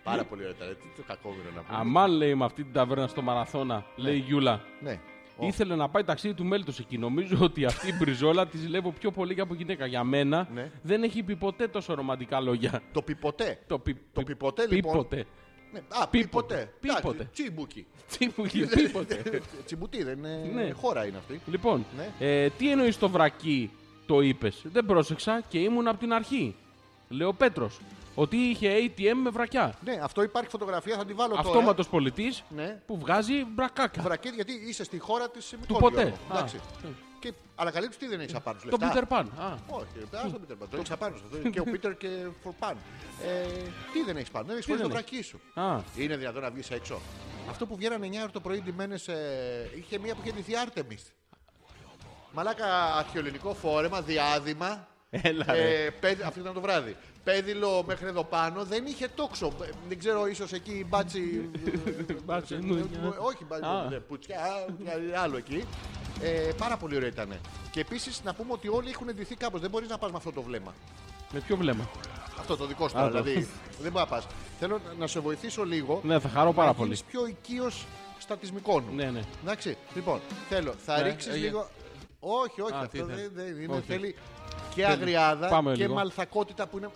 S4: Πάρα πολύ ωραία. ήταν. Τι το κακόμοιρο να πούμε.
S5: Αμάν λέει με αυτή την ταβέρνα στο μαραθώνα, λέει η Γιούλα.
S4: Ναι.
S5: Ήθελε να πάει ταξίδι του μέλτος εκεί. Νομίζω ότι αυτή η μπριζόλα τη ζηλεύω πιο πολύ και από γυναίκα. Για μένα
S4: Ναι.
S5: δεν έχει πει ποτέ τόσο ρομαντικά λόγια.
S4: Το πιποτέ.
S5: Το, πι,
S4: Το
S5: πι-
S4: πιποτέ, λοιπόν.
S5: Πίποτε.
S4: Ναι. Α,
S5: Πίποτε.
S4: πιποτέ.
S5: Πίποτε.
S4: Εντάξει, Τσιμπούκι.
S5: Τι μου είχε πίποτε.
S4: Τσιμπουτί δεν είναι.
S5: Ναι.
S4: Χώρα είναι αυτή.
S5: Λοιπόν,
S4: Ναι.
S5: ε, τι εννοείς το βρακί, το είπες. Δεν πρόσεξα και ήμουν από την αρχή. Λέω Πέτρος. ότι είχε ATM με βρακιά.
S4: Ναι, αυτό υπάρχει φωτογραφία, θα τη βάλω τώρα.
S5: Αυτόματος πολιτής
S4: ε. Ναι.
S5: που βγάζει μπρακάκια.
S4: Βρακέτη, γιατί είσαι στη χώρα της Μικόλη.
S5: ποτέ.
S4: Γιώργο.
S5: Α.
S4: Εντάξει. Και ανακαλύπτει τι δεν έχεις απάνω. σου,
S5: Το
S4: λεφτά.
S5: Peter Pan. Α,
S4: Όχι, ρε, άστο Πίτερ Παν. Το έχεις απάνω σου. Και ο Πίτερ και for fun. Ε, τι δεν έχεις πάνω, δεν έχεις χωρίς το
S5: δεν
S4: βρακί σου.
S5: Α.
S4: Είναι δυνατόν να βγεις έξω. Αυτό που βγαίνανε 9 ώρα το πρωί ντυμένες. Ε, είχε μία που είχε ντυθεί Άρτεμι. Μαλάκα αρχαιολινικό φόρεμα, διάδημα.
S5: Έλα,
S4: ε, πέ- αυτό ήταν το βράδυ. Πέδιλο μέχρι εδώ πάνω δεν είχε τόξο. Ε, Δεν ξέρω, ίσως εκεί η μπάτσι. ε,
S5: Μπάτσι,
S4: ε,
S5: νουνιά.
S4: ε, Όχι, μπάτσι,
S5: Α.
S4: ε, πουτσιά, ε, άλλο εκεί. Ε, πάρα πολύ ωραίο ήταν. Και επίσης να πούμε ότι όλοι έχουν εντυθεί κάπως. Δεν μπορείς να πας με αυτό το βλέμμα.
S5: με ποιο βλέμμα.
S4: Αυτό το δικό σου.
S5: Α,
S4: τώρα,
S5: το-
S4: δηλαδή δεν μπορείς να πας. Θέλω να σε βοηθήσω λίγο.
S5: Ναι, θα χαρώ πάρα
S4: να
S5: πολύ.
S4: γίνεις πιο οικείος στατισμικών.
S5: Ναι, ναι.
S4: Εντάξει. Λοιπόν, θέλω. Θα
S5: Ναι,
S4: ρίξεις
S5: ε,
S4: λίγο. Όχι, όχι.
S5: Α, τι
S4: αυτό
S5: θέλεις.
S4: δεν, δεν είναι.
S5: Όχι.
S4: Θέλει και αγριάδα
S5: Πάμε
S4: και
S5: λίγο.
S4: μαλθακότητα που είναι.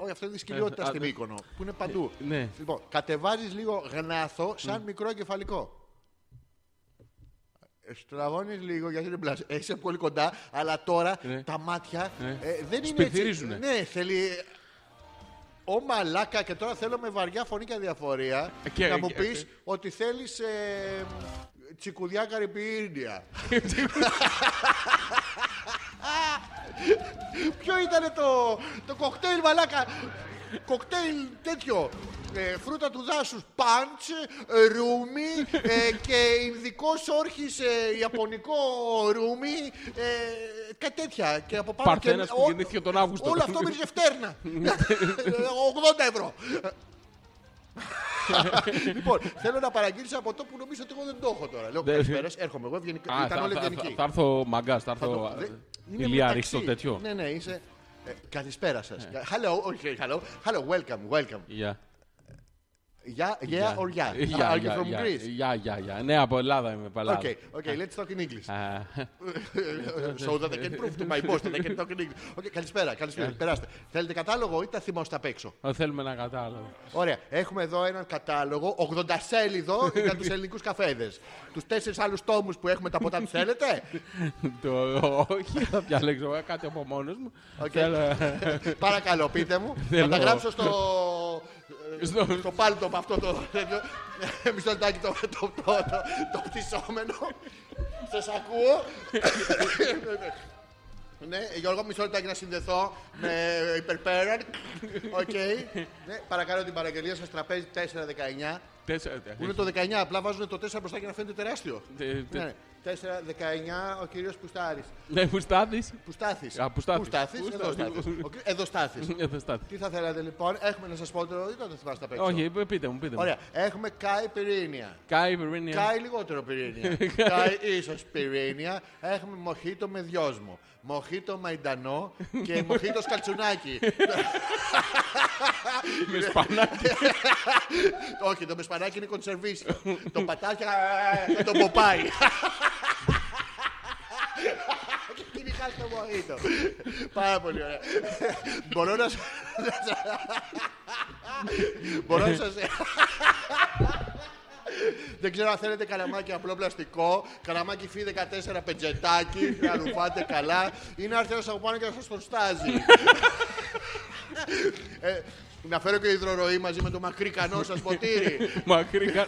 S4: Όχι, αυτό είναι δυσκολιότητα
S5: Ε, α,
S4: στην
S5: ε,
S4: Μύκονο. Που είναι παντού.
S5: ε, ναι. Mm.
S4: Λοιπόν, κατεβάζεις λίγο γνάθο σαν μικρό εγκεφαλικό. Στραβώνεις λίγο γιατί δεν πλάζει. Είσαι πολύ κοντά, αλλά τώρα
S5: Ναι.
S4: τα μάτια
S5: Ναι.
S4: ε, δεν είναι. Έτσι.
S5: Σπιθυρίζουνε.
S4: Ναι, θέλει. Ω μαλάκα και τώρα θέλω με βαριά φωνή και αδιαφορία
S5: Και-
S4: να μου
S5: και-
S4: πεις ότι θέλεις ε, τσικουδιά καρυπίρνια. Ποιο ήταν το, το κοκτέιλ μαλάκα. Κοκτέιλ τέτοιο. Ε, φρούτα του δάσους, πάντς, ε, ρούμι ε, και ινδικός όρχης ε, ιαπωνικό ρούμι, ε, κάτι τέτοια. Και από πάνω
S5: Παρθένας
S4: και-
S5: που
S4: ό-
S5: γεννήθηκε τον Αύγουστο.
S4: Όλο αυτό μύριζε φτέρνα. 80 ευρώ. λοιπόν, θέλω να παραγγείλεις από το που νομίζω ότι εγώ δεν το έχω τώρα. Λέω
S5: Δεν-
S4: καλησπέρας, έρχομαι εγώ. ευγενική».
S5: Α,
S4: Ήταν
S5: θα-
S4: όλοι
S5: θα- θα
S4: ευγενικοί.
S5: θα έρθω μαγκάς, θα
S4: Θα το-
S5: έρθω.
S4: δεν- είναι
S5: Ηλία,
S4: μεταξύ.
S5: ρίχτω τέτοιο. Ε.
S4: Ναι, ναι, είσαι. Ε, καλησπέρα σας. Hello, όχι, hello. Hello, welcome, welcome.
S5: Γεια.
S4: Yeah, yeah or yeah.
S5: Γεια,
S4: Are you
S5: γεια,
S4: from
S5: γεια.
S4: Greece?
S5: Γεια, γεια, γεια. Ναι, από Ελλάδα είμαι, από Ελλάδα.
S4: Okay, okay, let's talk in English.
S5: Α,
S4: so that I can prove to my boss that I can talk in English. Okay, καλησπέρα, καλησπέρα. Περάστε. Θέλετε κατάλογο ή τα θυμάστε απ' έξω.
S5: ε, Θέλουμε ένα κατάλογο.
S4: Ωραία. Έχουμε εδώ έναν κατάλογο 80 σέλιδο για τους ελληνικούς καφέδες. Τους τέσσερις άλλους τόμους που έχουμε τα ποτά τους θέλετε.
S5: Το όχι, θα διαλέξω ε, κάτι από μόνος μου.
S4: Οκ.
S5: Θέλω, ε,
S4: Παρακαλώ, πείτε μου. Θα
S5: Θέλω.
S4: τα γράψω στο.
S5: Στο-
S4: ε, στο πάλτο από αυτό το. τέτοιο. Μισό λεπτάκι το, το, το, το, το πτυσσόμενο. Σας ακούω. Ναι, Γιώργο, μισό λεπτάκι να συνδεθώ με υπερπέραν. Οκ. Ναι, παρακαλώ την παραγγελία σας, τραπέζι 419.
S5: τέσσερα,
S4: Που είναι το 19, απλά βάζουν το 4 μπροστά για να φαίνεται τεράστιο.
S5: τε- τε-
S4: Ναι, 4-19 ο κύριος Πουστάρης.
S5: Ναι, μου στάθει.
S4: Πουστάθης.
S5: Α, Πουστάθης.
S4: Εδώ
S5: Πουστάθης.
S4: στάθης. Εδώ στάθης.
S5: Εδώ στάθης.
S4: Τι θα θέλατε λοιπόν, έχουμε να σας πω το. Δεν το θυμάστε απ' έξω.
S5: Όχι, ε, πείτε μου, πείτε μου.
S4: Ωραία. Έχουμε Κάι Πυρήνια.
S5: Κάι, Βερίνια.
S4: Κάι λιγότερο πυρήνια. Κάι ίσως πυρήνια. Έχουμε μοχίτο με δυόσμο. Μοχίτο μαϊντανό και μοχίτος σκαλτσουνάκι.
S5: Με σπανάκι.
S4: Όχι, το μεσπανάκι είναι κονσερβίσιο. το πατάκι ε, α, θα το ποπάει. Και εκείνη χάσει το μojito. Πάρα πολύ ωραία. Μπορώ να σας... Μπορώ να σας... Δεν ξέρω αν θέλετε καλαμάκι απλό πλαστικό, καλαμάκι φι 14 πεντζετάκι, να ρουφάτε καλά. Είναι άρθρο από πάνω και να σας τον στάζει. Ε, να φέρω και υδροροή μαζί με το μακρύ κανό σας ποτήρι.
S5: Μακρύ κα-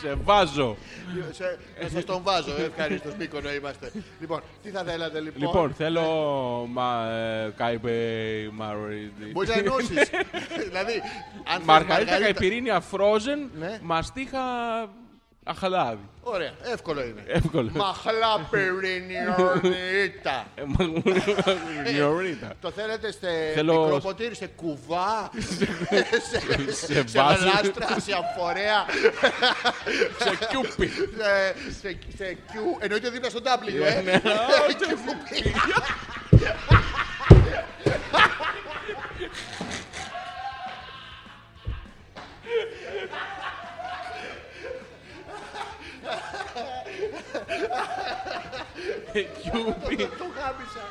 S5: Σε βάζω.
S4: Σε- Να σας τον βάζω, ε, ευχαριστώ Μύκονο είμαστε. Λοιπόν, τι θα θέλατε λοιπόν.
S5: Λοιπόν, θέλω. Μα. ε, Κάιπε. Μαρίνι.
S4: Μπορεί να ενώσεις. δηλαδή, αν θες
S5: Μαργαρίτα Καϊπυρίνια Frozen.
S4: Ναι.
S5: Μαστίχα. Αχαλάδι.
S4: Ωραία, εύκολο είναι.
S5: Εύκολο.
S4: Μαχλά πυρηνιονίτα.
S5: Ε, μα- Γνωρίτα.
S4: Το θέλετε σε
S5: Θέλω-
S4: μικρό ποτήρι, σε κουβά, σε-
S5: σε
S4: σε
S5: βάζο.
S4: γλάστρα, σε αμφορέα,
S5: Σε κιούπι.
S4: σε- σε- σε Q. Εννοείται δίπλα στο W, ε.
S5: Ναι.
S4: Q.
S5: Κιούπι.
S4: Το γάμισα.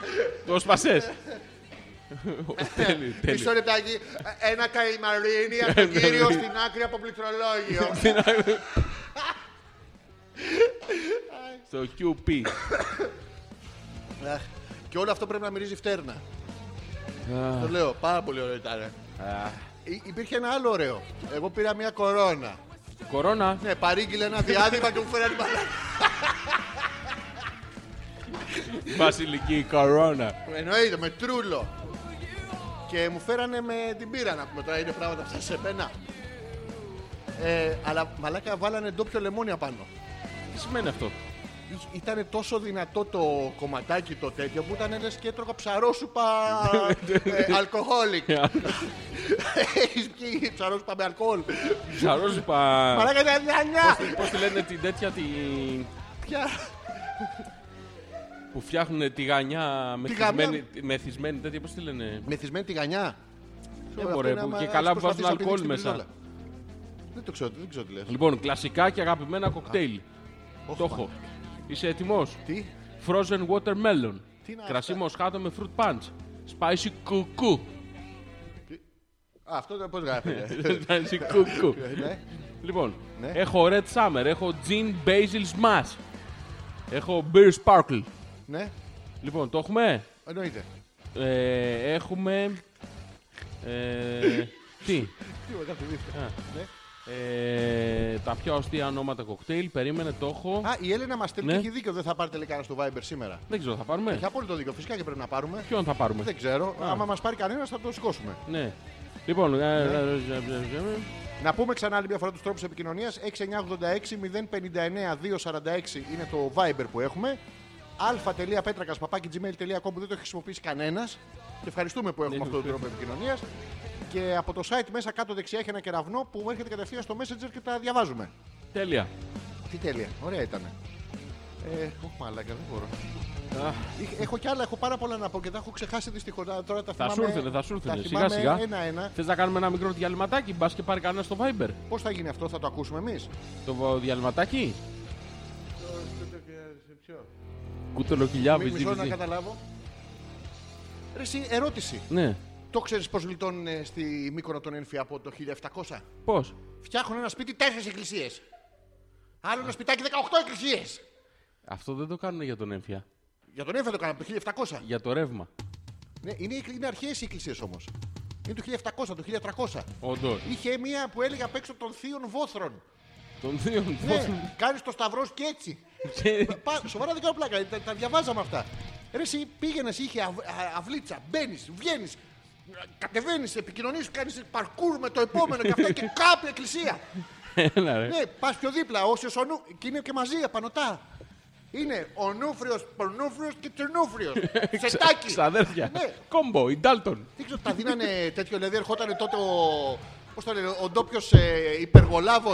S5: Το σπασές. Τέλει, τέλει.
S4: Ναι. Μισό λεπτάκι. Ένα καημαρίνι από τον κύριο στην άκρη από πληκτρολόγιο.
S5: Στο QP.
S4: Ναι. Αχ, Και όλο αυτό πρέπει να μυρίζει φτέρνα. Το λέω, πάρα πολύ ωραίο ήταν. Υ- Υπήρχε ένα άλλο ωραίο. Εγώ πήρα μια κορώνα.
S5: Κορώνα.
S4: Ναι, παρήγγειλε ένα διάδειγμα και μου φέρανε μπαλάκι.
S5: Βασιλική κορώνα.
S4: Εννοείται, με τρούλο. Και μου φέρανε με την πύρα να πούμε τώρα είναι πράγματα αυτά σε μένα. Ε, αλλά μαλάκα βάλανε ντόπιο λεμόνι απάνω.
S5: Τι σημαίνει αυτό.
S4: Ήταν τόσο δυνατό το κομματάκι το τέτοιο που ήταν λες και έτρωγα ψαρόσουπα ε, αλκοόλικ. Έχεις πιει ψαρόσουπα με αλκοόλ.
S5: Ψαρόζουπα.
S4: Μαλάκα ήταν νιανιά.
S5: Πώς τη λένε την τέτοια την.
S4: Ποια.
S5: που φτιάχνουν τη γανιά
S4: γανιά.
S5: μεθυσμένη, μεθυσμένη τέτοια. Πώς τη λένε.
S4: Μεθυσμένη τη γανιά.
S5: Ε,
S4: Αυτό
S5: μωρέ,
S4: είναι
S5: που-
S4: άμα
S5: και
S4: έχεις
S5: καλά που
S4: προσπαθήσει
S5: βάζουν
S4: να πηδήξεις
S5: αλκοόλ
S4: την
S5: μέσα.
S4: πινέλα. Δεν το ξέρω, δεν ξέρω τι λες.
S5: Λοιπόν, κλασικά και αγαπημένα κοκτέιλ.
S4: Ωχ,
S5: Το έχω.
S4: μαλάκα.
S5: Είσαι έτοιμος.
S4: Τι.
S5: Frozen watermelon.
S4: Τι είναι
S5: Κρασί
S4: αυτά?
S5: μοσχάτο με fruit punch. Spicy κουκού.
S4: Α, αυτό το πώς γράφεται.
S5: Spicy κουκού.
S4: Ναι.
S5: Λοιπόν,
S4: Ναι.
S5: έχω Red Summer, έχω Gin Basil Smash. Έχω Beer Sparkle.
S4: Ναι,
S5: Λοιπόν, το έχουμε.
S4: εννοείται.
S5: Ε, έχουμε. Ε, τι.
S4: Τι ωραία, αυτή η δίσκη.
S5: Ε, τα πιο αστεία ονόματα κοκτέιλ. Περίμενε, το έχω.
S4: Α, η Έλενα μας
S5: Ναι.
S4: τελικά έχει δίκιο. Δεν θα πάρει τελικά ένα στο Viber σήμερα.
S5: Δεν ξέρω, θα πάρουμε.
S4: Έχει απόλυτο δίκιο. Φυσικά και πρέπει να πάρουμε.
S5: Ποιον θα πάρουμε.
S4: Δεν ξέρω. Άμα μας πάρει κανένας, θα το σηκώσουμε.
S5: Ναι. Λοιπόν, ε,
S4: Ναι.
S5: ε, ε, ε, ε,
S4: Να πούμε ξανά άλλη μια φορά του τρόπου επικοινωνία. 6986-059-246 είναι το Viber που έχουμε. α.πέτρακα.gmail.com που δεν το έχει χρησιμοποιήσει κανένα. Και ευχαριστούμε που έχουμε
S5: Ναι,
S4: αυτόν τον
S5: ναι.
S4: τρόπο επικοινωνία. Και από το site μέσα κάτω δεξιά έχει ένα κεραυνό που έρχεται κατευθείαν στο Messenger και τα διαβάζουμε.
S5: τέλεια.
S4: Τι τέλεια. Ωραία ήταν. Ε, οχ, μαλάκα, δεν μπορώ. Είχ- Έχω κι άλλα, έχω πάρα πολλά να πω και τα έχω ξεχάσει δυστυχώς. Τώρα τα
S5: Θα
S4: θυμάμαι.
S5: σου έρθουνε, θα σου έρθουνε.
S4: τα
S5: Σιγά
S4: θυμάμαι
S5: σιγά.
S4: Ένα-ένα.
S5: Θες να κάνουμε ένα μικρό διαλυματάκι, μπας και πάρει κανένα στο Viber.
S4: Πώς θα γίνει αυτό, θα το ακούσουμε εμείς.
S5: Το βα- διαλυματάκι. Κουτελοκυλιάβη,
S4: Μισό να
S5: DVD.
S4: καταλάβω. Ρε, εσύ, ερώτηση.
S5: Ναι.
S4: Το ξέρεις πώς γλιτώνουν ε, στη Μύκονο τον Ένφια από το 1700.
S5: Πώς.
S4: Φτιάχνουν ένα σπίτι 4 εκκλησίες. Άλλο ένα σπιτάκι 18 εκκλησίες.
S5: Αυτό δεν το κάνουν για τον έμφυα.
S4: Για τον Ένφια το κάναμε το 1700.
S5: Για το ρεύμα.
S4: Ναι, είναι, είναι αρχαίες οι εκκλησίες όμως. Είναι το 1700, το 1300.
S5: Όντως.
S4: Είχε μία που έλεγε απ' έξω των θείων βόθρων.
S5: Τον δύο.
S4: Ναι, κάνεις το σταυρός και έτσι. Πα- Σοβαρά δεν κάνω πλάκα, τα, τα διαβάζαμε αυτά. Ρε, εσύ πήγαινες, είχε αυ, α- αυλίτσα, μπαίνεις, βγαίνεις, κατεβαίνεις, επικοινωνείς, κάνεις παρκούρ με το επόμενο και αυτά και κάπου εκκλησία.
S5: Έλα, ρε.
S4: ναι, πας πιο δίπλα, όσιο ο νου. και είναι και μαζί απανωτά. Είναι ο νούφριος, πορνούφριο και τσερνούφριο. Σετάκι.
S5: Ξαδέρφια.
S4: Ναι,
S5: Κόμπο, η Ντάλτον.
S4: δεν ξέρω, τα δίνανε τέτοιο, δηλαδή ερχόταν τότε ο. Πώς το λένε, ο ντόπιος ε, υπεργολάβος.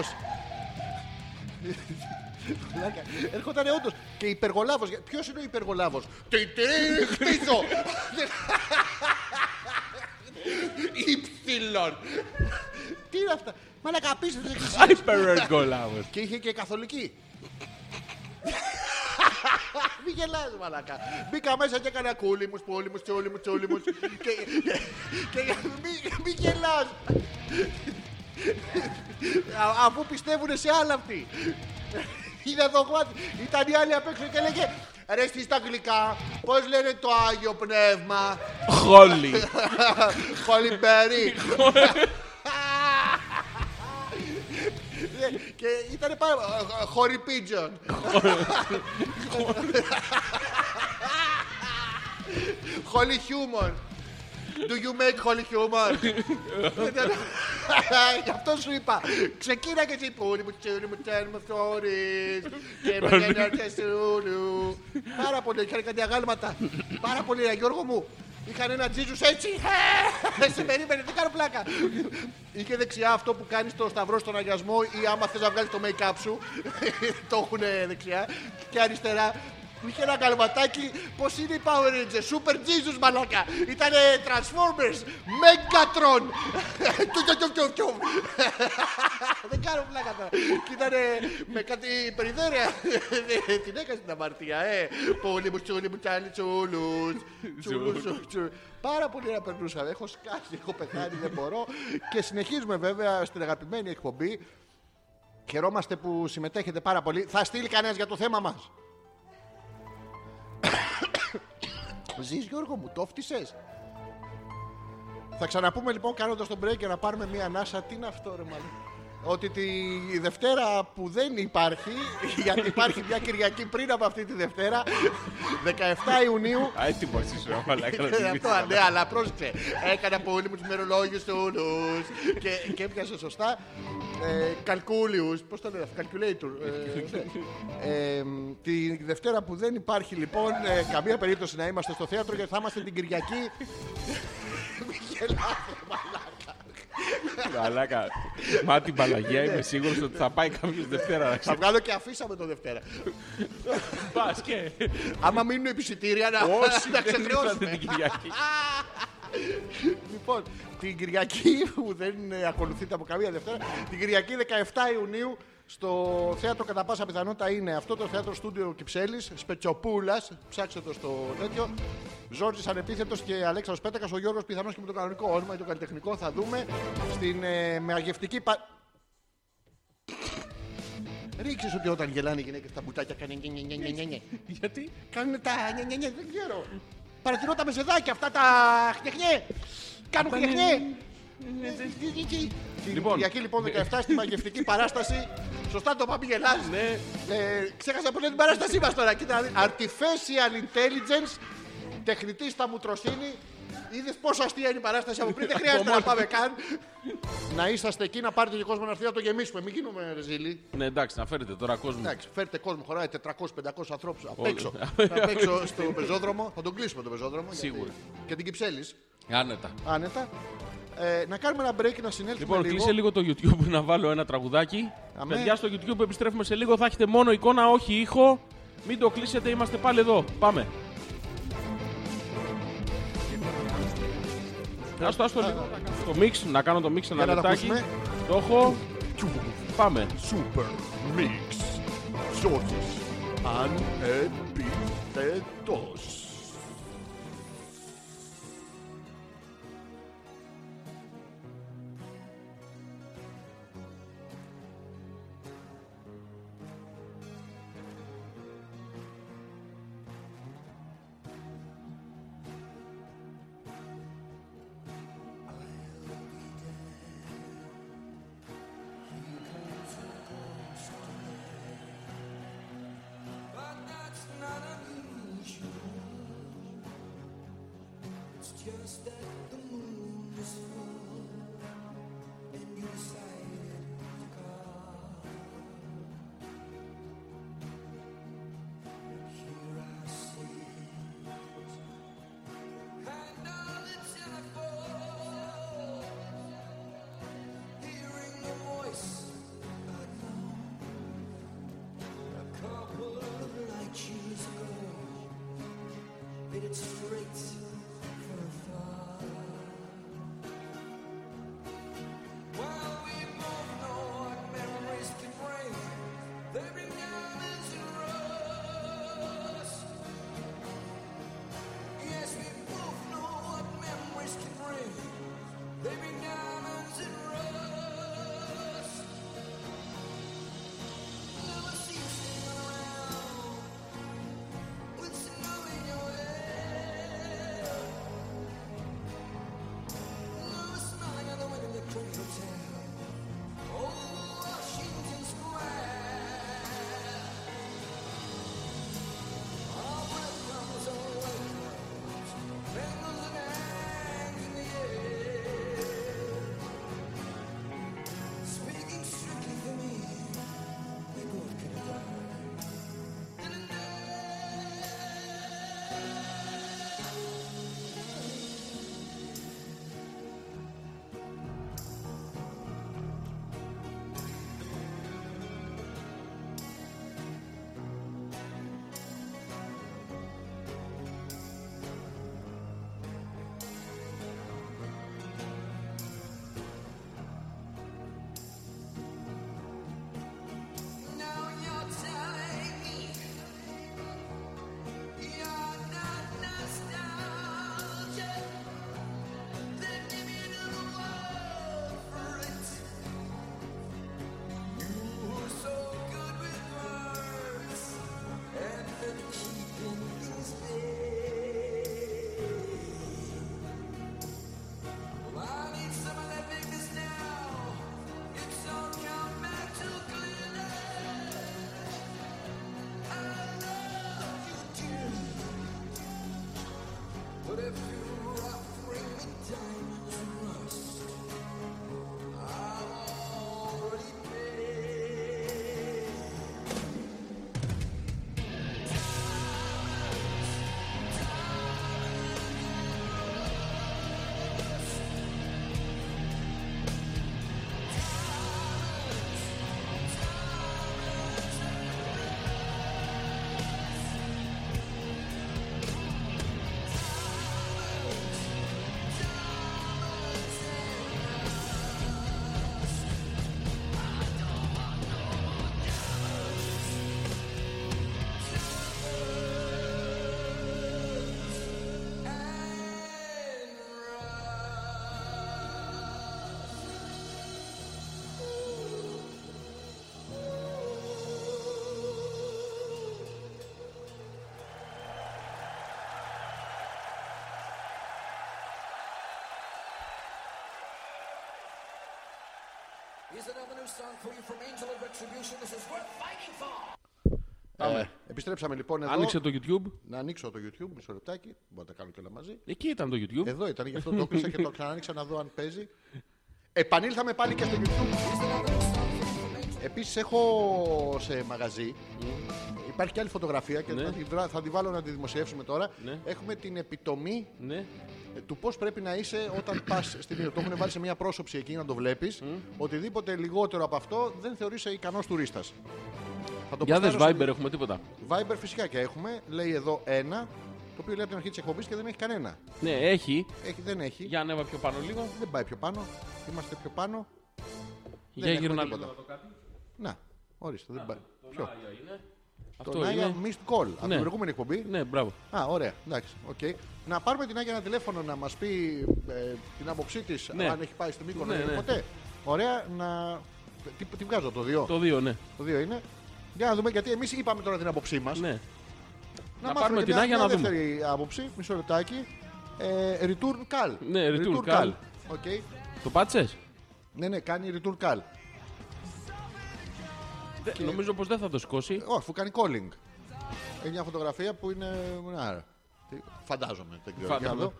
S4: Έρχονταν όντως και υπεργολάβος. Ποιος είναι ο υπεργολάβος. Τι τι χτίζω. Υψηλόν. Τι είναι αυτά. Μα να καπίσετε.
S5: Hyper-ergolάβος.
S4: Και είχε και καθολική. Μην γελάς μαλακά. Μπήκα μέσα και έκανα κούλιμους, πόλιμους, τσόλιμους, τσόλιμους. και και μη- μη γελάς. Α- αφού πιστεύουν σε άλλα αυτοί. Είδα το γουάτι. Ήταν η άλλη απ' έξω και λέγε Ρε στις τα αγγλικά, πώς λένε το Άγιο Πνεύμα,
S5: Χόλι.
S4: Χολυμπέρι. και ήταν πάρα Χορυπίτζον. Holy humor. Do you make holy humor? Γι' αυτό σου είπα. Ξεκίνα και έτσι. Πούρι μου, τσούρι μου, τσέρι μου, φτώρις. Και με γέννερτες σούρου. Πάρα πολύ, είχαν κάνει αγάλματα. Πάρα πολύ, ρε Γιώργο μου. Είχαν ένα τζίζους έτσι. Ε, Σε περίμενε, δεν κάνω πλάκα. Είχε δεξιά αυτό που κάνεις το σταυρό στον αγιασμό ή άμα θες να βγάλεις το make-up σου. Το έχουν δεξιά. Και αριστερά που είχε ένα καλματάκι πώς είναι οι Power Rangers. Super Jesus μαλάκα. Ήταν Transformers. Megatron. Τιου, τιου, τιου, τιου, τιου. Δεν κάνω πλάκα τώρα. Και ήταν με κάτι περιδέρεα. Την έκανε την αμαρτία, ε. Πολύ μου τσούλι μου τσάλι τσούλους. Τσούλου, τσούλου, τσούλου. Πάρα πολύ να περνούσα. Έχω σκάσει, έχω πεθάνει, δεν μπορώ. Και συνεχίζουμε βέβαια στην αγαπημένη εκπομπή. Χαιρόμαστε που συμμετέχετε πάρα πολύ. Θα στείλει κανένας για το θέμα μας. Ζεις Γιώργο μου, το φτύσες. Θα ξαναπούμε λοιπόν κάνοντας τον break για να πάρουμε μία ανάσα. Τι είναι αυτό, ρε μάλλον. Ότι τη Δευτέρα που δεν υπάρχει, γιατί υπάρχει μια Κυριακή πριν από αυτή τη Δευτέρα, 17 Ιουνίου.
S5: Α, έτοιμο είσαι, ρε μαλάκα. να
S4: Ε,
S5: την
S4: Αυτό, ναι, αλλά πρόσεξε. Έκανα πολύ με τους μερολόγιους του και, και έπιασε σωστά. Ε, Καλκούλιους, πώς το λένε, αυτό, calculator. ε, ναι. Ε, μ, τη Δευτέρα που δεν υπάρχει λοιπόν ε, καμία περίπτωση να είμαστε στο θέατρο γιατί θα είμαστε την Κυριακή. Μη γελάτε, μαλάκα.
S5: πεις, Μαλάκα. Μα την Παλαγία είμαι σίγουρος ότι θα πάει κάποιος Δευτέρα. να
S4: Θα
S5: ξέρεις.
S4: βγάλω και αφήσαμε το Δευτέρα.
S5: Πας και.
S4: Άμα μείνουν εισιτήρια να,
S5: Όσοι
S4: να
S5: δεν ήρθατε
S4: ξεχρεώσουμε.
S5: την Κυριακή.
S4: Λοιπόν, την Κυριακή που δεν ε, ακολουθείται από καμία Δευτέρα, την Κυριακή 17 Ιουνίου στο θέατρο κατά πάσα πιθανότητα είναι αυτό το θέατρο στούντιο Κυψέλης, Σπετσοπούλας, ψάξτε το στο τέτοιο. Ζόρτζης Ανεπίθετος και Αλέξανδρος Πέτακας, ο Γιώργος πιθανώς και με το κανονικό όνομα ή το καλλιτεχνικό θα δούμε στην ε, με αγευτική πα... Ρίξες ότι όταν γελάνε οι γυναίκες τα μπουτάκια κάνουν νι- νι- νι- νι- νι- νι.
S5: Γιατί.
S4: Κάνουν τα νι- νι- νι- δεν ξέρω. Παρατηρώ τα μεσεδάκια αυτά τα χνιαχνιέ. Κάνουν χνιαχνιέ. Την
S5: Ναι, Λοιπόν.
S4: Κυριακή λοιπόν 17 στη μαγευτική παράσταση. Σωστά το πάμε γελάς.
S5: Ναι.
S4: Ε, ξέχασα πολύ την παράστασή μας τώρα. Κοίτα, να δεις. Artificial Intelligence, τεχνητής στα μουτροσύνη. Είδες πόσο αστεία είναι η παράσταση από πριν, δεν χρειάζεται να πάμε καν. να είσαστε εκεί, να πάρετε και κόσμο να έρθει να το γεμίσουμε. Μην γίνουμε ρεζίλοι.
S5: Ναι, εντάξει, να φέρετε τώρα κόσμο.
S4: Εντάξει, φέρτε κόσμο, χωράει 400-500 ανθρώπους απ'
S5: Όλοι.
S4: έξω. απ' έξω στο πεζόδρομο. Θα τον κλείσουμε τον πεζόδρομο. γιατί-
S5: Σίγουρα.
S4: Και την Κυψέλης.
S5: Άνετα.
S4: Άνετα. Ε, να κάνουμε ένα break να συνέλθουμε
S5: Λοιπόν, κλείσε λίγο το YouTube να βάλω ένα τραγουδάκι.
S4: Αμέ.
S5: Παιδιά, στο YouTube επιστρέφουμε σε λίγο. Θα έχετε μόνο εικόνα, όχι ήχο. Μην το κλείσετε, είμαστε πάλι εδώ. Πάμε. Άστο, άστο λίγο. να κάνω Το μίξ, να κάνω το μίξ
S4: Για
S5: ένα
S4: να τα
S5: λεπτάκι.
S4: ακούσουμε.
S5: Το έχω. Πάμε.
S4: Super Mix. Ζόρις. Ε, Ανεπιθετός.
S6: But that's not unusual. It's just that the moon is full and you decided to call. Here I sit, and all its echoes, hearing the voice I know. A couple of light years ago, made it straight for a thought. While we both know what memories can bring, they bring diamonds and rose. Yes, we both know what memories can bring, they bring diamonds and rose. Never cease to go round with snow in your head. Oh, Here's another new song for you from Angel of Retribution. This is worth fighting for.
S4: Ε, επιστρέψαμε λοιπόν εδώ.
S5: Άνοιξε το YouTube.
S4: Να ανοίξω το YouTube, μισό λεπτάκι. Μπορώ να τα κάνω και όλα μαζί.
S5: Εκεί ήταν το YouTube.
S4: Εδώ ήταν, γι' αυτό το κλείσα και το ξανανοίξα να δω αν παίζει. Επανήλθαμε πάλι και στο YouTube. Επίσης έχω σε μαγαζί, υπάρχει και άλλη φωτογραφία και
S5: Ναι.
S4: θα, τη, βρα- θα τη βάλω να τη δημοσιεύσουμε τώρα.
S5: Ναι.
S4: Έχουμε την επιτομή
S5: Ναι.
S4: ε, του πώς πρέπει να είσαι όταν πας στην Ήρο. Το έχουν βάλει σε μια πρόσωψη εκεί να το βλέπεις. Οτιδήποτε λιγότερο από αυτό δεν θεωρείσαι ικανός τουρίστας. Θα το
S5: Για δες
S4: ποστάρω
S5: Viber
S4: στο-
S5: έχουμε τίποτα.
S4: Viber φυσικά και έχουμε. Λέει εδώ ένα, το οποίο λέει από την αρχή της εκπομπής και δεν έχει κανένα.
S5: Ναι, έχει.
S4: Έχει, δεν έχει.
S5: Για ανέβα πιο πάνω λίγο.
S4: Δεν πάει πιο πάνω. Είμαστε πιο πάνω.
S5: Για
S4: έχουμε
S5: γύρνα
S4: τίποτα.
S5: λίγο. το κάτι.
S4: Να, ορίστε, δεν πάει. Ποιο.
S5: Άγια είναι.
S4: Το
S5: Αυτό
S4: Νάγια
S5: είναι.
S4: Missed Call. Από
S5: Ναι.
S4: την προηγούμενη εκπομπή.
S5: Ναι, μπράβο.
S4: Α, ωραία. Εντάξει. οκ. Να πάρουμε την Άγια ένα τηλέφωνο να μας πει ε, την άποψή της,
S5: Ναι.
S4: αν έχει πάει στην Μύκονο
S5: Ναι,
S4: ή
S5: ναι.
S4: ποτέ. Ωραία, να. Τι, τι βγάζω, το 2. Το...
S5: Το 2, ναι.
S4: 2 είναι. Για να δούμε, γιατί εμείς είπαμε τώρα την άποψή μας.
S5: ναι.
S4: Να,
S5: πάρουμε
S4: και
S5: την
S4: μια-
S5: Άγια
S4: μια
S5: να δούμε.
S4: δεύτερη άποψη, μισό λεπτάκι. Ε, return call.
S5: Ναι, return call.
S4: Οκ.
S5: Το πάτησες.
S4: Ναι, ναι, κάνει return call.
S5: Δε- Νομίζω πως δεν θα το σηκώσει.
S4: Όχι, αφού κάνει calling. Έχει μια φωτογραφία που είναι. άρα. Τι- Φαντάζομαι. Δεν ξέρω.
S5: Φαντάζομαι.
S4: Για να δω.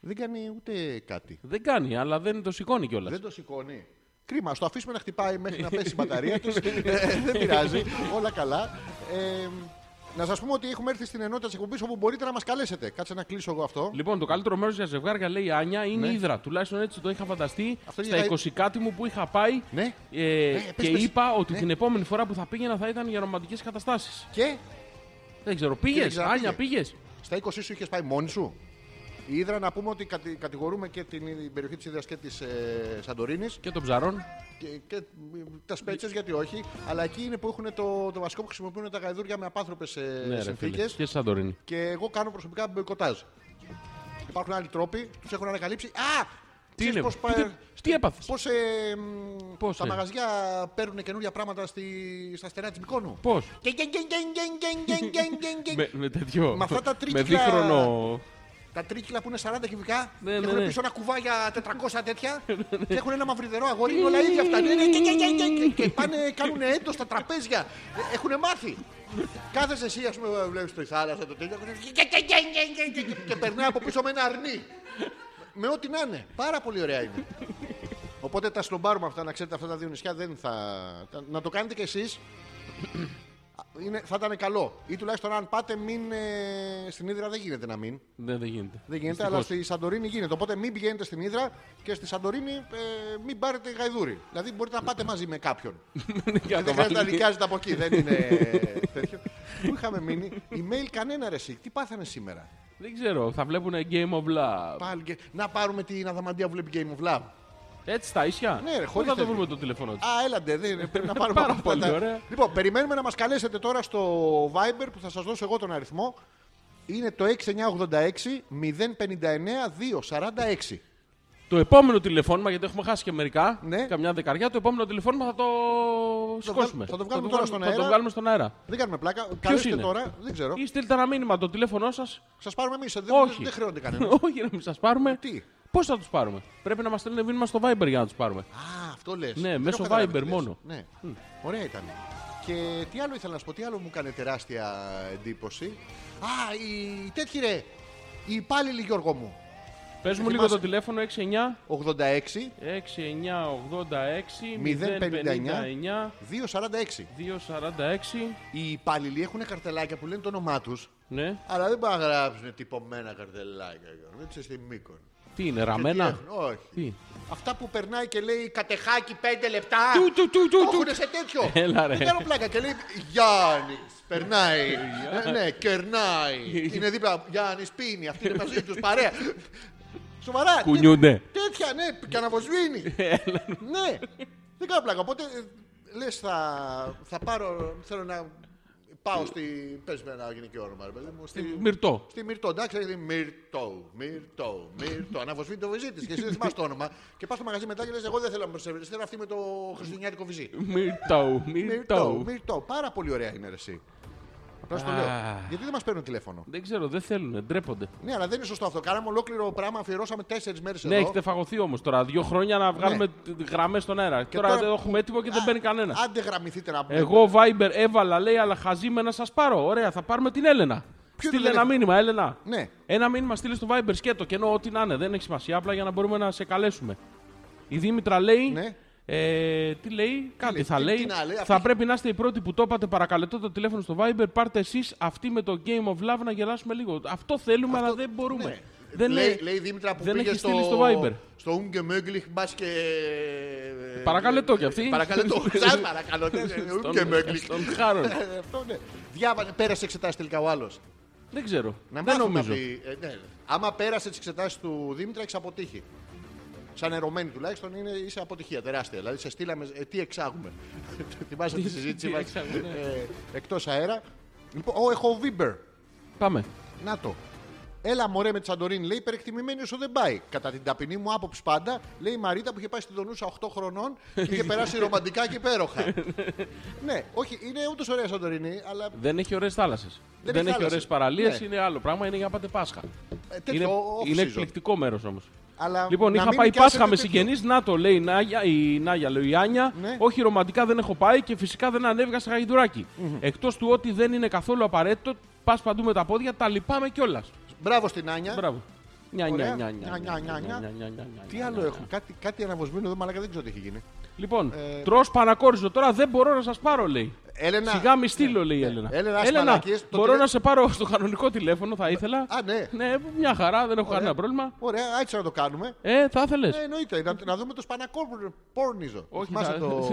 S4: Δεν κάνει ούτε κάτι.
S5: Δεν κάνει, αλλά δεν το σηκώνει κιόλας.
S4: Δεν το σηκώνει. Κρίμα, στο αφήσουμε να χτυπάει μέχρι να πέσει η μπαταρία τη. δεν πειράζει. Όλα καλά. Ε, να σας πούμε ότι έχουμε έρθει στην ενότητα της εκπομπής όπου μπορείτε να μας καλέσετε. Κάτσε να κλείσω εγώ αυτό.
S5: Λοιπόν, το καλύτερο μέρος για ζευγάρια, λέει η Άνια, είναι η Ήδρα. Τουλάχιστον έτσι το είχα φανταστεί
S4: Ναι. Αυτό είναι
S5: στα
S4: για-
S5: 20 κάτι μου που είχα πάει.
S4: Ναι.
S5: Ε,
S4: Ε, πες,
S5: και
S4: πες.
S5: είπα ότι
S4: Ναι.
S5: την επόμενη φορά που θα πήγαινα θα ήταν για ρομαντικέ καταστάσεις.
S4: Και
S5: Δεν ξέρω,
S4: δεν
S5: πήγε,
S4: ξαναπήγε.
S5: Άνια, πήγες.
S4: στα 20 σου είχες πάει μόνη σου. Η Ήδρα να πούμε ότι κατη- κατηγορούμε και την, την περιοχή της Ήδρας και της ε, Σαντορίνης
S5: Και τον ψαρών.
S4: και, και τα σπέτσες γιατί όχι. Αλλά εκεί είναι που έχουν το, το βασικό που χρησιμοποιούν τα γαϊδούρια με απάνθρωπες
S5: Ναι,
S4: ε,
S5: ρε φίλε.
S4: συνθήκες.
S5: Και στη Σαντορίνη.
S4: Και εγώ κάνω προσωπικά μποϊκοτάζ. Υπάρχουν άλλοι τρόποι, τους έχουν ανακαλύψει. Α!
S5: Τι
S4: Ξέρεις
S5: είναι,
S4: πώς
S5: τι-
S4: πάει-
S5: τι- τι έπαθες?
S4: Πώς, ε, μ,
S5: Πώς,
S4: τα
S5: ε?
S4: μαγαζιά παίρνουν καινούργια πράγματα στη, στα στενά της Μικόνου.
S5: Πώ.
S4: Και- και- και- και- και- και- και- και- και- και-
S5: Με, με τέτοιο.
S4: Με αυτά τα
S5: Με
S4: τρίκυκλα-
S5: δίχρονο.
S4: Τα τρίκυλα που είναι 40 κυβικά
S5: Ναι,
S4: έχουν
S5: ναι, ναι.
S4: πίσω ένα κουβάγια 400 τέτοια και έχουν ένα μαυριδερό αγόρι. είναι Όλα ίδια αυτά. Ναι, ναι, και- και- και- και- και- Και πάνε, κάνουν έντος στα τραπέζια. Έχουν μάθει.
S5: Ναι.
S4: Κάθεσαι εσύ, ας πούμε, βλέπεις τη θάλασσα το τέτοιο. και- και- και- και- και- και- Και περνάει από πίσω με ένα αρνί. Με ό,τι να είναι. Πάρα πολύ ωραία είναι. Οπότε τα σνομπάρουμε αυτά, να ξέρετε, αυτά τα δύο νησιά δεν θα. τα- Να το κάνετε κι εσείς. θα ήταν καλό. Ή τουλάχιστον αν πάτε, μην. ε, στην Ήδρα δεν γίνεται να μην.
S5: Ναι, δεν γίνεται.
S4: Δεν γίνεται,
S5: Δυστυχώς.
S4: αλλά στη Σαντορίνη γίνεται. Οπότε μην πηγαίνετε στην Ήδρα και στη Σαντορίνη ε, μην πάρετε γαϊδούρι. Δηλαδή μπορείτε να πάτε μαζί με κάποιον.
S5: Για
S4: Και δεν
S5: το
S4: χρειάζεται να
S5: βάλει.
S4: νοικιάζετε από εκεί. Δεν είναι τέτοιο. Πού είχαμε μείνει. Email κανένα ρε εσύ. Τι πάθανε σήμερα.
S5: Δεν ξέρω, θα βλέπουν Game of Love.
S4: Πάλι και... Να πάρουμε την αδαμαντία που βλέπει Game of Love.
S5: Έτσι τα ίσια.
S4: Ναι, ρε,
S5: Πού
S4: χωρίς
S5: θα το
S4: τέτοιο.
S5: βρούμε το τηλέφωνο τη.
S4: Α, έλαντε, δεν, πρέπει να πάρουμε
S5: Ε, Πάρα
S4: από αυτά
S5: πολύ
S4: τα-
S5: ωραία.
S4: Λοιπόν, περιμένουμε να μας καλέσετε τώρα στο Viber που θα σας δώσω εγώ τον αριθμό. Είναι το 6986 059 246.
S5: Το επόμενο τηλεφώνημα, γιατί έχουμε χάσει και μερικά,
S4: Ναι.
S5: καμιά δεκαριά, το επόμενο τηλεφώνημα θα το σηκώσουμε.
S4: βγα- θα το βγάλουμε τώρα στον
S5: Θα το
S4: αέρα.
S5: βγάλουμε στον αέρα.
S4: Δεν κάνουμε πλάκα. Καλέστε
S5: είναι?
S4: τώρα, δεν ξέρω.
S5: Ή στείλτε ένα μήνυμα το τηλέφωνό σας.
S4: Σας πάρουμε εμείς. Δεν,
S5: Όχι.
S4: δεν χρεώνεται κανένα.
S5: Όχι, να μην σας πάρουμε.
S4: Τι?
S5: Πώς θα τους πάρουμε. Πρέπει να μας στέλνουν μήνυμα στο Viber για να τους πάρουμε.
S4: Α, αυτό λες.
S5: Ναι, μέσω Viber μόνο.
S4: Ναι. Ωραία ήταν. Και τι άλλο ήθελα να σου πω, τι άλλο μου έκανε τεράστια εντύπωση. Α, η τέτοιοι ρε. Οι υπάλληλοι Γιώργο μου.
S5: Πες μου λίγο
S4: Ε, θυμάσαι.
S5: το τηλέφωνο 69
S4: 86
S5: 6986
S4: 246.
S5: 059 246
S4: Οι υπάλληλοι έχουν καρτελάκια που λένε το όνομά τους,
S5: Ναι.
S4: αλλά δεν μπορούν να γράψουν τυπωμένα καρτελάκια. Γιώργο. Έτσι στη Μήκον.
S5: Τι είναι,
S4: Και τι
S5: ραμμένα.
S4: έχουν, Όχι.
S5: Τι.
S4: Αυτά που περνάει και λέει κατεχάκι 5 λεπτά.
S5: Του, του, του, του,
S4: Το
S5: του.
S4: έχουνε σε τέτοιο.
S5: Έλα, ρε.
S4: Δεν κάνω πλάκα και λέει Γιάννης. Περνάει. Ε, ναι, κερνάει. είναι δίπλα. Γιάννης πίνει. Αυτή είναι μαζί τους παρέα. Σοβαρά. τέ-
S5: Κουνιούνται.
S4: Τέτοια, ναι, και αναβοσβήνει. ναι. Δεν κάνω πλάκα. Οπότε λες, θα, θα πάρω. Θέλω να πάω στη. Πες με ένα γυναικείο όνομα, ρε παιδί μου. Στη,
S5: Μυρτό.
S4: Στη Μυρτό, εντάξει, έχει Μυρτό, Μυρτό, Μυρτό. Αναβοσβήνει το βυζί της και εσύ δεν θυμάσαι το όνομα. Και πας στο μαγαζί μετά και λες: Εγώ δεν θέλω να προσέβει, θέλω αυτή με το χριστουγεννιάτικο βυζί.
S5: Μυρτό.
S4: Μυρτό,
S5: Μυρτό.
S4: Μυρτό. Πάρα πολύ ωραία είναι ρε, εσύ. Να σου το
S5: Α.
S4: λέω. Γιατί δεν μας παίρνουν τηλέφωνο.
S5: Δεν ξέρω, δεν θέλουν, ντρέπονται.
S4: Ναι, αλλά δεν είναι σωστό αυτό. Κάναμε ολόκληρο πράγμα, αφιερώσαμε τέσσερις μέρες
S5: Ναι,
S4: εδώ.
S5: έχετε φαγωθεί όμως τώρα. Δύο χρόνια να βγάλουμε γραμμές στον αέρα. Ναι. Και τώρα,
S4: τώρα
S5: εδώ
S4: που-
S5: έχουμε έτοιμο και δεν
S4: Α,
S5: παίρνει κανένα.
S4: Άντε γραμμηθείτε να πούμε.
S5: Εγώ Viber έβαλα, λέει, αλλά χαζίμε να σας πάρω. Ωραία, θα πάρουμε την Έλενα.
S4: Ποιο
S5: Στείλε
S4: τηλέφωνο?
S5: ένα μήνυμα, Έλενα.
S4: Ναι.
S5: Ένα μήνυμα στείλε στο Viber σκέτο και ενώ ό,τι να είναι. Δεν έχει σημασία, απλά για να μπορούμε να σε καλέσουμε. Η Δήμητρα λέει.
S4: Ναι.
S5: Ε, τι λέει, κάτι
S4: λέει,
S5: θα
S4: τι-
S5: λέει.
S4: τι να λέει,
S5: θα
S4: αυτή-
S5: πρέπει να είστε οι πρώτοι που το είπατε. Παρακαλετώ το τηλέφωνο στο Viber. Πάρτε εσείς αυτή με το Game of Love να γελάσουμε λίγο. Αυτό θέλουμε, αλλά δεν μπορούμε.
S4: Ναι.
S5: Δεν
S4: λέει,
S5: λέει-
S4: λέει η Δήμητρα που
S5: δεν
S4: πήγε
S5: έχει
S4: στο,
S5: στείλει στο Viber.
S4: στο Umge Möglich, μπας και.
S5: Παρακαλετώ κι αυτή.
S4: Παρακαλετώ. Σας παρακαλώ. ναι, ναι,
S5: Στον-
S4: Umge Möglich.
S5: Στον Χάρον.
S4: Ε, Αυτό ναι. Διάβανε, πέρασε εξετάσεις τελικά ο άλλος.
S5: Δεν ξέρω.
S4: Να
S5: δεν
S4: μάθουν να
S5: νομίζω.
S4: πει- ε, ναι. Άμα πέρασε τις εξετάσεις του Δήμητρα, έχεις αποτύχει. Σαν ερωμένη τουλάχιστον είναι, είσαι αποτυχία τεράστια. Δηλαδή σε στείλαμε. ε, τι εξάγουμε. Θυμάσαι τη
S5: Τι-
S4: συζήτηση
S5: τι
S4: μα.
S5: εξάγουμε, ναι.
S4: Εκτός αέρα. Λοιπόν, ο, έχω Βίμπερ.
S5: Πάμε.
S4: Να το. Έλα μωρέ με τη Σαντορίνη, λέει υπερεκτιμημένη όσο δεν πάει. Κατά την ταπεινή μου άποψη πάντα, λέει η Μαρίτα που είχε πάει στην Τονούσα 8 χρονών και είχε περάσει ρομαντικά και υπέροχα. ναι, όχι, είναι ούτως ωραία η Σαντορίνη, αλλά
S5: Δεν έχει ωραίες θάλασσες.
S4: Δεν
S5: Δεν,
S4: έχει
S5: έχει
S4: θάλασσες.
S5: ωραίε παραλίες,
S4: Ναι.
S5: είναι άλλο πράγμα, είναι για να πάτε Πάσχα.
S4: ε, τέτοιο
S5: είναι,
S4: off
S5: είναι
S4: season.
S5: εκπληκτικό μέρος όμως.
S4: Αλλά
S5: Λοιπόν,
S4: να
S5: είχα
S4: μην
S5: πάει
S4: νοικιάσετε
S5: Πάσχα με
S4: τέτοιο.
S5: συγγενείς. Να το λέει η Νάγια, η Νάγια λέει η Άνια.
S4: Ναι.
S5: Όχι, ρομαντικά δεν έχω πάει και φυσικά δεν ανέβηκα σε γαϊδουράκι. Εκτός του ότι δεν είναι καθόλου απαραίτητο, πας παντού με τα πόδια, τα λυπάμαι κιόλας.
S4: Μπράβο στην Άνια.
S5: Μπράβο. Νια,
S4: Ε. Ωραία.
S5: νια, νια, νια,
S4: Νια, νια, νια, νια.
S5: νια, νια, νια, νια,
S4: Τι
S5: νια,
S4: άλλο
S5: νια.
S4: έχουμε, κάτι, κάτι αναβοσμένο εδώ, μαλάκα δεν ξέρω τι έχει γίνει.
S5: Λοιπόν,
S4: Ε,
S5: τρώ πανακόριζο τώρα, δεν μπορώ να σας πάρω, λέει.
S4: Έλενα.
S5: Σιγά μη στείλω, λέει η Έλενα.
S4: Έλενα, ας μαλακίες, το
S5: μπορώ
S4: τηλε-
S5: να σε πάρω στο κανονικό τηλέφωνο, θα ήθελα.
S4: Α, ναι.
S5: Ναι, μια χαρά, δεν έχω κανένα πρόβλημα.
S4: Ωραία, έτσι να το κάνουμε.
S5: Ε, θα ήθελες.
S4: Ε, εννοείται, να, να δούμε το σπανακόρνιζο. Πόρνιζο.
S5: Όχι,
S4: Θυμάσαι
S5: θα.
S4: το.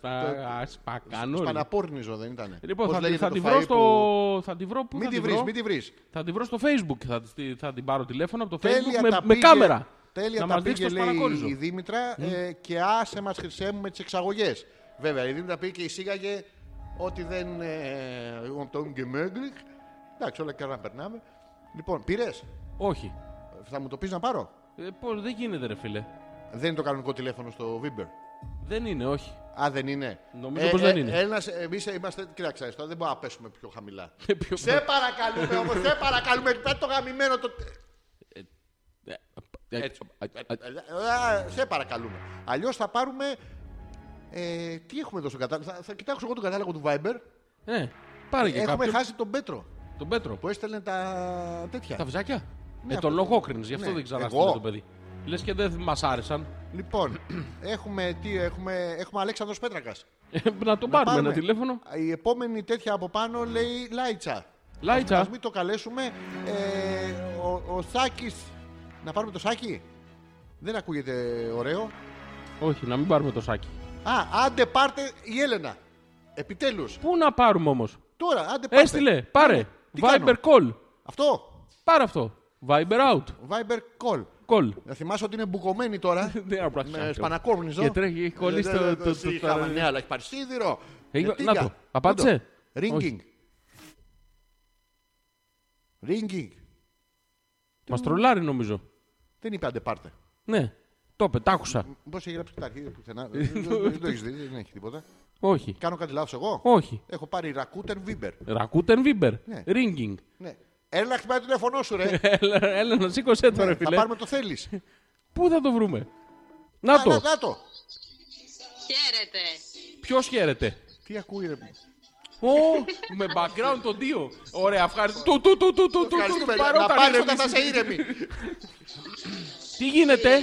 S5: Θα σπακάνω. ρε.
S4: Σπαναπόρνιζο δεν ήταν.
S5: Λοιπόν,
S4: Πώς
S5: θα, τη-
S4: λέγεται
S5: θα
S4: το
S5: τη
S4: φαΐ
S5: βρω
S4: που-
S5: στο. Θα τη βρω πού
S4: Μην
S5: θα
S4: τη
S5: τη
S4: βρεις,
S5: βρω.
S4: μην τη βρεις.
S5: Θα τη βρω στο Facebook. Θα, τη- θα την πάρω τηλέφωνο από το
S4: Τέλεια
S5: Facebook με,
S4: τα
S5: με
S4: πήγε-
S5: κάμερα.
S4: Τέλεια
S5: να
S4: τα
S5: μας δείξεις
S4: πήγε,
S5: το
S4: λέει
S5: σπανακόριζο.
S4: η Δήμητρα ε, και άσε μας Χρυσέ μου με τις εξαγωγές. Βέβαια, η Δήμητρα πήγε και εισήγαγε ότι δεν... ε, Εγώ από τον Γκεμέγκλικ. Εντάξει, όλα και να περνάμε. Λοιπόν, πήρες.
S5: Όχι.
S4: Θα μου το πεις να πάρω.
S5: Ε, πώς, δεν γίνεται, ρε φίλε.
S4: Δεν είναι το κανονικό τηλέφωνο στο Βίμπερ.
S5: Δεν είναι, όχι.
S4: Α, δεν είναι. Ε,
S5: Νομίζω πως δεν είναι.
S4: Ένας, εμείς είμαστε, κοίταξε, τώρα δεν μπορούμε να πέσουμε πιο χαμηλά.
S5: Ε, πιο-
S4: σε παρακαλούμε όμως, σε παρακαλούμε. Πέτ το γαμημένο το...
S5: Ε, ε, ε, ε, ε,
S4: Α, Σε παρακαλούμε. Αλλιώς θα πάρουμε. Ε, τι έχουμε εδώ στον κατάλογο. Θα, θα κοιτάξω εγώ τον κατάλογο του Viber.
S5: Ε, πάρε και
S4: Έχουμε
S5: κάποιον.
S4: χάσει τον Πέτρο
S5: Τον Πέτρο.
S4: που έστελνε τα τέτοια.
S5: Τα βυζάκια.
S4: Ναι,
S5: Ε,
S4: από
S5: τον
S4: το-
S5: λογόκρινες, γι' αυτό
S4: Ναι.
S5: δεν
S4: Εγώ.
S5: ξαναστείλε το παιδί. Λες και δεν μας άρεσαν.
S4: Λοιπόν, έχουμε, τι, έχουμε, έχουμε Αλέξανδρος Πέτρακας.
S5: Ε, να τον πάρουμε ένα τηλέφωνο.
S4: Η επόμενη τέτοια από πάνω λέει Λάιτσα.
S5: Λάιτσα.
S4: Ας μην το καλέσουμε. Ε, ο, ο Σάκης. Να πάρουμε το Σάκη. Δεν ακούγεται ωραίο.
S5: Όχι, να μην πάρουμε το σάκι.
S4: Α, άντε πάρτε η Έλενα. Επιτέλους.
S5: Πού να πάρουμε όμως.
S4: Τώρα, άντε πάρτε. Ναι,
S5: Έστειλε, πάρε.
S4: Τι
S5: Viber
S4: κάνω?
S5: call.
S4: Αυτό.
S5: Πάρε αυτό. Viber out.
S4: Viber call.
S5: Call.
S4: Να θυμάσαι ότι είναι μπουκωμένη τώρα.
S5: Δεν
S4: με
S5: απράξω.
S4: σπανακόρνιζο.
S5: Και τρέχει, έχει κολλήσει
S4: Ε,
S5: Ναι, το-
S4: ε, ε,
S5: το-
S4: ε,
S5: το-
S4: είχαμε,
S5: το-
S4: Ναι, αλλά έχει πάρει σίδηρο.
S5: Έχει-
S4: Ε,
S5: να
S4: τίγκα.
S5: το. Απάντησε.
S4: Να το. Ringing.
S5: Όχι.
S4: Ringing.
S5: Μας τρολάρει νομίζω.
S4: Δεν είπε άντε πάρτε.
S5: Ναι. Το πετάκουσα.
S4: Πώς έχει γράψει τα αρχίδια πουθενά. Δεν δεν το έχεις δει, δεν έχει τίποτα.
S5: Όχι.
S4: Κάνω κάτι λάθος εγώ.
S5: Όχι.
S4: Έχω πάρει Rakuten Viber.
S5: Ρακούτεν Βίμπερ.
S4: Ναι.
S5: Ringing.
S4: Ναι. Έλα, χτυπάει το τηλέφωνό σου, ρε.
S5: Έλα, έλα να σήκωσέ το
S4: Ναι,
S5: ρε
S4: Θα
S5: Ε, φίλε.
S4: πάρουμε το θέλεις.
S5: Πού θα το βρούμε. Να το.
S4: Να το.
S7: Χαίρετε.
S5: Ποιος χαίρεται.
S4: Τι ακούει, ρε.
S5: Ω, με background τον δύο. Ωραία, ευχαριστώ. Του, του, του, του, του, του, του,
S4: Ευχαριστούμε.
S5: παρότα
S4: Να πάρει
S5: ήρεμης.
S4: όταν θα σε ήρεμη.
S5: Τι γίνεται,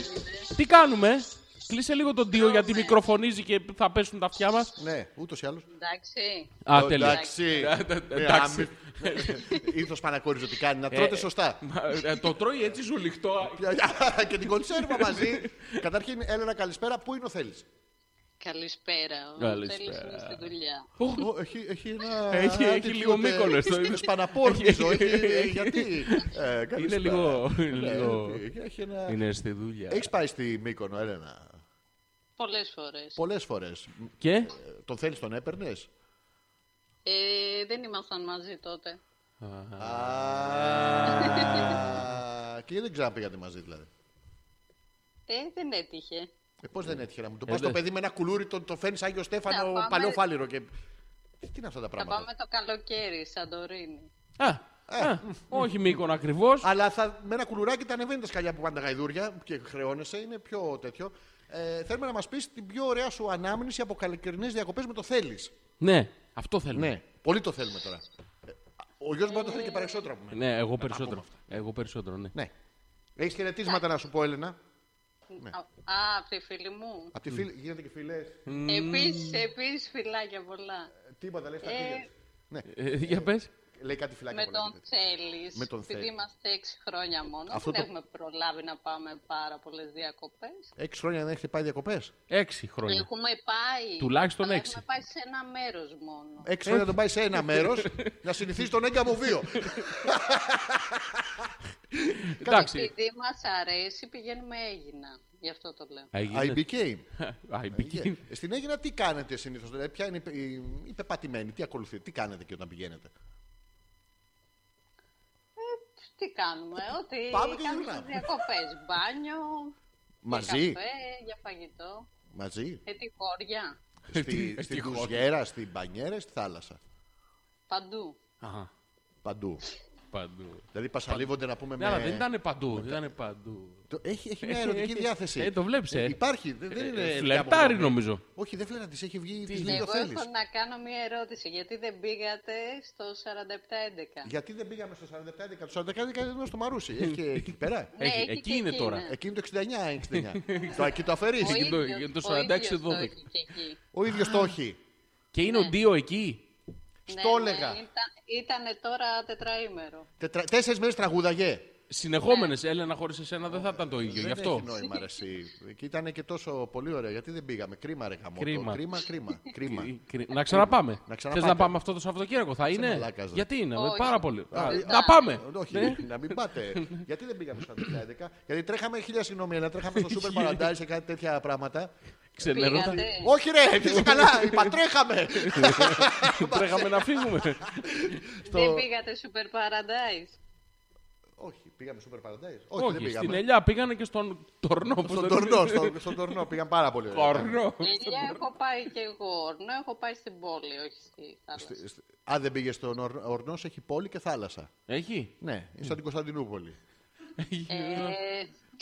S5: τι κάνουμε. Κλείσε λίγο τον δύο γιατί μικροφωνίζει και θα πέσουν τα αυτιά μας.
S4: Ναι, ούτως ή άλλως.
S7: Εντάξει.
S5: Α, τέλεια. Ε,
S4: Εντάξει. Ε,
S5: εντάξει.
S4: Ήρθε ο Πανακόρης ότι κάνει να τρώτε σωστά.
S5: Μα, ε, Το τρώει έτσι ζουλιχτό.
S4: Και την κονσέρβα μαζί. Καταρχήν, Έλενα, καλησπέρα. Πού είναι ο Θέλει.
S7: Καλησπέρα. Ο
S5: Καλησπέρα.
S7: Θέλης είναι στη δουλειά.
S4: Έχει, έχει ένα.
S5: Έχει- έχει λίγο μήκονο στο-
S4: Είναι σπαναπόρνιζο.
S5: Έχει-
S4: έχει- ε, Γιατί. ε,
S5: Είναι
S4: καλησπέρα.
S5: λίγο.
S4: Ε,
S5: λίγο-
S4: Έχει ένα.
S5: Είναι στη δουλειά.
S4: Έχεις πάει στη Μύκονο, Έλενα.
S7: Πολλές φορές.
S4: Πολλές φορές.
S5: Και.
S4: Τον θέλεις, τον έπαιρνες.
S7: Ε, δεν ήμασταν μαζί τότε.
S4: Και δεν ξαναπήγατε μαζί, δηλαδή.
S7: Ε, δεν έτυχε.
S4: Ε, Πώς δεν έτυχε να μου το πα
S5: Ε,
S4: το
S5: δε-
S4: παιδί με ένα κουλούρι, τον το φέρνεις Άγιο
S7: Να
S4: Στέφανο
S7: πάμε.
S4: παλαιό φάληρο και Τι είναι αυτά τα
S7: Θα
S4: πράγματα.
S7: πάμε το καλοκαίρι, Σαντορίνη.
S5: Α, α, όχι Μήκον ακριβώς.
S4: Αλλά θα, με ένα κουλουράκι τα ανεβαίνει τα σκαλιά που πάνε τα γαϊδούρια και χρεώνεσαι, είναι πιο τέτοιο. Ε, θέλουμε να μας πεις την πιο ωραία σου ανάμνηση από καλοκαιρινές διακοπές με το θέλεις.
S5: Ναι, αυτό θέλουμε.
S4: Ναι, πολύ το θέλουμε τώρα. Ε, Ο γιος μου μπορεί να το θέλει και περισσότερο από μένα.
S5: Ναι, εγώ περισσότερο. Εγώ περισσότερο, ναι.
S4: Ναι. Έχεις χαιρετίσματα να σου πω, Έλενα. Ναι.
S7: Α, Α, από τη φίλη μου.
S5: Ναι.
S4: Από τη φίλη, γίνεται και φιλέ.
S7: Επίσης, επίσης φιλάκια πολλά.
S4: Τίποτα λες, θα
S7: Ε.
S4: φύγετε. Ναι,
S5: Ε, για πες.
S4: λέει κάτι φυλάκια
S7: Με
S4: πολλά,
S7: τον
S4: γίνεται.
S7: Θέλης,
S4: Με τον
S7: επειδή
S4: Θέλη.
S7: είμαστε έξι χρόνια μόνο,
S4: Αυτό
S7: δεν
S4: το-
S7: έχουμε προλάβει να πάμε πάρα πολλές διακοπές.
S4: Έξι χρόνια δεν έχετε πάει διακοπές.
S5: Έξι χρόνια.
S7: Έχουμε πάει,
S5: Τουλάχιστον
S7: αλλά
S5: έξι. Ε-
S7: έχουμε πάει σε ένα μέρος μόνο.
S4: Έξι χρόνια τον πάει σε ένα μέρος να συνηθίσει τον έγκαμο βίο.
S5: Εντάξει.
S7: Επειδή μας αρέσει, πηγαίνουμε Έγινα. Γι' αυτό το λέω.
S4: I
S5: Έγινε.
S4: became.
S5: I
S4: Yeah.
S5: begin.
S4: Ε, Στην Έγινα τι κάνετε συνήθως, δηλαδή, ποια είναι η- η- η πεπατημένη, τι ακολουθείτε, τι κάνετε και όταν πηγαίνετε.
S7: Τι κάνουμε, ότι
S4: Ε, Πάμε και
S7: κάνουμε
S4: γυρνάμε.
S7: στις διακοπές. Μπάνιο,
S4: Μαζί,
S7: για καφέ, για φαγητό.
S4: μαζί,
S7: Ε, τι χώρια,
S5: Ε,
S4: στη, στην κουζιέρα, στην πανιέρα, στη θάλασσα.
S7: παντού.
S5: Αχα,
S4: Παντού.
S5: Παντού.
S4: Δηλαδή πασαλίβονται να πούμε
S5: Ναι, αλλά
S4: με-
S5: δεν ήταν παντού. Δεν ήταν παντού.
S4: Το- Έχει, έχει μια
S5: Έχει-
S4: ερωτική
S5: έχει-
S4: διάθεση.
S5: ε, το βλέπεις, ε. Ναι,
S4: Υπάρχει. Δεν, δεν είναι.
S5: Φλερτάρι
S4: διάφορο.
S5: νομίζω.
S4: Όχι, δεν φλερτάρει, της έχει βγει. Τη
S7: Εγώ
S4: το θέλει.
S7: έχω να κάνω μία ερώτηση. Γιατί δεν πήγατε στο 4711.
S4: Γιατί δεν πήγαμε στο 47-11. Το 47-11 ήταν στο Μαρούσι. Έχει και εκεί πέρα.
S7: Ναι,
S5: Έχει-
S7: έχει
S5: εκεί
S7: και
S5: είναι
S7: εκεί
S5: τώρα.
S7: είναι.
S4: Εκείνη το 69-69. το εκεί το αφαιρείς.
S7: Ο
S5: Εκεί το-
S7: ίδιος-
S5: το
S7: ο
S5: 46
S7: ίδιος το
S5: 12.
S7: έχει και εκεί.
S4: Ο ίδιος το όχι.
S5: Και είναι ο Ντίο εκεί.
S4: Στο έλεγα.
S7: Ναι, Ήτανε τώρα τετραήμερο.
S4: Τετρα... Τέσσερις μέρες τραγούδαγε.
S5: Συνεχόμενες. Έλενα χωρίς εσένα δεν θα ήταν το ίδιο. Γι'
S4: Ε, Δεν
S5: αυτό.
S4: έχει νόημα, ρε, εσύ. Και ήταν και τόσο πολύ ωραία. Γιατί δεν πήγαμε. Κρίμα, ρε γαμό.
S5: Κρίμα.
S4: κρίμα, κρίμα. κρίμα.
S5: Κρι- Ε, Να ξαναπάμε.
S4: Να
S5: Θε
S4: ξαναπάτε.
S5: να πάμε αυτό το Σαββατοκύριακο. Θα είναι.
S4: μαλάκας, ρε.
S5: Γιατί είναι. ε,
S7: Όχι.
S5: Πάρα πολύ. Α,
S4: ε,
S5: Να πάμε.
S4: Όχι,
S5: Ναι.
S4: να μην πάτε. Γιατί δεν πήγαμε στο 2011. Γιατί τρέχαμε χίλια συγγνώμη, αλλά τρέχαμε στο Super Paradise και κάτι τέτοια πράγματα.
S5: Ξενερώτα.
S7: Πήγατε.
S4: όχι, ρε, τι είσαι καλά. Είπα, τρέχαμε.
S5: Τρέχαμε να φύγουμε.
S7: Δεν πήγατε Super Paradise.
S4: όχι, πήγαμε Super Paradise. Όχι, δεν
S5: Όχι, στην
S4: πήγαμε.
S5: Ελιά πήγανε και στον τορνό. πώς
S4: Στον
S5: το λένε.
S4: τορνό, στο- στον τορνό πήγαμε πάρα πολύ. ωραία.
S5: Τορνό.
S7: Ελιά έχω πάει και εγώ. Ορνό έχω πάει στην πόλη, όχι στη θάλασσα.
S4: Στη- στη- Αν δεν πήγες στον ορ- ορνός, έχει πόλη και θάλασσα.
S5: Έχει.
S4: Ναι, είναι σαν την Κωνσταντινούπολη. Ναι.
S7: Ε,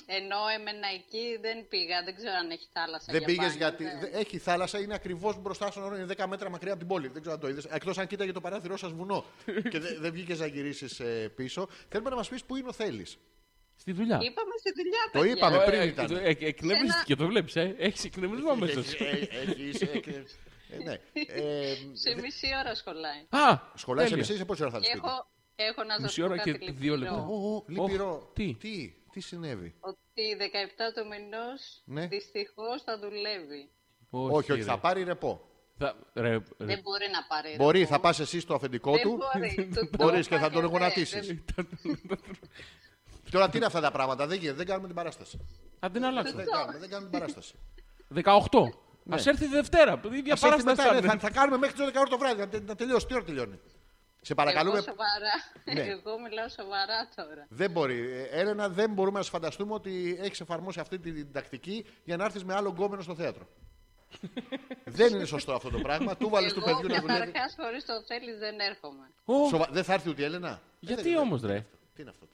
S7: ενώ εμένα εκεί δεν πήγα, δεν ξέρω αν έχει θάλασσα.
S4: Δεν
S7: για
S4: πήγες
S7: μπάνιο, ναι.
S4: γιατί.
S7: δεν.
S4: δε- Έχει θάλασσα, είναι ακριβώς μπροστά στον όρνο, είναι 10 μέτρα μακριά από την πόλη. Δεν ξέρω αν το είδες. Εκτός αν κοίταγε το παράθυρό σας βουνό και δεν δε βγήκες να γυρίσεις πίσω. Θέλουμε να μας πεις πού είναι ο Θέλει.
S5: Στη δουλειά.
S7: Είπαμε στη δουλειά,
S4: Το
S7: παιδιά.
S4: είπαμε. πριν
S5: Ε, ε,
S4: ήταν.
S5: ε, ε, Εκνευρίστηκε, το βλέπεις. Έχει εκνευρισμό αμέσω.
S4: Ναι. Ε,
S7: Σε μισή ώρα σχολάει.
S5: Α!
S4: Σχολάσαι
S5: τέλεια.
S4: εσύ, σε πόση ώρα θα
S7: Και
S4: είσαι σπίτι.
S7: έχω, έχω να σας
S5: Μισή
S7: πω
S5: ώρα
S7: κάτι
S5: και δύο λεπτά.
S7: λυπηρό.
S4: Ω, ω, Λυπηρό.
S5: Οχ, τι.
S4: τι, τι συνέβη.
S7: Ότι 17 του μηνός
S4: Ναι.
S7: δυστυχώς θα δουλεύει.
S4: Όχι, όχι,
S5: ρε.
S4: θα πάρει ρεπό.
S5: Θα- ρε, ρε.
S7: Δεν μπορεί να πάρει.
S4: Μπορεί,
S7: ρεπό.
S4: θα πας εσύ στο αφεντικό
S7: Δεν ναι,
S4: του.
S7: μπορεί. Του το ε,
S4: Μπορείς και
S7: είπα
S4: θα τον
S7: δεν-
S4: γονατίσει. Τώρα τι είναι αυτά τα πράγματα, δεν γίνεται, δεν κάνουμε την παράσταση.
S5: Αν την αλλάξω.
S4: Δεν κάνουμε, δεν κάνουμε την παράσταση.
S5: 18. Ας έρθει Δευτέρα. Η ίδια
S4: Ναι. Ας έρθει
S5: παράσταση
S4: μετά,
S5: θα
S4: ναι,
S5: είναι.
S4: θα, θα κάνουμε μέχρι τις 11 το βράδυ. Να, τε- να τελειώσει. Τι ώρα τελειώνει. Σε παρακαλούμε.
S7: Εγώ σοβαρά.
S4: Ναι.
S7: Εγώ μιλάω σοβαρά τώρα.
S4: Δεν μπορεί. Ε, Έλενα, δεν μπορούμε να σου φανταστούμε ότι έχεις εφαρμόσει αυτή την, την τακτική για να έρθεις με άλλο γκόμενο στο θέατρο. δεν είναι σωστό αυτό το πράγμα. Του βάλες του
S7: Εγώ
S4: παιδιού να δουλεύει.
S7: καταρχάς χωρίς το θέλεις δεν έρχομαι.
S5: Ω,
S4: Σοβα- Δεν θα έρθει ούτε η Έλενα. Ε, δεν-
S5: Γιατί
S4: δεν-
S5: όμως, ρε.
S4: Τι είναι αυτό τώρα.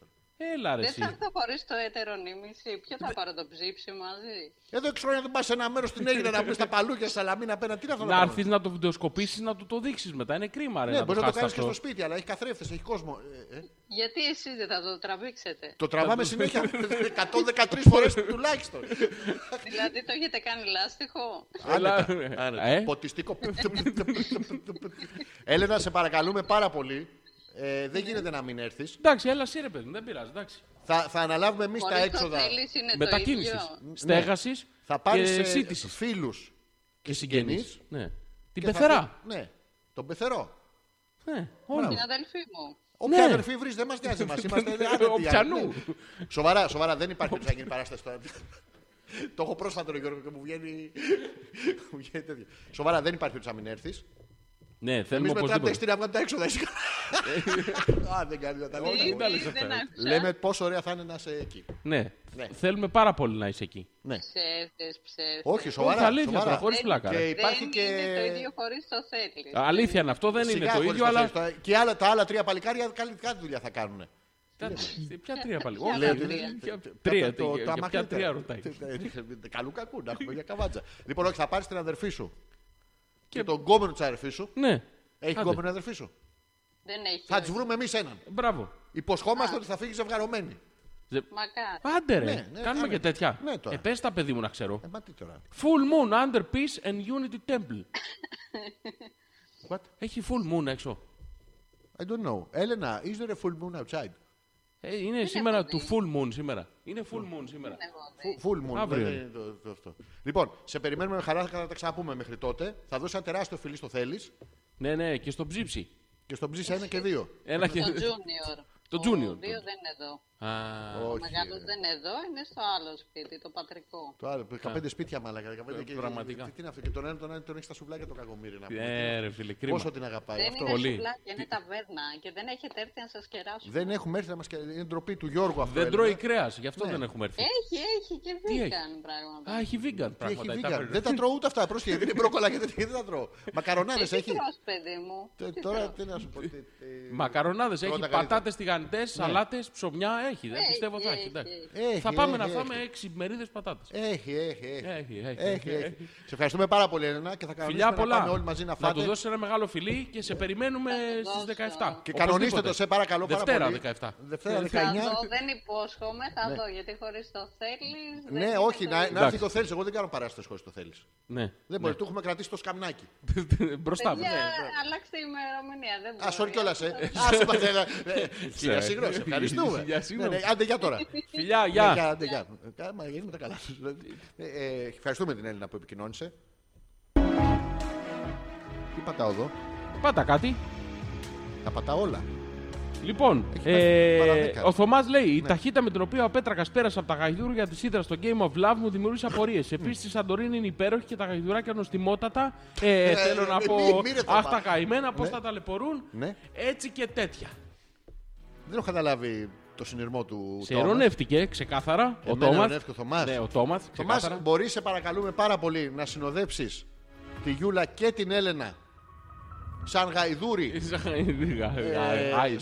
S5: Έλα, ρε.
S7: Δεν θα
S5: Εσύ.
S7: έρθω χωρίς το έτερονίμηση. Ποιο θα πάρω το ψήψι μαζί.
S4: Εδώ έξι χρόνια δεν πας σε ένα μέρος στην Έγινα να πεις τα παλούκια σαλαμίνα απέναντι. Τι είναι αυτό το
S5: Να
S4: πράγμα.
S5: έρθει να το βιντεοσκοπήσεις να του το δείξεις μετά. Είναι κρίμα, ρε.
S4: Ναι, μπορεί να το
S5: χάσεις
S4: κάνεις και στο
S5: αυτό.
S4: σπίτι, αλλά έχει καθρέφτες, έχει κόσμο. Ε, ε,
S7: Γιατί εσείς δεν θα το τραβήξετε.
S4: Το τραβάμε συνέχεια 113 φορές τουλάχιστον.
S7: δηλαδή το έχετε κάνει λάστιχο.
S5: Έλα, ε, ε,
S4: Ποτιστικό. Έλενα, σε παρακαλούμε πάρα πολύ. Ε, δεν γίνεται να μην έρθεις.
S5: Εντάξει, έλα εσύ, ρε παιδί, μου, δεν πειράζει. Εντάξει.
S4: Θα, θα αναλάβουμε εμείς τα
S7: Χωρίς το
S4: έξοδα.
S7: θέλεις είναι το
S5: Μετακίνησης.
S7: ίδιο.
S5: Στέγαση.
S4: Ναι. Θα πάρεις
S5: και
S4: ε,
S5: σύντησης.
S4: φίλους.
S5: Και
S4: συγγενείς.
S5: Ναι. Την
S4: και θα
S5: πεθερά.
S4: πει- Ναι, τον πεθερό.
S5: Ναι, όλα.
S7: Την αδελφή μου.
S4: Όποια
S5: Ναι.
S4: αδερφή βρεις, δεν μας νοιάζει εμά. Είμαστε άνετοι.
S5: Οπιανού.
S4: άνετοι. Σοβαρά, σοβαρά, δεν υπάρχει περίπτωση να γίνει παράσταση τώρα. Το έχω πρόσφατο, ρε Γιώργο, και μου βγαίνει. μου βγαίνει τέτοιο. Σοβαρά, δεν υπάρχει περίπτωση να μην έρθεις.
S5: Ναι,
S4: Εμείς
S5: θέλουμε
S4: μετά από τα
S5: οπωσδήποτε.
S4: ειστήρια βγάλουμε τα έξοδα. εσύ. Α, δεν κάνει να τα
S7: Τι,
S4: λέμε.
S5: τα λες
S7: τι,
S5: αυτά,
S7: δεν
S5: ε.
S7: άκουσα.
S4: Λέμε πόσο ωραία θα είναι να είσαι εκεί.
S5: Ναι.
S4: Ναι.
S5: Θέλουμε πάρα πολύ να είσαι εκεί.
S4: Ναι.
S7: Ψεύδες, ψεύδες.
S4: Όχι,
S5: Ε, Όχι,
S4: σοβαρά.
S5: αλήθεια,
S4: σοβαρά. Ε,
S5: τώρα, χωρίς πλάκα.
S4: Και
S5: ρε.
S4: υπάρχει
S7: δεν
S4: και.
S7: είναι το ίδιο χωρίς το θέλεις.
S5: Αλήθεια είναι αυτό, δεν
S4: Σιγά
S5: είναι το
S4: χωρίς
S5: ίδιο,
S4: να
S5: αλλά.
S4: θέλεις. Και άλλα- τα άλλα τρία παλικάρια καλή κάτι δουλειά θα κάνουν.
S5: Τα- Ποια τρία πάλι.
S7: Ποια
S5: Όχι,
S7: λέω,
S5: δεν-
S7: τρία.
S5: ποια- Τρία.
S4: το-
S5: τι-
S4: τα
S5: για Ποια
S4: μαγνήτερα.
S5: τρία ρωτάει.
S4: ε, Καλού κακού, να έχουμε για καβάτσα. Λοιπόν, όχι, θα πάρεις την αδερφή σου. Και τον κόμενο της αδερφής σου.
S5: Ναι.
S4: Έχει
S5: Άντε.
S4: κόμενο αδερφή σου.
S7: Δεν έχει.
S4: Θα
S7: όχι.
S4: τη βρούμε εμείς έναν.
S5: Μπράβο.
S4: Υποσχόμαστε ότι θα φύγει ζευγαρωμένη.
S5: Ζε-
S7: Μακάρι.
S5: Άντε ρε,
S4: Ναι, ναι,
S5: κάνουμε
S4: άντε.
S5: και τέτοια.
S4: Ναι, τώρα.
S5: Ε, πες τα παιδί μου να ξέρω.
S4: Ε, μα τι τώρα.
S5: Full moon under peace and unity temple.
S4: What?
S5: Έχει full moon έξω.
S4: I don't know. Έλενα, is there a full moon outside?
S5: Ε, είναι σήμερα
S7: έχω
S5: του
S7: δει.
S5: full moon σήμερα. Είναι full moon σήμερα.
S7: Εγώ δεν.
S4: Full moon.
S5: Αύριο
S4: δεν
S5: είναι.
S4: είναι το- το αυτό. Λοιπόν, σε περιμένουμε με χαρά, θα τα ξαναπούμε μέχρι τότε. Θα δώσει ένα τεράστιο φιλί στο θέλεις
S5: Ναι, ναι, και στο ψήψη.
S4: και στον ψήσα ένα και δύο.
S5: Ένα
S7: Το
S5: και.
S7: junior.
S5: Το
S7: Ο
S5: junior,
S7: δύο
S5: το-
S7: δεν είναι εδώ.
S5: Α,
S7: Ο
S4: Όχι.
S7: μεγάλος δεν είναι εδώ, είναι στο άλλο σπίτι, το πατρικό.
S4: Το άλλο, 15 σπίτια μάλακα. 15 και...
S5: Ε, Πραγματικά.
S4: Τι, τι είναι αυτό. Και τον ένα τον, άλλο τον έχει στα σουβλάκια το κακομίρι. Να πούμε.
S5: Ε, ρε φίλε, κρίμα.
S4: Πόσο την αγαπάει
S7: Δεν
S4: αυτό.
S7: είναι
S5: Πολύ.
S7: σουβλάκια, είναι ταβέρνα και δεν έχετε έρθει να σας κεράσουν.
S4: Δεν έχουμε έρθει να μας. Είναι ντροπή του Γιώργου αυτό.
S5: Δεν
S4: Έλενα.
S5: τρώει κρέας, γι' αυτό
S4: Ναι.
S5: δεν έχουμε έρθει.
S7: Έχει, έχει και
S5: έχει?
S7: vegan πράγματα.
S5: Α, έχει vegan
S4: Τι έχει
S5: πράγματα. η
S4: vegan.
S5: τάπερ.
S4: Δεν τα τρώω ούτε αυτά. Πρόσεχε. Δεν είναι μπρόκολα και τέτοια. Δεν τα τρώω. Μακαρονάδες
S7: Εσύ
S4: έχει.
S7: τρως, παιδί μου.
S4: Τε-
S7: Τι
S4: Τώρα
S7: τρως.
S4: τι να σου πω. τι- τι-
S5: Μακαρονάδες
S4: Πρώτα
S5: έχει,
S4: καλύτερα. Ναι.
S5: πατάτες τηγανιτές, σαλάτες, ψωμιά έχει. Δεν
S7: Έχει,
S5: πιστεύω θα έχει.
S7: Ναι, έχει,
S5: εντάξει.
S7: έχει.
S4: Έχει,
S5: Θα πάμε
S4: έχει,
S5: να
S4: έχει.
S5: φάμε Ε, έξι μερίδες πατάτες.
S4: Έχει, έχει, έχει.
S5: Έχει, έχει,
S4: έχει, έχει.
S5: έχει, έχει.
S4: Σε ευχαριστούμε πάρα πολύ, Ελένα, και θα κανονίσουμε
S5: Φιλιά
S4: να
S5: πολλά.
S4: πάμε όλοι μαζί να
S5: Να
S4: φάτε.
S5: του δώσει ένα μεγάλο φιλί και σε περιμένουμε
S7: του
S5: στι 17.
S7: δώσω.
S4: Και
S5: Οπωσδήποτε.
S4: κανονίστε το, σε παρακαλώ
S5: Δευτέρα
S4: πάρα πολύ.
S5: 17.
S4: Δευτέρα 19.
S7: Θα δω, δεν υπόσχομαι,
S5: Ναι.
S7: θα δω, γιατί χωρίς το θέλεις... δεν
S4: Ναι,
S7: είναι
S4: όχι,
S7: το
S4: να,
S7: ίδιο.
S4: να έρθει το θέλεις. Εγώ δεν κάνω παράσταση χωρίς το θέλεις.
S5: Ναι.
S4: Δεν μπορεί, το έχουμε κρατήσει το σκαμνάκι.
S5: Μπροστά μου.
S7: Παιδιά,
S5: ναι.
S7: αλλάξτε η ημερομηνία, δεν μπορώ.
S4: Α, sorry κιόλα. Άσε μα. ε, ε, Χίλια
S5: Ξέρω.
S4: συγγνώμη, σε ευχαριστούμε.
S5: Ναι. Χίλια συγγνώμη.
S4: Ναι, ναι, Άντε, για τώρα.
S5: Φιλιά,
S4: Ναι,
S5: γεια.
S4: κα- Άντε, γεια. Κα- Μα γίνουμε τα καλά. Ε, ε, Ευχαριστούμε την Έλληνα που επικοινώνησε. Τι πατάω εδώ,
S5: Πάτα κάτι.
S4: τα πατάω όλα.
S5: Λοιπόν,
S4: Έχει Ναι. πάει παρά
S5: ε,
S4: δέκα.
S5: ο Θωμάς λέει: Η ταχύτητα με την οποία ο Πέτρακας πέρασε από τα γαϊδούρια της Ήδρας στο Game of Love μου δημιούργησε απορίες. Επίσης, η Σαντορίνη είναι υπέροχη και τα γαϊδουράκια νοστιμότατα. Ε,
S4: Ε,
S5: θέλω να
S4: μη-
S5: πω.
S4: μη- μη ρε, Θωμά.
S5: Αχ, τα καημένα, πώς
S4: Ναι.
S5: τα ταλαιπωρούν.
S4: Ναι.
S5: Έτσι και τέτοια.
S4: Δεν έχω καταλάβει το συνειρμό του.
S5: Σε ειρωνεύτηκε ξεκάθαρα ο
S4: Εμένα
S5: Τόμας.
S4: ειρωνεύτηκε ο Θωμάς.
S5: Ναι, ο Τόμας.
S4: Μα μπορεί, σε παρακαλούμε πάρα πολύ, να συνοδέψεις τη Γιούλα και την Έλενα σαν γαϊδούρι.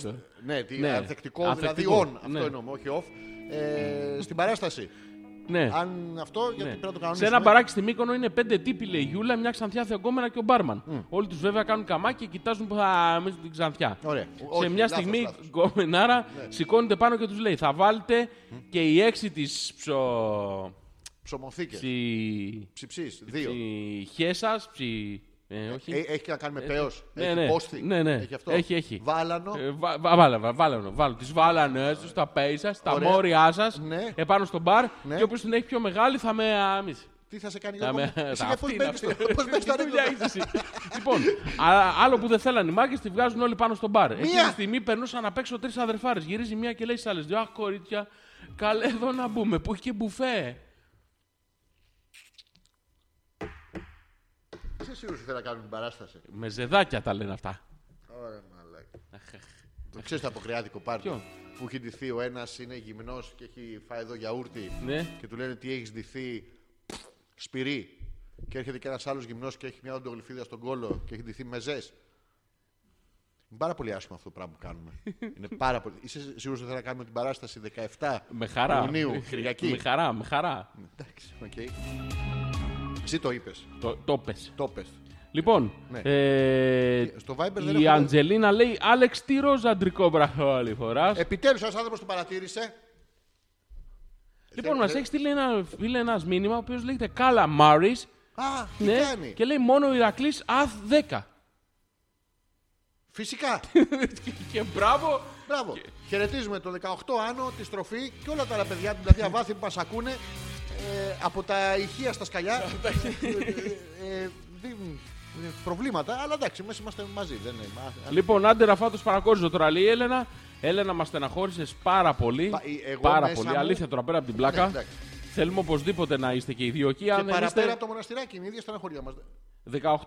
S4: Ε, Ναι, τι,
S5: Ναι.
S4: ανθεκτικό, δηλαδή
S5: Ανθεκτικό,
S4: on.
S5: ναι.
S4: Αυτό εννοούμε, όχι off. Ε, στην παράσταση.
S5: Ναι.
S4: Αν αυτό, γιατί
S5: Ναι.
S4: πρέπει να το
S5: Σε
S4: κανονίσουμε.
S5: ένα μπαράκι στη Μύκονο είναι πέντε τύποι, λέει η Γιούλα, μια ξανθιά θεοκόμενα και ο μπάρμαν. Όλοι τους βέβαια κάνουν καμάκι και κοιτάζουν που θα μείνουν την ξανθιά.
S4: Ωραία.
S5: σε
S4: Όχι,
S5: μια
S4: λάθος,
S5: στιγμή
S4: λάθος. Ναι.
S5: η κομμενάρα σηκώνεται πάνω και τους λέει: Θα βάλετε και οι έξι της ψο.
S4: Ψωμοθήκες.
S5: ψι.
S4: Ψιψή. Δύο.
S5: ψιχέσα, ψι. Ε, όχι.
S4: Ε, έχει να κάνει με πέος.
S5: ναι,
S4: έχει
S5: ναι.
S4: πόστη.
S5: Ναι, ναι.
S4: Έχει αυτό.
S5: Έχει, έχει.
S4: Βάλανο.
S5: Ε, βα- βα- Βάλανε, βάλανε, βάλανε. Τις βάλανες ε, στους τα πέις σας, στα
S4: Ωραία.
S5: μόρια σας,
S4: Ναι.
S5: επάνω στο μπαρ
S4: Ναι.
S5: και όποιος την έχει πιο μεγάλη θα με αμύσει.
S4: Τι θα σε κάνει
S5: Να
S4: Γιώργο.
S5: με-
S4: μου? Εσύ
S5: τα-
S4: για πώς
S5: αυτή είναι
S4: μπαίνεις
S5: αυτή.
S4: στο- πώς μπαίνεις στο
S5: Τι δουλειά
S4: ανέκδοτο.
S5: έχεις εσύ. Λοιπόν, α- άλλο που δεν θέλανε οι μάγκες, τη βγάζουν όλοι πάνω στον μπαρ. Εκείνη τη στιγμή περνούσαν απ' έξω τρεις αδερφάρες. Γυρίζει μία και λέει στις άλλες δύο: Αχ, κορίτσια, καλέ εδώ να μπούμε που έχει και μπουφέ.
S4: Είσαι σίγουρος ότι θέλει να κάνουν την παράσταση.
S5: Με ζεδάκια τα λένε αυτά.
S4: Ωραία, μαλάκα. Το ξέρεις το αποκριάτικο πάρτι.
S5: Ποιο?
S4: Που έχει ντυθεί ο ένας, είναι γυμνός και έχει φάει εδώ γιαούρτι.
S5: Ναι.
S4: Και του λένε τι έχεις ντυθεί. Σπυρί. Και έρχεται και ένας άλλος γυμνός και έχει μια οντογλυφίδα στον κόλο και έχει ντυθεί μεζές. Είναι πάρα πολύ άσχημο αυτό το πράγμα που κάνουμε. είναι πάρα πολύ. Είσαι σίγουρος ότι θα να κάνουμε την παράσταση 17
S5: Με χαρά.
S4: Ιουνίου,
S5: Με
S4: Κυριακή.
S5: χαρά, με χαρά.
S4: Εντάξει, οκ. Εσύ το είπες.
S5: Το, το πες.
S4: Το είπες.
S5: Λοιπόν,
S4: Ναι.
S5: ε,
S4: Στο Viber δεν
S5: η
S4: έχω-
S5: Αντζελίνα λέει Άλεξ τι ροζ αντρικό βραχό άλλη φοράς.
S4: Επιτέλους, ένας άνθρωπος το παρατήρησε.
S5: λοιπόν,
S4: θε-
S5: μα
S4: θε-
S5: έχει στείλει ένα, φίλε, ένας μήνυμα ο οποίος λέγεται Κάλα Μάρις.
S4: Α, τι
S5: Ναι,
S4: κάνει.
S5: και λέει μόνο ο Ηρακλής Αθ 10.
S4: Φυσικά.
S5: και, και μπράβο.
S4: Μπράβο. Χαιρετίζουμε το 18 Άνω, τη στροφή και όλα τα άλλα παιδιά, δηλαδή αβάθη που μας ακούνε ε, από τα ηχεία στα σκαλιά. ε, ε, δίνουν, ε, προβλήματα, αλλά εντάξει, μέσα είμαστε μαζί. Δεν είναι, μα-
S5: Λοιπόν, άντε ραφάτο παρακόριζο τώρα λέει η Έλενα. Έλενα, μας στεναχώρησες πάρα πολύ.
S4: Πα- ε, εγώ
S5: πάρα
S4: μέσα
S5: πολύ.
S4: μου- Ναι,
S5: Αλήθεια τώρα πέρα από την πλάκα.
S4: εντάξει.
S5: Θέλουμε οπωσδήποτε να είστε και οι δύο εκεί.
S4: και
S5: Αν δεν
S4: παραπέρα
S5: είστε.
S4: από το μοναστηράκι, είναι η ίδια στεναχωρία μας.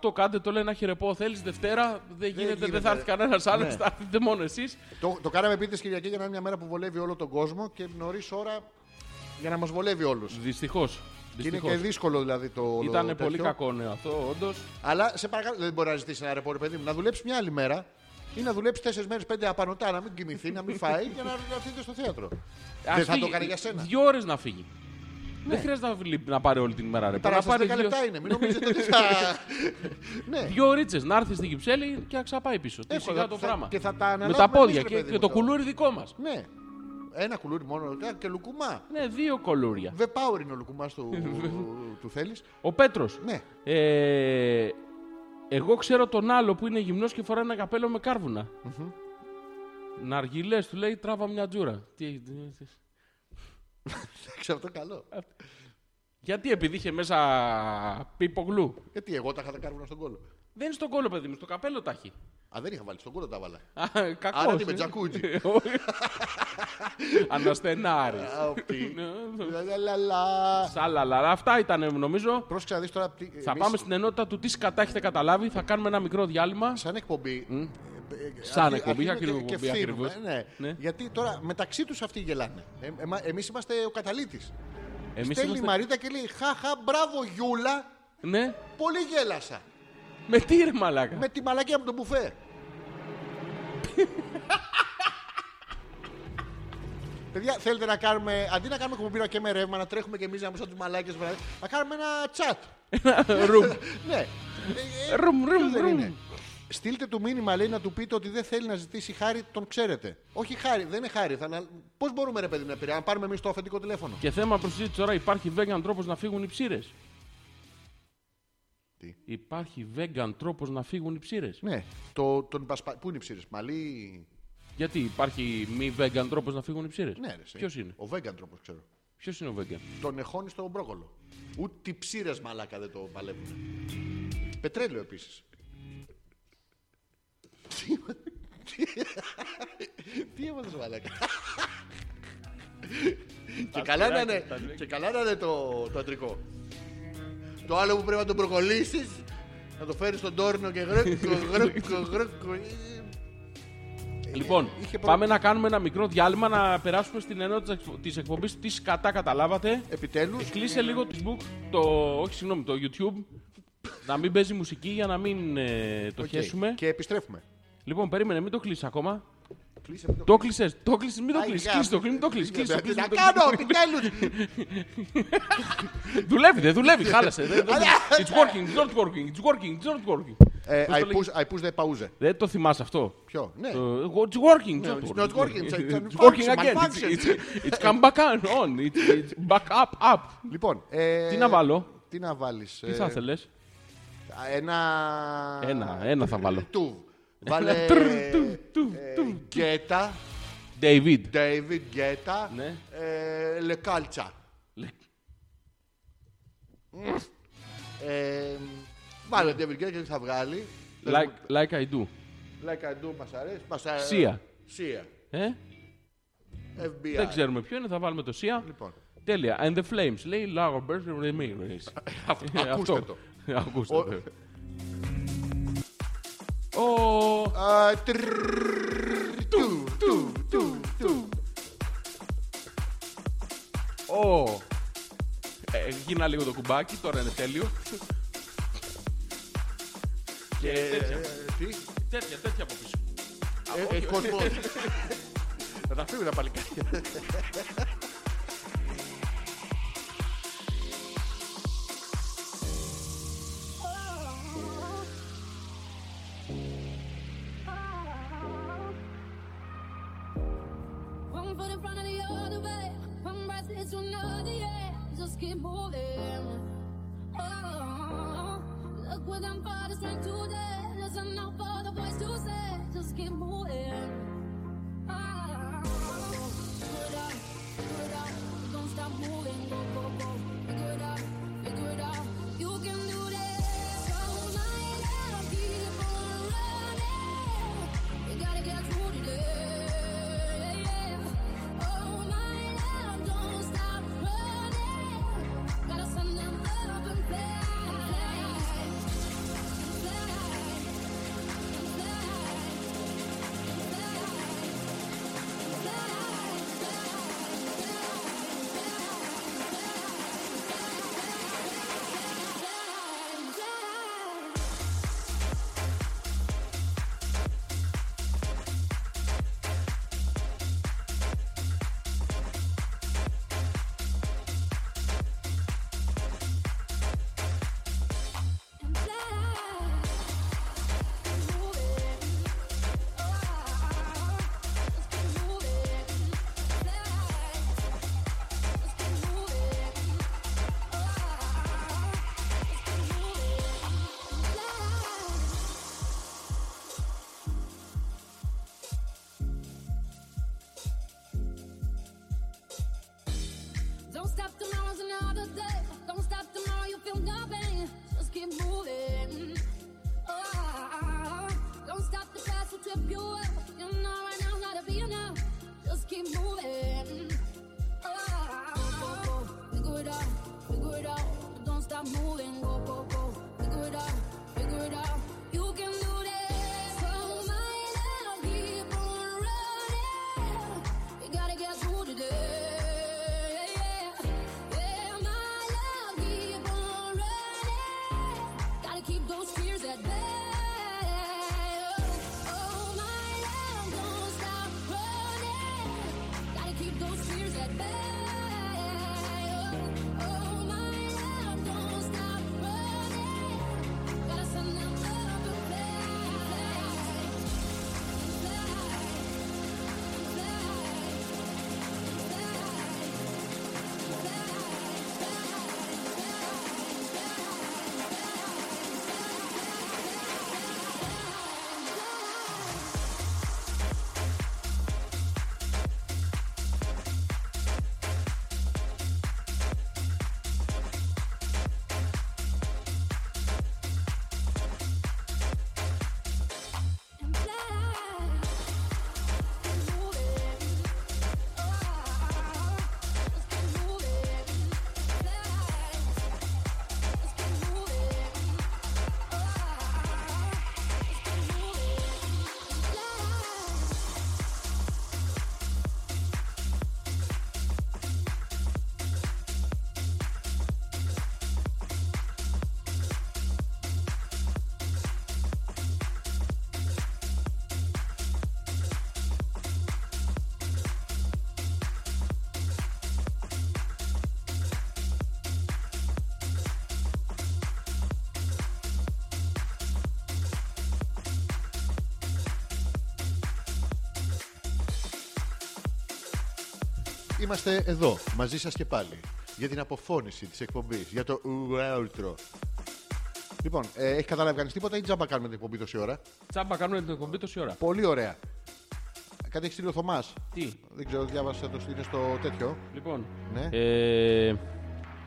S5: 18 κάντε το λέει να χειρεπώ. Θέλεις Δευτέρα, δεν γίνεται, δεν
S4: γίνεται.
S5: θα έρθει κανένας άλλος,
S4: Ναι.
S5: θα έρθετε μόνο εσείς.
S4: Το, το κάναμε επίτηδε Κυριακής για να είναι μια μέρα που βολεύει όλο τον κόσμο και νωρίς ώρα για να μας βολεύει όλους.
S5: Δυστυχώς.
S4: Και είναι και δύσκολο δηλαδή το όλο
S5: Ήταν
S4: τέτοιο.
S5: πολύ κακό νέο αυτό, όντως.
S4: Αλλά σε παρακαλώ, δεν μπορεί να ζητήσει ένα ρεπόρ, παιδί μου, να δουλέψει μια άλλη μέρα ή να δουλέψει τέσσερις μέρες, πέντε απανοτά, να μην κοιμηθεί, να μην φάει και να έρθει στο θέατρο. δεν θα το κάνει για σένα. Ναι.
S5: Δύο ώρες να φύγει. Δεν χρειάζεται να, βλέπει- να πάρει όλη την ημέρα ρε.
S4: Παρά
S5: Να πάρει
S4: 10
S5: δύο-
S4: λεπτά είναι, μην νομίζετε ότι θα. ναι,
S5: Δύο ώρε να έρθει στην Κυψέλη και να ξαπάει πίσω. Τι
S4: Εύκολα,
S5: σιγά το
S4: θα-
S5: πράγμα.
S4: και θα τα
S5: Με
S4: αναλάβουμε
S5: τα πόδια
S4: εμείς, ρε
S5: και,
S4: παιδί
S5: και
S4: μου,
S5: το
S4: τώρα.
S5: κουλούρι δικό μας.
S4: ναι. Ένα κουλούρι μόνο ε, και λουκουμά.
S5: Ναι, δύο κολούρια.
S4: Βεπάουρ είναι ο λουκουμάς του, του θέλεις.
S5: Ο Πέτρος.
S4: Ναι.
S5: Ε, εγώ ξέρω τον άλλο που είναι γυμνός και φοράει ένα καπέλο με καρβουνα Ναργιλές του λέει τράβα μια τζούρα. Τι, τι- τι-
S4: Εντάξει, αυτό καλό.
S5: γιατί επειδή είχε μέσα πίπο γλου.
S4: Γιατί εγώ τα είχα τα κάρβουνα στον κόλλο.
S5: Δεν είναι στον κόλλο παιδί μου, στο καπέλο τα έχει.
S4: Α, δεν είχα βάλει στον κόλλο τα βάλα.
S5: Α, Κακός.
S4: Άρα τι με
S5: ε.
S4: τζακούτσι.
S5: Αναστενάρης.
S4: Α, αυτή.
S5: ναι,
S4: Λα, λα, λα.
S5: Σαλαλαλα. Αυτά ήταν νομίζω.
S4: Πρόσεξε να δεις τώρα. τι-
S5: Θα
S4: εμείς
S5: πάμε στην ενότητα του τι σκατά έχετε καταλάβει. Θα κάνουμε ένα μικρό διάλειμμα.
S4: Σαν εκπομπή. ε, ε,
S5: Σαν
S4: αρχι-
S5: εκπομπή,
S4: αρχίζουμε
S5: ακριβώς,
S4: και- και
S5: εκπομπή,
S4: φθήνουμε,
S5: ακριβώς.
S4: ναι.
S5: Ναι.
S4: Γιατί τώρα μεταξύ τους αυτοί γελάνε. Ε, εμα- εμείς είμαστε ο καταλήτης.
S5: Εμείς
S4: Στέλνει η
S5: είμαστε...
S4: Μαρίτα και λέει: Χαχα, μπράβο, Γιούλα.
S5: Ναι.
S4: Πολύ γέλασα.
S5: Με τι ρε μαλάκα.
S4: Με τη μαλακία από τον μπουφέ. Παιδιά, θέλετε να κάνουμε, αντί να κάνουμε κουμπίρα και με ρεύμα, να τρέχουμε και εμείς να είμαστε τους μαλάκες βράδυ, να κάνουμε ένα chat.
S5: Ρουμ.
S4: ναι. Ε, ε,
S5: Ρουμ,
S4: ποιο
S5: ρουμ,
S4: δεν
S5: ρουμ.
S4: είναι. Στείλτε του μήνυμα, λέει, να του πείτε ότι δεν θέλει να ζητήσει χάρη, τον ξέρετε. Όχι χάρη, δεν είναι χάρη. Θα να... Πώς μπορούμε, ρε παιδί, να επηρεάσουμε, αν πάρουμε εμείς το αφεντικό τηλέφωνο.
S5: Και θέμα προ τώρα, υπάρχει vegan τρόπος να φύγουν οι ψήρες.
S4: Τι?
S5: Υπάρχει vegan τρόπος να φύγουν οι ψήρες.
S4: Ναι. Το, τον πασπα... Πού είναι οι ψήρες, Μαλί.
S5: Γιατί υπάρχει μη vegan τρόπος να φύγουν οι ψήρες.
S4: Ναι, ρε. εσύ.
S5: Ποιος είναι,
S4: Ο Βέγκαν τρόπος, ξέρω.
S5: Ποιος είναι ο vegan.
S4: τον εχώνει στο μπρόκολο. Ούτε οι ψήρες μαλάκα δεν το παλεύουν. Πετρέλαιο επίσης. Τι έβαλες μαλάκα. και, καλά να είναι, και καλά να είναι το, το αντρικό. Το άλλο που πρέπει να τον προκολλήσεις, να το φέρεις στον τόρνο και γρέκο, γρέκο, γρέκο.
S5: Λοιπόν,
S4: είχε προ-
S5: πάμε να κάνουμε ένα μικρό διάλειμμα να περάσουμε στην ενότητα της εκπομπή. Τι σκατά καταλάβατε.
S4: Επιτέλους,
S5: Κλείσε λίγο το Facebook, το. Όχι, συγγνώμη, το YouTube. να μην παίζει μουσική για να μην ε, το χέσουμε.
S4: και επιστρέφουμε.
S5: Λοιπόν, περίμενε, μην το κλείσει ακόμα.
S4: Κλείσε με το
S5: Το κλείσε, το κλείσε, μην το
S4: Άι,
S5: κλείσεις.
S4: γάμ.
S5: Κλείσε το, μην το κλείσεις.
S4: Τι να κάνω, επιτέλου!
S5: Δουλεύει, δεν δουλεύει, χάλασε. δεν- δεν- It's working, it's not working, it's working, it's not working.
S4: Ε,
S5: Πώς
S4: I
S5: το λέγεις?
S4: push, I push the pause.
S5: Δεν το θυμάσαι αυτό.
S4: Ποιο, ναι.
S5: Ε, It's working, it's
S4: it's not working, it's- it's
S5: It's working
S4: malfunction,
S5: again. It's-
S4: malfunction.
S5: it's- It's come back on, on. It's- It's back up, up.
S4: Λοιπόν, ε,
S5: Τι να βάλω,
S4: Τι να βάλεις.
S5: τι θα ήθελες.
S4: Ένα. Ah.
S5: Ένα, ένα θα βάλω.
S4: Τουβ. Βάλε.
S5: Τρρ, τουβ, τουβ,
S4: ε,
S5: τουβ.
S4: Γκέτα.
S5: David.
S4: David Γκέτα.
S5: Ναι.
S4: ε, Λεκάλτσα. Ε, Βάλε David Γκέτα και τι θα βγάλει.
S5: Like, like I do.
S4: Like I do, μας αρέσει. Μας αρέσει.
S5: Sia.
S4: Sia.
S5: Ε,
S4: FBI.
S5: Δεν ξέρουμε ποιο είναι, θα βάλουμε το Sia.
S4: Λοιπόν.
S5: Τέλεια. And the Flames. Λέει Lago Bird Ramirez.
S4: ακούστε το.
S5: Ακούστε
S4: Ο-
S5: το. Ο-
S4: Α, τρρρρ, Ε, τουβ, τουβ, τουβ, τουβ.
S5: Ω. Ε, γίνα λίγο το κουμπάκι, τώρα είναι τέλειο. Και τέτοια,
S4: Ε, Τι.
S5: τέτοια, τέτοια από πίσω.
S4: Ε, Έχει κόσμο. Θα τα φύγουν τα παλικάρια.
S6: One foot in front of the other way, one right foot to another, yeah. Just keep moving. Oh, look what I'm for, this ain't today. Listen out for the voice to say, just keep moving. Oh, put up, put up, don't stop moving. Go, go, go, figure it out, figure it out. You can do this. Follow my love, keep on running. You gotta get through today. Oh, my love, don't stop running. Gotta send them up and fly. start today. Don't stop tomorrow, you feel nothing. Just keep moving. Oh, don't stop the past will trip you up. You know right now how to be enough. Just keep moving. Oh, figure it out, figure it out. But don't stop moving. Go, go, go. Figure it out, figure it out. You can do this. So my love, keep on running. You gotta get through today. Yeah, my love, keep on running. Gotta keep those fears at bay. Oh, my love, don't stop running. Gotta keep those fears at bay. Oh, oh, my love, don't stop running. Gotta send them up and fly, fly, fly. And fly, keep moving.
S4: Είμαστε εδώ, μαζί σας και πάλι. Για την αποφώνηση της εκπομπής, για το outro. Λοιπόν, ε, έχει καταλάβει κανείς τίποτα ή τζάμπα κάνουμε την εκπομπή τόση ώρα.
S5: Τσάμπα κάνουμε την εκπομπή τόση ώρα.
S4: Πολύ ωραία. Κάτι έχει στείλει ο Θωμάς.
S5: Τι,
S4: Δεν ξέρω, διάβασα το στείλει στο τέτοιο.
S5: λοιπόν.
S4: Ναι.
S5: Ε,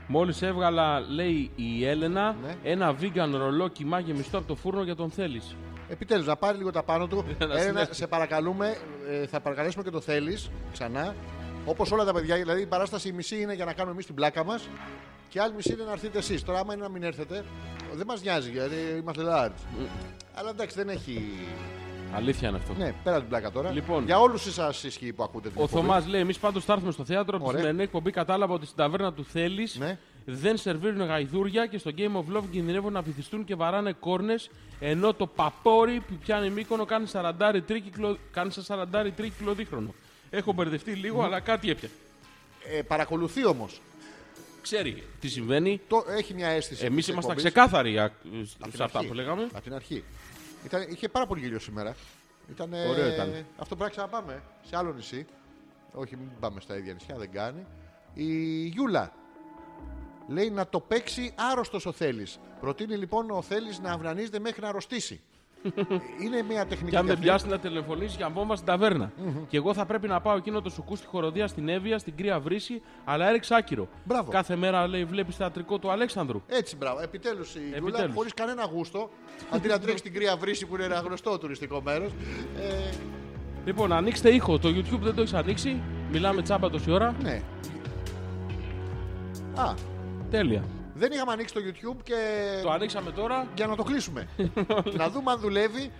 S5: μόλις έβγαλα, λέει η Έλενα,
S4: Ναι.
S5: ένα vegan ρολό κοιμά γεμιστό από το φούρνο για τον θέλεις.
S4: Επιτέλους, να πάρει λίγο τα πάνω του. Έλενα,
S5: συνέλθει.
S4: σε παρακαλούμε, ε, θα παρακαλέσουμε και το θέλεις ξανά. Όπως όλα τα παιδιά, δηλαδή η παράσταση η μισή είναι για να κάνουμε εμείς την πλάκα μας και η άλλη μισή είναι να έρθετε εσείς. Τώρα, άμα είναι να μην έρθετε, δεν μας νοιάζει γιατί είμαστε large.
S5: Mm.
S4: Αλλά εντάξει, δεν έχει.
S5: Αλήθεια είναι αυτό.
S4: Ναι, πέρα την πλάκα τώρα.
S5: Λοιπόν.
S4: Για όλους εσάς ισχύει που ακούτε την
S5: Ο
S4: εκπομπή.
S5: Θωμάς λέει: Εμείς πάντως θα έρθουμε στο θέατρο. Από τη
S4: Ωραία.
S5: σημερινή εκπομπή κατάλαβα ότι στην ταβέρνα του θέλεις.
S4: Ναι.
S5: Δεν σερβίρουν γαϊδούρια και στο Game of Love κινδυνεύουν να βυθιστούν και βαράνε κόρνες. Ενώ το παπόρι που πιάνει μήκονο κάνει 40 τρίκυκλο, κάνει σε 40 τρίκυκλο δίχρονο. Έχω μπερδευτεί λίγο, αλλά κάτι έπια.
S4: Ε, παρακολουθεί όμως.
S5: Ξέρει τι συμβαίνει.
S4: Έχει μια αίσθηση.
S5: Εμείς
S4: της
S5: ήμασταν
S4: εκπομπής.
S5: ξεκάθαροι α,
S4: Απ' την
S5: σε αυτά
S4: αρχή.
S5: που λέγαμε.
S4: Απ' την αρχή. Ήταν, είχε πάρα πολύ γέλιο σήμερα. Ήταν, ε,
S5: Ωραίο ήταν.
S4: Αυτό πρέπει να ξαναπάμε σε άλλο νησί. Όχι, μην πάμε στα ίδια νησιά, δεν κάνει. Η Γιούλα λέει να το παίξει άρρωστος ο Θέλει. Προτείνει λοιπόν ο Θέλει να αυνανίζεται μέχρι να αρρωστήσει. Είναι μια τεχνική.
S5: Και αν
S4: και
S5: δεν
S4: αυτή.
S5: πιάσει να τηλεφωνήσει για βόμβα στην ταβερνα Και εγώ θα πρέπει να πάω εκείνο το σουκού στη χοροδία στην Εύβοια, στην Κρύα Βρύση, αλλά έριξα άκυρο.
S4: Μπράβο.
S5: Κάθε μέρα λέει βλέπεις θεατρικό του Αλέξανδρου.
S4: Έτσι, μπράβο. Επιτέλους η Γιούλα,
S5: Επιτέλους.
S4: χωρίς κανένα γούστο, αντί να τρέξει την κρύα βρύση που είναι ένα γνωστό τουριστικό μέρος. Ε,
S5: Λοιπόν, ανοίξτε ήχο. Το YouTube δεν το έχεις ανοίξει. Μιλάμε τσάμπα τόση ώρα.
S4: ναι. Α,
S5: Τέλεια.
S4: δεν είχαμε ανοίξει το YouTube και.
S5: Το ανοίξαμε τώρα.
S4: για να το κλείσουμε. να δούμε αν δουλεύει. Λοιπόν,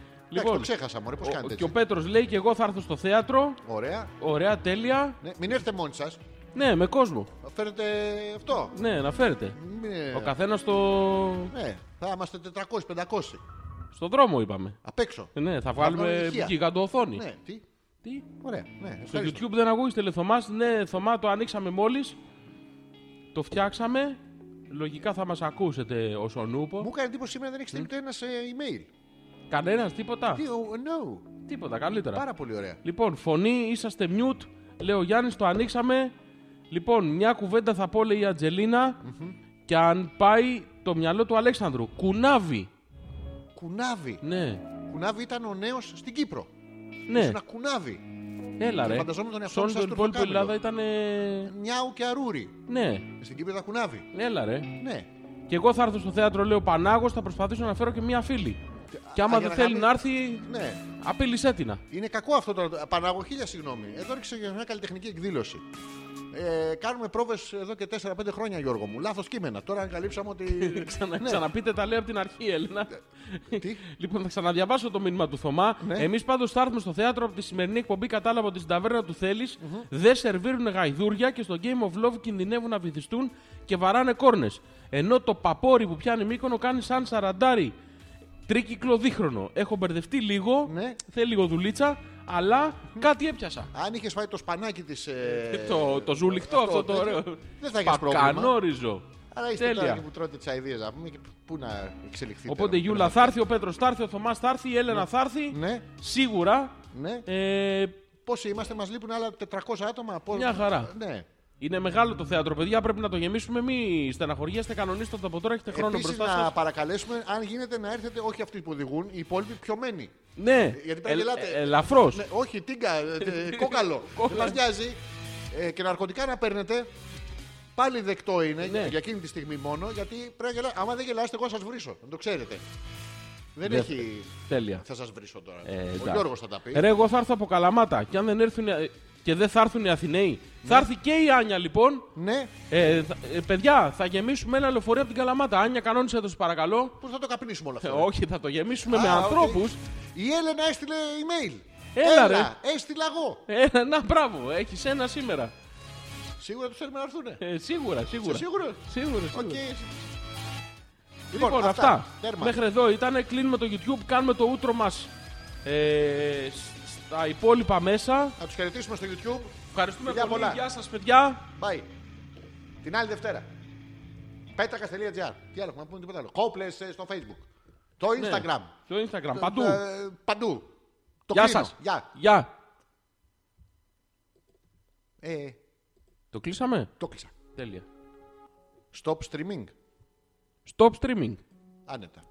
S5: Λοιπόν.
S4: το ξέχασα, μωρέ, πώς
S5: Ο-
S4: κάνετε
S5: και ο
S4: έτσι.
S5: Πέτρος λέει και εγώ θα έρθω στο θέατρο.
S4: Ωραία.
S5: Ωραία, τέλεια.
S4: Ναι, μην έρθετε μόνοι σας.
S5: Ναι, με κόσμο.
S4: Φέρετε αυτό.
S5: Ναι, να φέρετε.
S4: Μην-
S5: Ο καθένας στο...
S4: Ναι, θα είμαστε 400-500.
S5: στον δρόμο, είπαμε.
S4: Απ' έξω.
S5: Ναι, θα
S4: βγάλουμε
S5: βγάλουμε
S4: ηχεία.
S5: γιγαντοοθόνη.
S4: Ναι, τι.
S5: Τι?
S4: Ωραία. Ναι,
S5: Στο
S4: ευχαριστώ.
S5: YouTube δεν ακούγεστε, λέει Θωμάς. Ναι, Θωμά, το ανοίξαμε μόλις. Το φτιάξαμε. Λογικά θα μας ακούσετε ως ο
S4: Μου
S5: Νούπο.
S4: έκανε εντύπωση σήμερα δεν έχεις
S5: Ναι.
S4: στείλει ούτε ένας email.
S5: Κανένας, τίποτα.
S4: Τι, oh, no.
S5: Τίποτα, καλύτερα.
S4: Πάρα πολύ ωραία.
S5: Λοιπόν, φωνή, είσαστε mute. Λέω Γιάννης, το ανοίξαμε. Λοιπόν, μια κουβέντα θα πω, λέει η ατζελινα Και αν πάει το μυαλό του Αλέξανδρου, κουνάβι.
S4: Κουνάβι.
S5: Ναι,
S4: Κουνάβι ήταν ο νέος στην Κύπρο.
S5: ναι.
S4: Ήσουν ένα κουνάβι.
S5: Έλα ρε.
S4: Φανταζόμουν τον
S5: Σε
S4: εαυτό μου
S5: όλη
S4: σαν
S5: την υπόλοιπη
S4: τουρκοκάμπελο.
S5: Ελλάδα ήταν. ε,
S4: Νιάου και αρούρι.
S5: Ναι,
S4: Στην Κύπρο τα κουνάβι.
S5: έλα ρε.
S4: Ναι.
S5: Και εγώ θα έρθω στο θέατρο, λέω Πανάγος, θα προσπαθήσω να φέρω και μία φίλη. Και άμα
S4: α, για
S5: δεν
S4: να
S5: θέλει
S4: κάνει-
S5: να έρθει,
S4: Ναι.
S5: απειλήσέ την. να.
S4: Είναι κακό αυτό τώρα. Πανάγω χίλια συγγνώμη. Εδώ ρίξε για μια καλλιτεχνική εκδήλωση. Ε, κάνουμε πρόβες εδώ και 4-5 χρόνια, Γιώργο μου. Λάθος κείμενα. Τώρα ανακαλύψαμε ότι.
S5: Ξανα- Ξαναπείτε τα λέω από την αρχή, Έλενα.
S4: Ναι, Ε, Τι?
S5: Λοιπόν, θα ξαναδιαβάσω το μήνυμα του Θωμά.
S4: Ναι.
S5: Εμείς πάντως θα έρθουμε στο θέατρο από τη σημερινή εκπομπή. Κατάλαβα ότι στην ταβέρνα του θέλεις δεν σερβίρουν γαϊδούρια και στο Game of Love κινδυνεύουν να βυθιστούν και βαράνε κόρνες. Ενώ το παπόρι που πιάνει μήκονο κάνει σαν σαραντάρι. Τρίκυκλο δίχρονο. Έχω μπερδευτεί λίγο.
S4: Ναι.
S5: Θέλει λίγο δουλίτσα. Αλλά κάτι έπιασα.
S4: Αν είχες φάει το σπανάκι της.
S5: Ε, το, το ζουλιχτό αυτό, το ωραίο.
S4: Δεν θα είχες πρόβλημα.
S5: Πακανόριζο.
S4: Αλλά είστε τώρα
S5: Τέλεια.
S4: εκεί που τρώτε τι αειδίε να πούμε και πού να εξελιχθείτε.
S5: Οπότε η
S4: η
S5: Γιούλα θα έρθει, ο Πέτρος θα έρθει, ο Θωμάς θα έρθει, η Έλενα θα έρθει.
S4: Ναι,
S5: Σίγουρα.
S4: ναι.
S5: Ε,
S4: Πόσοι είμαστε, μας λείπουν άλλα 400 άτομα. Πώς...
S5: Μια χαρά.
S4: Ναι.
S5: είναι μεγάλο το θέατρο, παιδιά. Πρέπει να το γεμίσουμε. Μη στεναχωριέστε, κανονίστε το από τώρα. Έχετε χρόνο
S4: Επίσης,
S5: μπροστά σα.
S4: να παρακαλέσουμε, αν γίνεται, να έρθετε όχι αυτοί που οδηγούν, οι υπόλοιποι πιωμένοι.
S5: Ναι,
S4: Γιατί πρέπει να γελάτε.
S5: ελαφρώς.
S4: Ναι, όχι, τίγκα, ε, ε, κόκαλο. Δεν μας νοιάζει. Ε, και ναρκωτικά να παίρνετε. Πάλι δεκτό είναι
S5: Ναι.
S4: για εκείνη τη στιγμή μόνο. Γιατί πρέπει να γελά... Άμα δεν γελάσετε, εγώ θα σας βρίσω. Να το ξέρετε. Δεν
S5: Ναι.
S4: έχει.
S5: Τέλεια.
S4: Θα σας βρίσω τώρα.
S5: Ε,
S4: Ο
S5: εντάξει.
S4: Γιώργος θα τα πει.
S5: Ρε, εγώ θα έρθω από Καλαμάτα. Και αν δεν έρθουν. ε, Και δεν θα έρθουν οι Αθηναίοι. Θα έρθει και η Άνια λοιπόν.
S4: Ναι,
S5: Ε, θα- ε, παιδιά, θα γεμίσουμε ένα λεωφορείο από την Καλαμάτα. Άνια, κανόνισε το, σε παρακαλώ.
S4: πώς θα το καπνίσουμε όλα
S5: Ε,
S4: αυτά. ρε.
S5: όχι, θα το γεμίσουμε
S4: Α,
S5: με
S4: οκ.
S5: ανθρώπους.
S4: Η Έλενα έστειλε email.
S5: Έλα,
S4: Έστειλα εγώ.
S5: Ε, να, μπράβο, έχεις ένα σήμερα.
S4: Σίγουρα τους θέλουμε να έρθουνε.
S5: Ε, σίγουρα, σίγουρα.
S4: Είσαι σίγουρος?
S5: Σίγουρα,
S4: Οκ.
S5: σίγουρα.
S4: Λοιπόν,
S5: Λοιπόν, αυτά.
S4: Τέρμα.
S5: Μέχρι εδώ ήταν. Κλείνουμε το YouTube, κάνουμε το ούτρο μας ε, στα υπόλοιπα μέσα.
S4: Να τους χαιρετήσουμε στο YouTube.
S5: Ευχαριστούμε
S4: Φιλιά
S5: πολύ.
S4: πολλά.
S5: Γεια σας, παιδιά.
S4: Bye. Την άλλη Δευτέρα. Πέτρακα.gr. Τι άλλο, έχουμε να πούμε τίποτα άλλο. Κόπλε στο Facebook. Το
S5: Ναι.
S4: Instagram.
S5: Το Instagram, παντού.
S4: Ε, παντού. Το
S5: Γεια
S4: κλείνω.
S5: σας.
S4: Γεια.
S5: Γεια.
S4: Ε,
S5: Το κλείσαμε.
S4: το κλείσα.
S5: Τέλεια.
S4: Stop streaming.
S5: Stop streaming.
S4: Άνετα.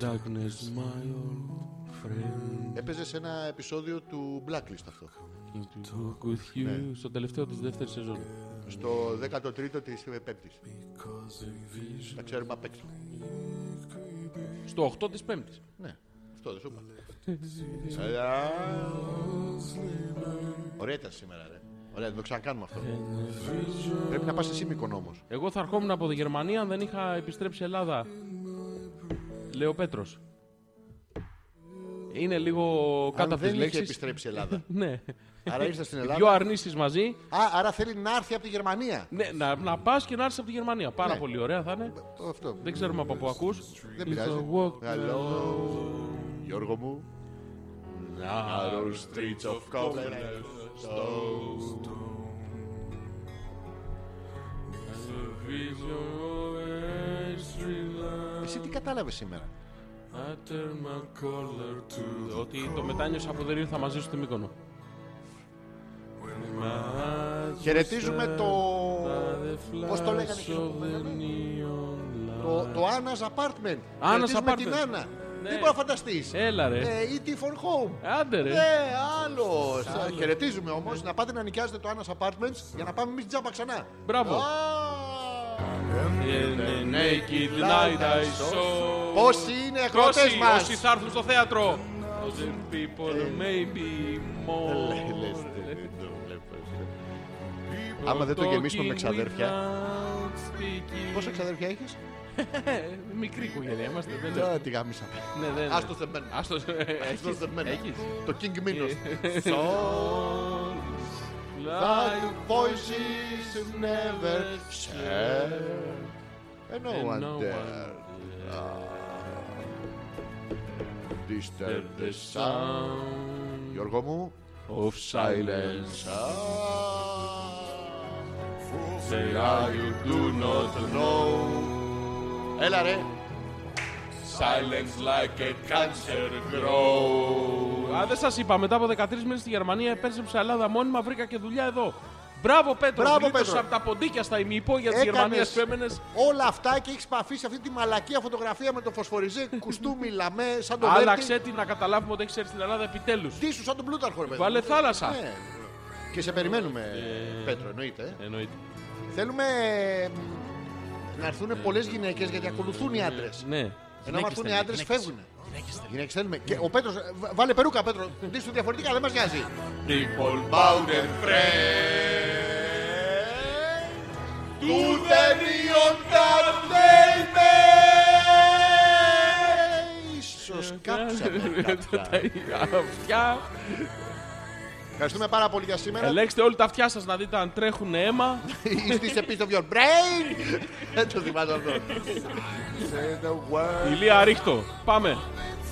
S5: Darkness, my old friend.
S4: Έπαιζε σε ένα επεισόδιο του Blacklist αυτό.
S5: to walk with you.
S4: Ναι.
S5: Στο τελευταίο της δεύτερης σεζόν.
S4: Στο 13ο τη 5η. Τα ξέρουμε απ' έξω.
S5: Στο 8 της Πέμπτης.
S4: Ναι, αυτό δεν σου είπα. Σαλιά. Ωραία ήταν σήμερα, ρε. Ωραία, δεν το ξανακάνουμε αυτό. Πρέπει να πας εσύ μήκον όμως.
S5: Εγώ θα ερχόμουν από τη Γερμανία αν δεν είχα επιστρέψει Ελλάδα. Λέω Πέτρος. Είναι λίγο κάτω
S4: Αν
S5: από τι
S4: δεν είχε
S5: λέξεις.
S4: επιστρέψει η Ελλάδα.
S5: Ναι.
S4: Άρα ήρθες στην
S5: Δύο
S4: Ελλάδα.
S5: αρνήσεις μαζί.
S4: Α, άρα θέλει να έρθει από τη Γερμανία.
S5: Ναι, να, να πας και να έρθεις από τη Γερμανία. Πάρα
S4: Ναι.
S5: πολύ ωραία θα είναι.
S4: Το Αυτό.
S5: Δεν ξέρουμε από πού ακούς.
S4: Δεν πειράζει. Hello, Γιώργο μου. Narrow streets of Copenhagen. Εσύ τι κατάλαβες σήμερα.
S5: Ότι το μετάνιωσα που δεν ήρθα μαζί σου στη Μύκονο.
S4: Χαιρετίζουμε το. Πώς το λέγανε. Το, το Anna's Apartment.
S5: Anna's
S4: Χαιρετίζουμε την
S5: Apartment.
S4: Άννα.
S5: Ναι.
S4: Δεν μπορεί να φανταστείς.
S5: Έλα ρε. Ε.
S4: Ε, E.T. for home.
S5: Άντε ρε.
S4: Ναι, άλλος. Σας Χαιρετίζουμε όμως. Να πάτε να νοικιάζετε το Anna's Apartments για να πάμε εμείς τζάμπα ξανά.
S5: Μπράβο. In the naked light I saw.
S4: Πόσοι είναι ακροτέ
S5: Πόσοι,
S4: μας.
S5: Όσοι θα έρθουν στο θέατρο. Other people
S4: Ε.
S5: maybe more.
S4: Άμα δεν το γεμίσουμε με
S5: Talking
S4: ξαδέρφια.
S5: without speaking.
S4: Πόσα ξαδέρφια έχεις.
S5: Ε, Μικρή οικογένεια είμαστε. δεν λέω.
S4: Τι γάμισαμε.
S5: Ναι, δεν είναι.
S4: Α το θεμένο.
S5: Ας το
S4: Ας το
S5: έχεις,
S4: θεμένο.
S5: έχεις.
S4: Το King Minos.
S5: Ε.
S4: Thy voices never share. And no
S5: And
S4: one
S5: no
S4: dare. Disturb the sound. Γιώργο μου.
S5: Of silence Say I you do not know
S4: Έλα ρε.
S5: Silence like a cancer grows Α, δεν σας είπα, μετά από 13 μήνες στη Γερμανία επέστρεψα Ελλάδα μόνιμα, βρήκα και δουλειά εδώ Μπράβο Πέτρο,
S4: Μπράβο,
S5: γλίτωσες
S4: Πέτρο.
S5: από τα ποντίκια στα ημιυπόγεια της
S4: Έκανες
S5: Γερμανίας που έμενες.
S4: Όλα αυτά και έχεις αφήσει αυτή τη μαλακία φωτογραφία με το φωσφοριζέ, κουστούμι, λαμέ, σαν το
S5: Άλλαξε την να καταλάβουμε ότι έχεις έρθει στην Ελλάδα επιτέλους.
S4: Τι σου, σαν τον Πλούταρχο, ρε παιδί.
S5: Βάλε θάλασσα.
S4: Ναι. Και σε περιμένουμε, Πέτρο, εννοείται. ε.
S5: Εννοείται.
S4: Θέλουμε ε, να έρθουν πολλές γυναίκες γιατί ακολουθούν οι άντρες.
S5: Ναι.
S4: Ενώ μας έρθουν οι άντρες, φεύγουν. Γυναίκες θέλουμε. Και ο Πέτρος, βάλε περούκα, Πέτρο. Δεις του διαφορετικά, δεν μας νοιάζει. Ε, Ίσως κάψαμε κάποια.
S5: Αυτιά.
S4: Ευχαριστούμε πάρα πολύ για σήμερα.
S5: Ελέγξτε όλοι τα αυτιά σας να δείτε αν τρέχουν αίμα.
S4: Είστε πίσω your brain. Δεν το θυμάσαι αυτό. Say the word
S5: Ηλία ρίχτο. Πάμε.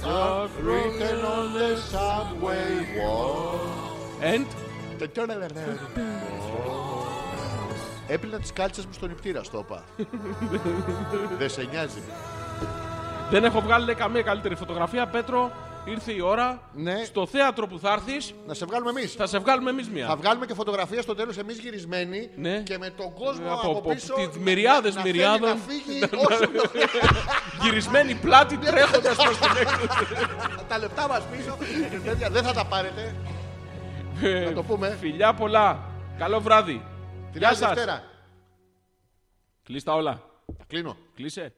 S4: I've written on the subway wall.
S5: And.
S4: Έπλυνα τις κάλτσες μου στον υπτήρα, στο είπα. Δεν σε νοιάζει.
S5: Δεν έχω βγάλει λέει, καμία καλύτερη φωτογραφία. Πέτρο, ήρθε η ώρα.
S4: Ναι.
S5: Στο θέατρο που θα έρθεις,
S4: Να σε βγάλουμε εμείς.
S5: θα σε βγάλουμε εμείς
S4: Θα
S5: μία.
S4: βγάλουμε και φωτογραφία στο τέλος εμείς γυρισμένοι
S5: Ναι.
S4: και με τον κόσμο
S5: Από-
S4: από,
S5: από-
S4: πίσω
S5: τις
S4: να-
S5: μυριάδες
S4: να θέλει
S5: μυριάδων.
S4: να φύγει όσο το
S5: Γυρισμένη πλάτη τρέχοντας προς την
S4: τα λεπτά μας πίσω. Τέτοια, δεν θα τα πάρετε.
S5: έκδοση.
S4: Να το πούμε.
S5: Φιλιά πολλά. Καλό βράδυ.
S4: Την
S5: Ε, Γεια
S4: άλλη
S5: σας.
S4: Δευτέρα.
S5: Κλείστα όλα.
S4: Τα Κλείνω.
S5: Κλείσε.